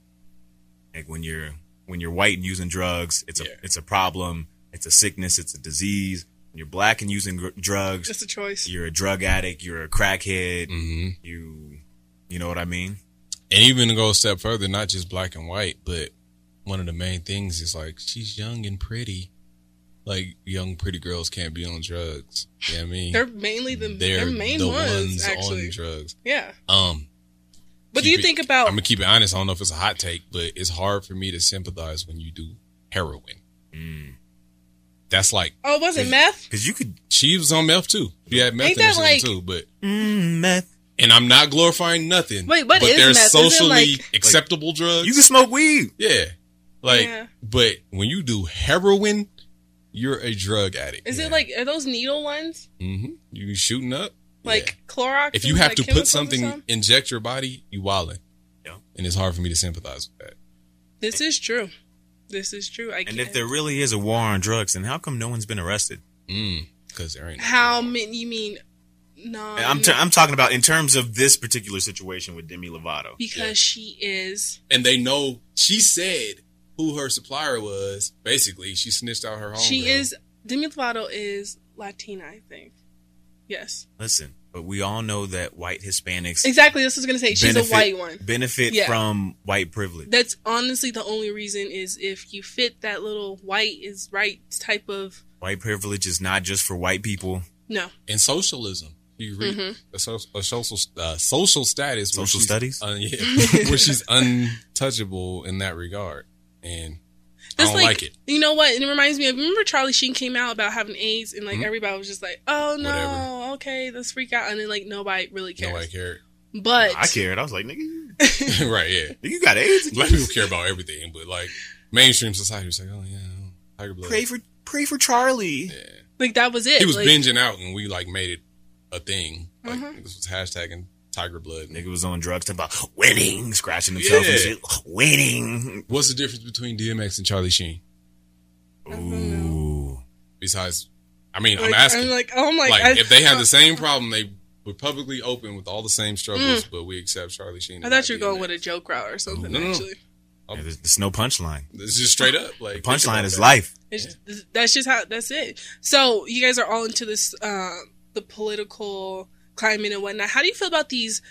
E: Like when you're when you're white and using drugs, it's a
F: Yeah.
E: it's a problem. It's a sickness. It's a disease. When you're black and using gr- drugs,
C: Just a choice.
E: you're a drug addict, you're a crackhead,
F: mhm.
E: you you know what I mean?
F: and even to go a step further, not just black and white, but one of the main things is like she's young and pretty. Like young pretty girls can't be on drugs. You know what I mean?
C: They're mainly the
F: They're
C: they're main
F: the
C: ones,
F: ones
C: actually. Oh.
F: on drugs.
C: yeah.
F: Um,
C: But do you
F: keep it-
C: think about.
F: I'm gonna keep it honest. I don't know if it's a hot take, but it's hard for me to sympathize when you do heroin.
E: Mm.
F: That's like
C: oh, was it meth?
E: Because you could
F: she was on meth too. She had meth
C: Ain't
F: in her
C: that
F: system
C: like-
F: too, but
E: mm, meth.
F: and I'm not glorifying nothing.
C: Wait, what
F: but
C: is
F: there's
C: meth? Isn't it
F: socially
C: like-
F: acceptable drugs.
E: You can smoke weed.
F: yeah, like
C: Yeah.
F: but when you do heroin, you're a drug addict.
C: Is it like. Are those needle ones?
F: hmm you shooting up?
C: Like
F: Yeah.
C: Clorox?
F: if you
C: and,
F: have
C: like,
F: to
C: chemicals or
F: put something inject your body, you wildin'.
E: Yeah.
F: And it's hard for me to sympathize with that.
C: This is true. This is true. I
E: And
C: can't.
E: if there really is a war on drugs, then how come no one's been arrested?
F: Because Mm, there ain't
C: How many? You mean. No.
E: I'm t- I'm talking about in terms of this particular situation with Demi Lovato.
C: because
F: Yeah.
C: she is.
F: and they know she said who her supplier was. Basically, she snitched out her home.
C: She is Demi Lovato is Latina, I think. Yes,
E: Listen, but we all know that white Hispanics
C: exactly. This was gonna say she's a white one.
E: benefit
C: Yeah.
E: from white privilege.
C: That's honestly the only reason is if you fit that little white is right type of
E: White privilege is not just for white people.
C: no.
F: in socialism. You read a, so, a social uh, social status, where
E: Social
F: she's-
E: studies?
F: uh, yeah, where she's untouchable in that regard, and I
C: That's
F: don't like it.
C: You know what? It reminds me of remember Charlie Sheen came out about having AIDS and like everybody was just like, Oh no,
F: Mm-hmm. Whatever.
C: okay, let's freak out and then like nobody really cares.
F: Nobody care.
C: But
E: I cared. I was like, nigga, you-
F: right, yeah.
E: you got AIDS.
F: Black people care about everything, but like mainstream society was like, oh yeah, Tiger Blood.
E: Pray for pray for Charlie.
C: like that was it.
F: he was
C: like,
F: binging out, and we like made it a thing. Like this was hashtagging Tiger Blood.
E: Nigga was on drugs talking about winning, scratching himself
F: Yeah.
E: and shit. Winning.
F: What's the difference between DMX and Charlie Sheen?
E: Ooh.
F: Besides, I mean,
C: like,
F: I'm asking.
C: like, oh my
F: like,
C: god.
F: if they had the same problem, they were publicly open with all the same struggles, but we accept Charlie Sheen.
C: Mm. I thought you were going with a joke route or something,
F: No, no, no.
C: actually.
E: Yeah, there's, there's no punchline.
F: It's just straight up. Like think
E: Punchline
F: about
E: is
F: that.
E: life.
C: It's That's just how. That's it. So you guys are all into this, uh, the political climate and whatnot. How do you feel about these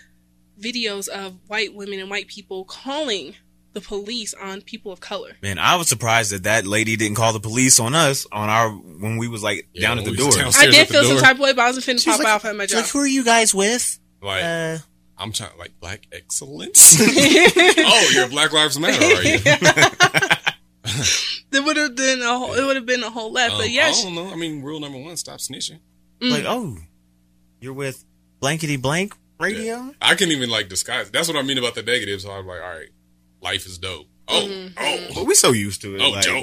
C: videos of white women and white people calling the police on people of color?
E: Man, I was surprised that that lady didn't call the police on us on our when we was like
F: Yeah,
E: down at
F: when
E: the
F: we was
E: door.
F: down-
C: I
F: Stares
C: did
F: at the
C: feel some
F: door.
C: type of way, but I wasn't finna
E: She was
C: pop
E: like-
C: off at my
E: she's
C: job.
E: like, who are you guys with?
F: Like
E: Uh,
F: I'm trying, like black excellence. oh, you're Black Lives Matter, are you?
C: There would have been a whole. It would have been a whole left.
F: Um,
C: but yeah,
F: I
C: she-
F: don't know. I mean, rule number one: stop snitching.
E: Like, oh, you're with blankety blank radio?
F: I couldn't even like disguise. That's what I mean about the negative. So I'm like, all right, life is dope. Oh,
C: Mm-hmm.
F: oh,
E: But we so used to it.
F: oh,
E: like,
F: dope.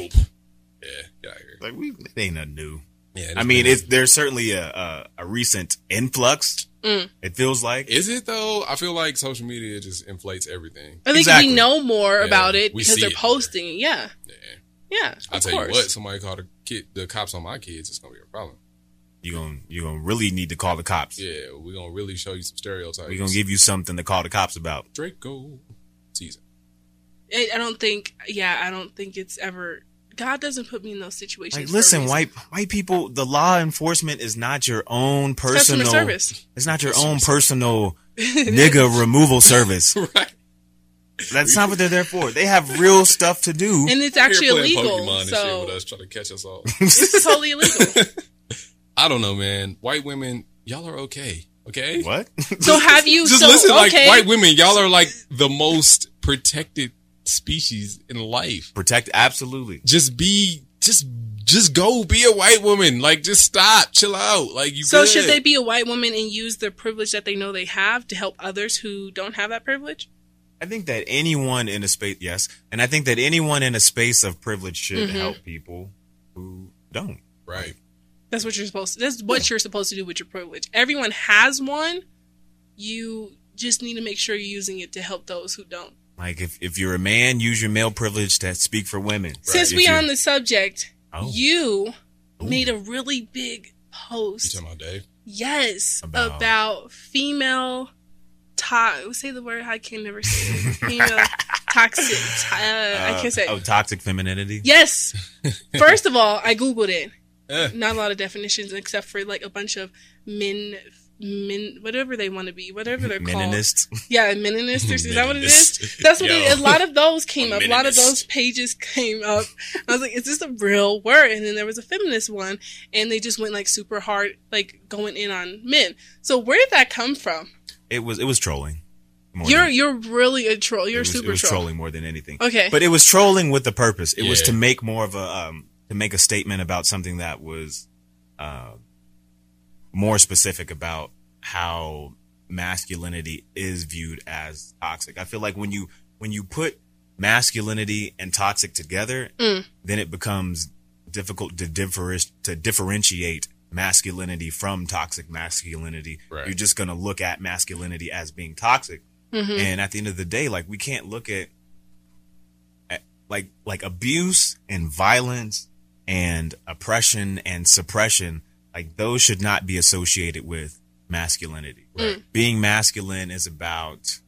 F: Yeah, get out of here.
E: Like we it ain't nothing new.
F: Yeah,
E: I mean, it's there's certainly a a, a recent influx. It feels like
F: is it though? I feel like social media just inflates everything.
C: I think
E: exactly.
C: we know more
F: Yeah,
C: about it
F: we
C: because
F: see
C: they're
F: it.
C: posting. it. Yeah,
F: Yeah.
C: yeah. Of
F: I tell
C: course.
F: you what, somebody called the kid, the cops on my kids, it's gonna be a problem.
E: you gonna you gonna really need to call the cops.
F: Yeah, we're gonna really show you some stereotypes.
E: We gonna give you something to call the cops about.
F: Draco season.
C: I, I don't think. Yeah, I don't think it's ever. God doesn't put me in those situations.
E: Like,
C: for a
E: listen,
C: reason.
E: white white people, the law enforcement is not your own
C: customer
E: personal.
C: service.
E: It's not your own personal nigga removal service.
F: right.
E: That's not what they're there for. They have real stuff to do.
C: and it's actually
F: Here playing
C: illegal.
F: Pokemon and shit with
C: so
F: us trying to catch us all.
C: it's totally illegal.
F: I don't know, man. White women, y'all are okay. Okay.
E: what?
C: So have you
F: just
C: so,
F: listen, like
C: okay,
F: white women, y'all are like the most protected species in life.
E: Protect absolutely.
F: Just be, just, just go be a white woman. Like, just stop, chill out. Like, you.
C: So
F: good.
C: should they be a white woman and use the privilege that they know they have to help others who don't have that privilege?
E: I think that anyone in a space, yes, and I think that anyone in a space of privilege should
C: Mm-hmm.
E: help people who don't.
F: right?
C: That's what you're supposed to that's what you're supposed to do with your privilege. Everyone has one. You just need to make sure you're using it to help those who don't.
E: Like if, if you're a man, use your male privilege to speak for women.
C: Since
E: If
C: we
E: you-
C: on the subject,
E: Oh.
C: you made a really big post.
F: You talking about Dave?
C: Yes,
E: About-
C: about, female. To- say the word I can never say. it. Female toxic. to- uh, I can't say. it.
E: oh toxic femininity.
C: Yes. First of all, I googled it.
F: Eh.
C: Not a lot of definitions, except for like a bunch of men, men, whatever they want to be, whatever they're
E: Meninists.
C: called. Yeah, meninists. Is that what it is?
F: Meninist.
C: That's what it, a
F: Yo.
C: lot of those came up. A lot of
F: meninist.
C: those pages came up. I was like, is this a real word? And then there was a feminist one, and they just went like super hard, like going in on men. So where did that come from?
E: It was it was trolling. more
C: You're
E: than-
C: you're really a troll. You're
E: it was,
C: super
E: it was
C: troll.
E: trolling more than anything.
C: Okay.
E: but it was trolling with a purpose. It was
F: Yeah.
E: to make more of a um, to make a statement about something that was uh, more specific about how masculinity is viewed as toxic. I feel like when you when you put masculinity and toxic together, then it becomes difficult to differ- to differentiate masculinity from toxic masculinity.
F: Right.
E: You're just gonna look at masculinity as being toxic. And at the end of the day, like we can't look at like like abuse and violence and oppression and suppression like those should not be associated with masculinity being masculine is about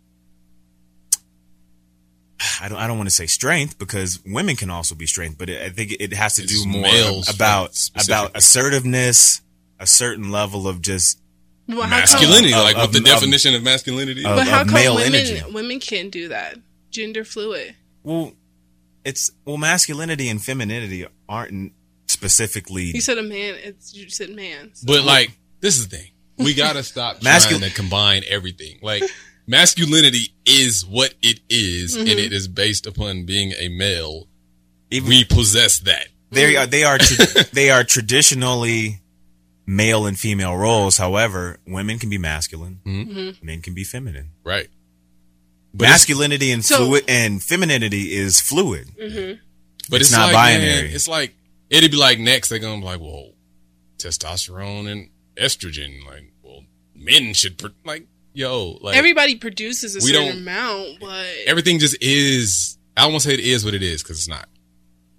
E: I don't I don't want to say strength because women can also be strength but it, I think it has to
F: It's
E: do more
F: male strength
E: about about
F: specifically.
E: assertiveness a certain level of just
C: Well, how come-
F: Masculinity,
E: Of-
F: like
E: of-
F: with the
E: of-
F: definition of masculinity.
E: of-
C: But how come
E: uh, male
C: women
E: energy.
C: women can't do that? Gender fluid.
E: well it's well masculinity and femininity aren't specifically
C: You said a man. It's you said man. So-
F: But like, this is the thing. We gotta stop
E: Mascul-
F: trying to combine everything. Like, masculinity is what it is, and it is based upon being a male.
E: Even
F: we possess that.
E: they are they are tra- they are traditionally male and female roles. However, women can be masculine, men can be feminine.
F: Right. Mm-hmm. But it's-
E: Masculinity and
C: So-
E: fluid and femininity is fluid.
F: But
E: It's
F: it's,
E: not
F: like,
E: binary.
F: man, it's like it'd be like next they're gonna be like, well, testosterone and estrogen. Like, well, men should pr- like, yo, like
C: Everybody produces a
F: We
C: certain
F: don't-
C: amount, but
F: everything just is. I won't say it is what it is because it's not.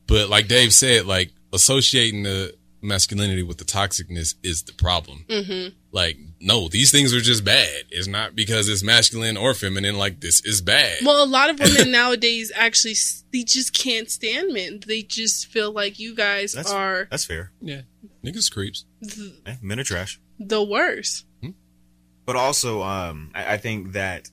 F: But like Dave said, like associating the masculinity with the toxicness is the problem.
C: Mm-hmm.
F: Like, no, these things are just bad. It's not because it's masculine or feminine. Like, this is bad.
C: well, a lot of women nowadays actually s- they just can't stand men. They just feel like you guys
E: That's
C: are
E: that's fair.
F: yeah, niggas creeps.
C: th-
E: Eh, men are trash.
C: the worst.
E: but also um, I, I think that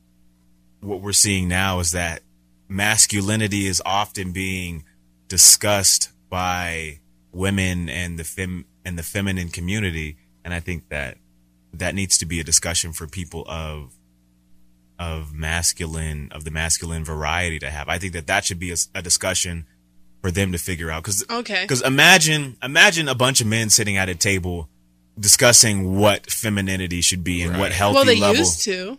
E: what we're seeing now is that masculinity is often being discussed by women and the fem and the feminine community, and I think that that needs to be a discussion for people of of masculine of the masculine variety to have. I think that that should be a, s- a discussion for them to figure out because
C: Okay.
E: because imagine imagine a bunch of men sitting at a table discussing what femininity should be and what
F: Right.
E: healthy
C: Well, they
E: level.
C: used to.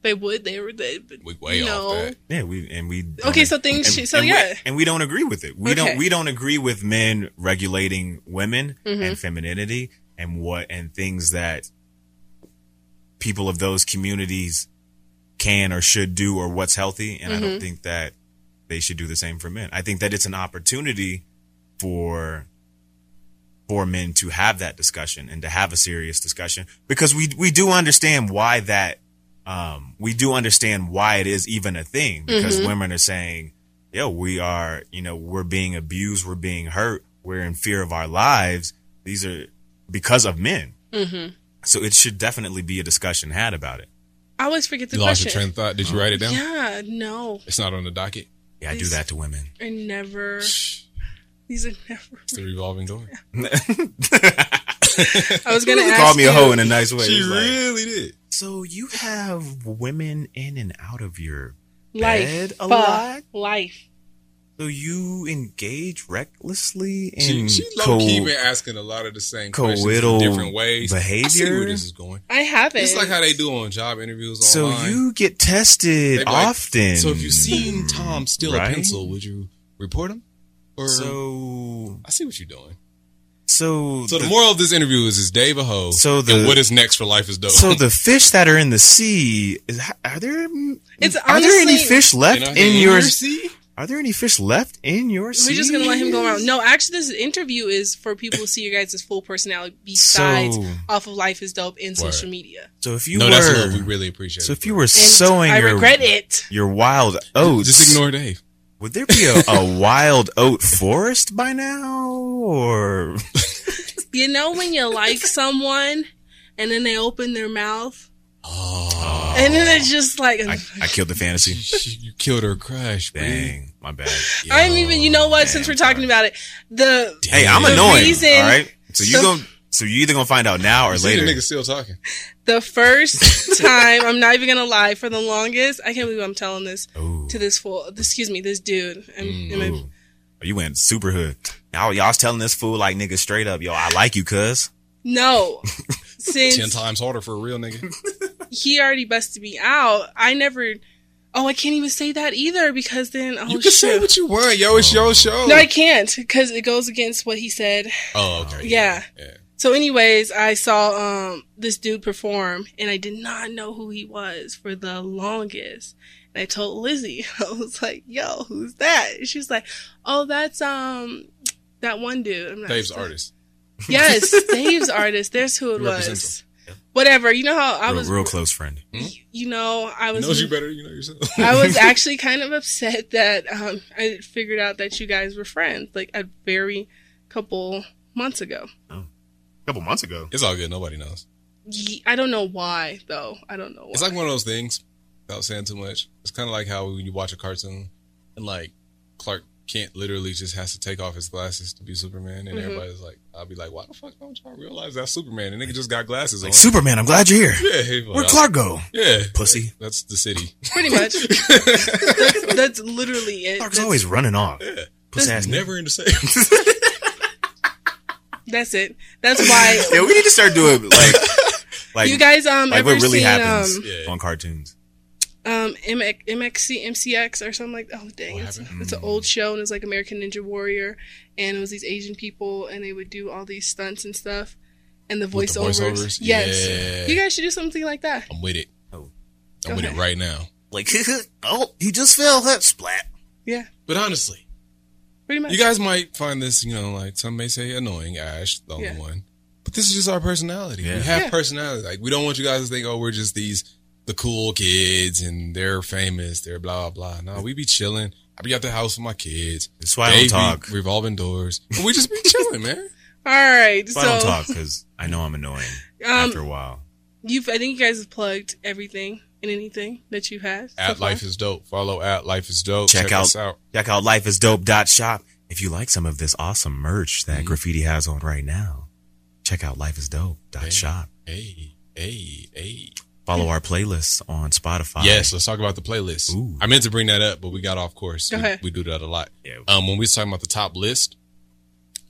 C: They would. They were. They, but
F: We way
C: no.
F: off that.
E: Yeah, we and we. don't
C: Okay,
E: ag-
C: so things
E: and-
C: should- so
E: and we-
C: yeah.
E: and we don't agree with it. We
C: Okay.
E: don't. We don't agree with men regulating women and femininity and what and things that people of those communities can or should do or what's healthy. And I don't think that they should do the same for men. I think that it's an opportunity for for men to have that discussion and to have a serious discussion because we we do understand why that um we do understand why it is even a thing because women are saying yo we are you know we're being abused we're being hurt we're in fear of our lives these are because of men mm-hmm. so it should definitely be a discussion had about it
C: I always forget the
F: You lost your
C: question.
F: train of thought. Did you write it down?
C: yeah. No.
F: It's not on the docket.
E: yeah i do that to women
C: I never. These are never.
F: It's the revolving door.
C: I was gonna ask
E: call me
C: you-
E: a hoe in a nice way
F: She
E: It's like,
F: really did.
E: so you have women in and out of your
C: Life.
E: bed a
C: Fuck.
E: lot
C: Life.
E: So you engage recklessly
F: She,
E: in
F: she
E: co-
F: low key been asking a lot of the same questions in
E: coital
F: different ways. I see
E: behavior?
F: where this is going.
C: I haven't.
F: It's like how they do on job interviews
E: so
F: online.
E: you get
F: They
E: tested
F: be like,
E: often.
F: So if you seen Tom steal
E: Right?
F: a pencil, would you report him? Or
E: so
F: I see what you're doing.
E: so
F: So the, moral of this interview is: is Dave a hoe?
E: So the-
F: and what is next for life is dope.
E: so the fish that are in the sea is are there
C: It's
E: are there any
C: honestly-
E: fish
F: And
E: left
F: I
E: in
F: think-
E: your
F: see?
E: are there any fish left in your sea?
C: We're just gonna let him go around. No, actually, this interview is for people to see your guys' full personality besides
E: So-
C: off of Life is Dope and social
F: Word.
C: media.
E: So if you
F: No,
E: were
F: that's love. We really appreciate.
E: so
F: it.
E: if you were
C: And
E: sowing
C: I
E: your
C: regret it.
E: your wild oats,
F: just ignore Dave.
E: Would there be a, a wild oat forest by now, or
C: You know when you like someone and then they open their mouth? And then it's just like,
E: Oh. I,
C: I,
E: I killed the fantasy?
F: She- you killed her crush. bro.
E: Dang, my bad.
C: am even, you know what, since we're talking about it, the.
E: Hey, I'm
C: The
E: annoying.
C: reason-
E: all right, so you
C: the-
E: going so you either gonna find out now or
F: See the
E: later.
F: nigga still talking.
C: The first time, I'm not even gonna lie, for the longest, I can't believe I'm telling this
E: Ooh.
C: to this fool. this- Excuse me, this dude. I'm,
E: Ooh. Oh, You went super hood. Y'all, y'all was telling this fool like nigga straight up, yo, I like you, cuz.
C: no,
F: Ten
C: since
F: times harder for a real nigga.
C: Oh, he already busted me out, I never. Oh, I can't even say that either because then oh
F: you can
C: shit.
F: say what you want, yo. It's
E: Oh.
F: your show.
C: no, I can't because it goes against what he said.
F: oh, okay.
C: Yeah.
F: yeah.
C: So, anyways, I saw um this dude perform, and I did not know who he was for the longest. And I told Lizzie, I was like, "Yo, who's that?" And she was like, "Oh, that's um that one dude." I'm not
F: Dave's artist.
C: Yes, Dave's artist. There's who it
F: He represents
C: was. Whatever. You know how I
E: Real,
C: was.
E: real close friend.
C: You know, I was.
F: knows you better. You know yourself.
C: I was actually kind of upset that um, I figured out that you guys were friends, like a very couple months ago.
E: A couple months ago.
F: it's all good. Nobody knows.
C: Ye- I don't know why, though. I don't know why.
F: It's like one of those things. Without saying too much, it's kind of like how when you watch a cartoon, and like Clark Kent literally just has to take off his glasses to be Superman, and everybody's like, "I'll be like, why the fuck don't y'all realize that's Superman?" And nigga just got glasses on.
E: Like, Superman, I'm glad you're here.
F: yeah, he-
E: Where Clark go?
F: Yeah,
E: Pussy.
F: that's the city.
C: Pretty much. that's, that's literally it.
E: Clark's
C: That's-
E: always running off. Puss ass nigga.
F: Never in the same.
C: That's it. That's why
E: Yeah, we need to start doing like like
C: you guys um
E: like
C: ever
E: what really
C: seen
E: happens
C: um
F: Yeah.
E: on cartoons.
C: um MX, MXC MCX or something like oh dang it's, it's
F: Mm.
C: an old show and it's like American Ninja Warrior and it was these Asian people and they would do all these stunts and stuff and the
F: With the
C: voiceovers,
F: voiceovers?
C: yes
F: Yeah.
C: you guys should do something like that
F: I'm with it.
E: Oh.
F: I'm with
C: Okay.
F: it right now.
E: Like oh, you just fell, huh? Splat.
C: yeah
F: But honestly,
C: pretty much
F: you guys might find this, you know, like some may say annoying, Ash, the only
C: Yeah.
F: one. But this is just our personality. We have
C: Yeah.
F: personality. Like we don't want you guys to think, oh, we're just these the cool kids and they're famous, they're blah blah. No, we be chilling. I be at the house with my kids.
E: That's why I don't
F: They be
E: talk.
F: revolving doors. And we just be chilling, man.
C: all right
E: But I don't
C: so Um,
E: talk because I know I'm annoying after a while.
C: you've I think you guys have plugged everything and anything that you have so
F: At
C: far.
F: life is dope. Follow at life is dope.
E: Check,
F: Check,
E: out,
F: us out.
E: check out lifeisdope.shop. If you like some of this awesome merch
F: Mm-hmm.
E: that graffiti has on right now, check out lifeisdope.shop.
F: Hey, hey, hey.
E: Follow our playlists on Spotify.
F: Yes, let's talk about the playlist.
E: Ooh.
F: I meant to bring that up, but we got off course.
C: Go
F: We-
C: ahead.
F: We, do that a lot.
E: Yeah.
F: Um, when we was talking about the top list,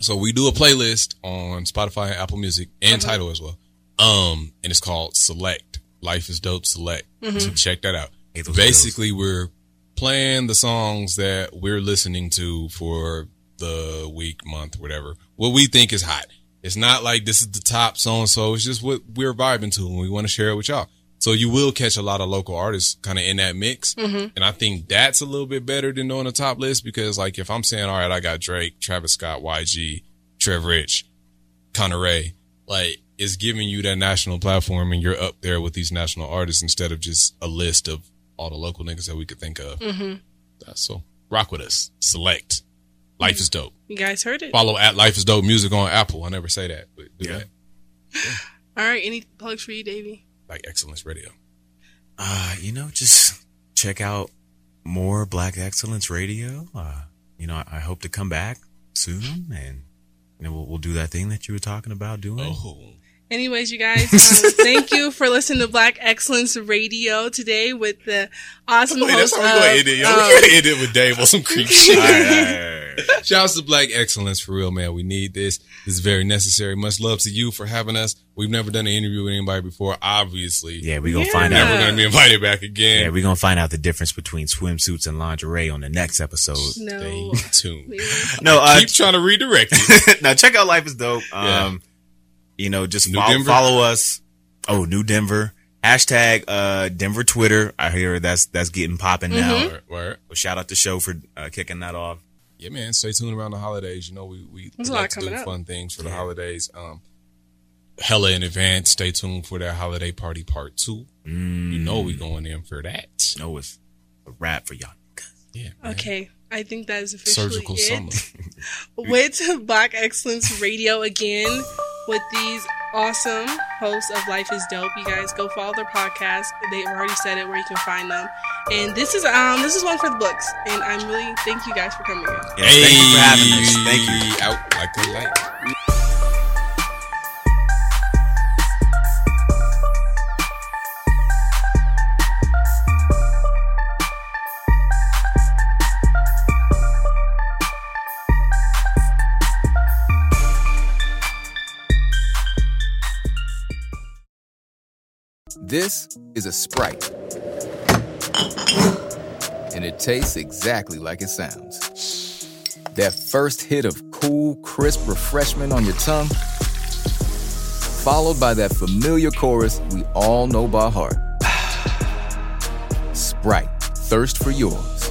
F: so we do a playlist on Spotify and Apple Music and Title as well. Um, and it's called Select. Life is dope. Select. So check that out.
E: Hey, those
F: Basically, we're playing the songs that we're listening to for the week, month, whatever. What we think is hot. It's not like this is the top so and so. It's just what we're vibing to, and we want to share it with y'all. So you will catch a lot of local artists kind of in that mix, and I think that's a little bit better than knowing the top list because, like, if I'm saying, all right, I got Drake, Travis Scott, YG, Trev Rich, Conor Ray, like it's giving you that national platform and you're up there with these national artists instead of just a list of all the local niggas that we could think of. Mm-hmm. So rock with us. Select. Life is dope.
C: you guys heard it
F: Follow at Life is Dope Music on Apple. I never say that, but do that.
C: all right any plugs for you Davey
F: Like Excellence Radio.
E: Uh, you know, just check out more Black Excellence Radio. Uh, you know, I, I hope to come back soon and you know, we'll, we'll do that thing that you were talking about doing.
F: Oh.
C: Anyways, you guys, um, thank you for listening to Black Excellence Radio today with the awesome host of, um,
F: gonna end it with Dave on some creep shit. Shouts to Black Excellence for real, man. We need this. This is very necessary. Much love to you for having us. We've never done an interview with anybody before, obviously.
E: Yeah, we're going to find
F: Never
E: out.
F: gonna be invited back again.
E: Yeah, we're going to find out the difference between swimsuits and lingerie on the next episode.
C: no.
F: Stay tuned.
E: No, uh,
F: Keep trying to redirect it.
E: now check out Life is Dope.
F: Yeah.
E: Um, you know, just
F: New
E: follow,
F: Denver?
E: follow us. Oh, New Denver. Hashtag uh Denver Twitter. I hear that's that's getting popping now.
F: Word, word.
E: Well, shout out to show for uh, kicking that off.
F: Yeah, man. Stay tuned around the holidays. You know, we we
C: There's a lot
F: like to do
C: coming up.
F: fun things for the holidays. Um, hella in advance. Stay tuned for that holiday party part two. You know, we going in for that.
E: No, it's a wrap for y'all.
F: Yeah. man.
C: Okay. I think that is officially
F: Surgical
C: it.
F: summer.
C: With Black Excellence Radio again with these awesome hosts of Life is Dope. You guys go follow their podcast. They've already said it where you can find them. And this is um this is one for the books. And I'm really thank you guys for coming in.
E: Yeah, Thank you for having us. Thank you.
F: Hey, Out like a light.
H: This is a Sprite. And it tastes exactly like it sounds. That first hit of cool, crisp refreshment on your tongue, followed by that familiar chorus we all know by heart. Sprite, thirst for yours.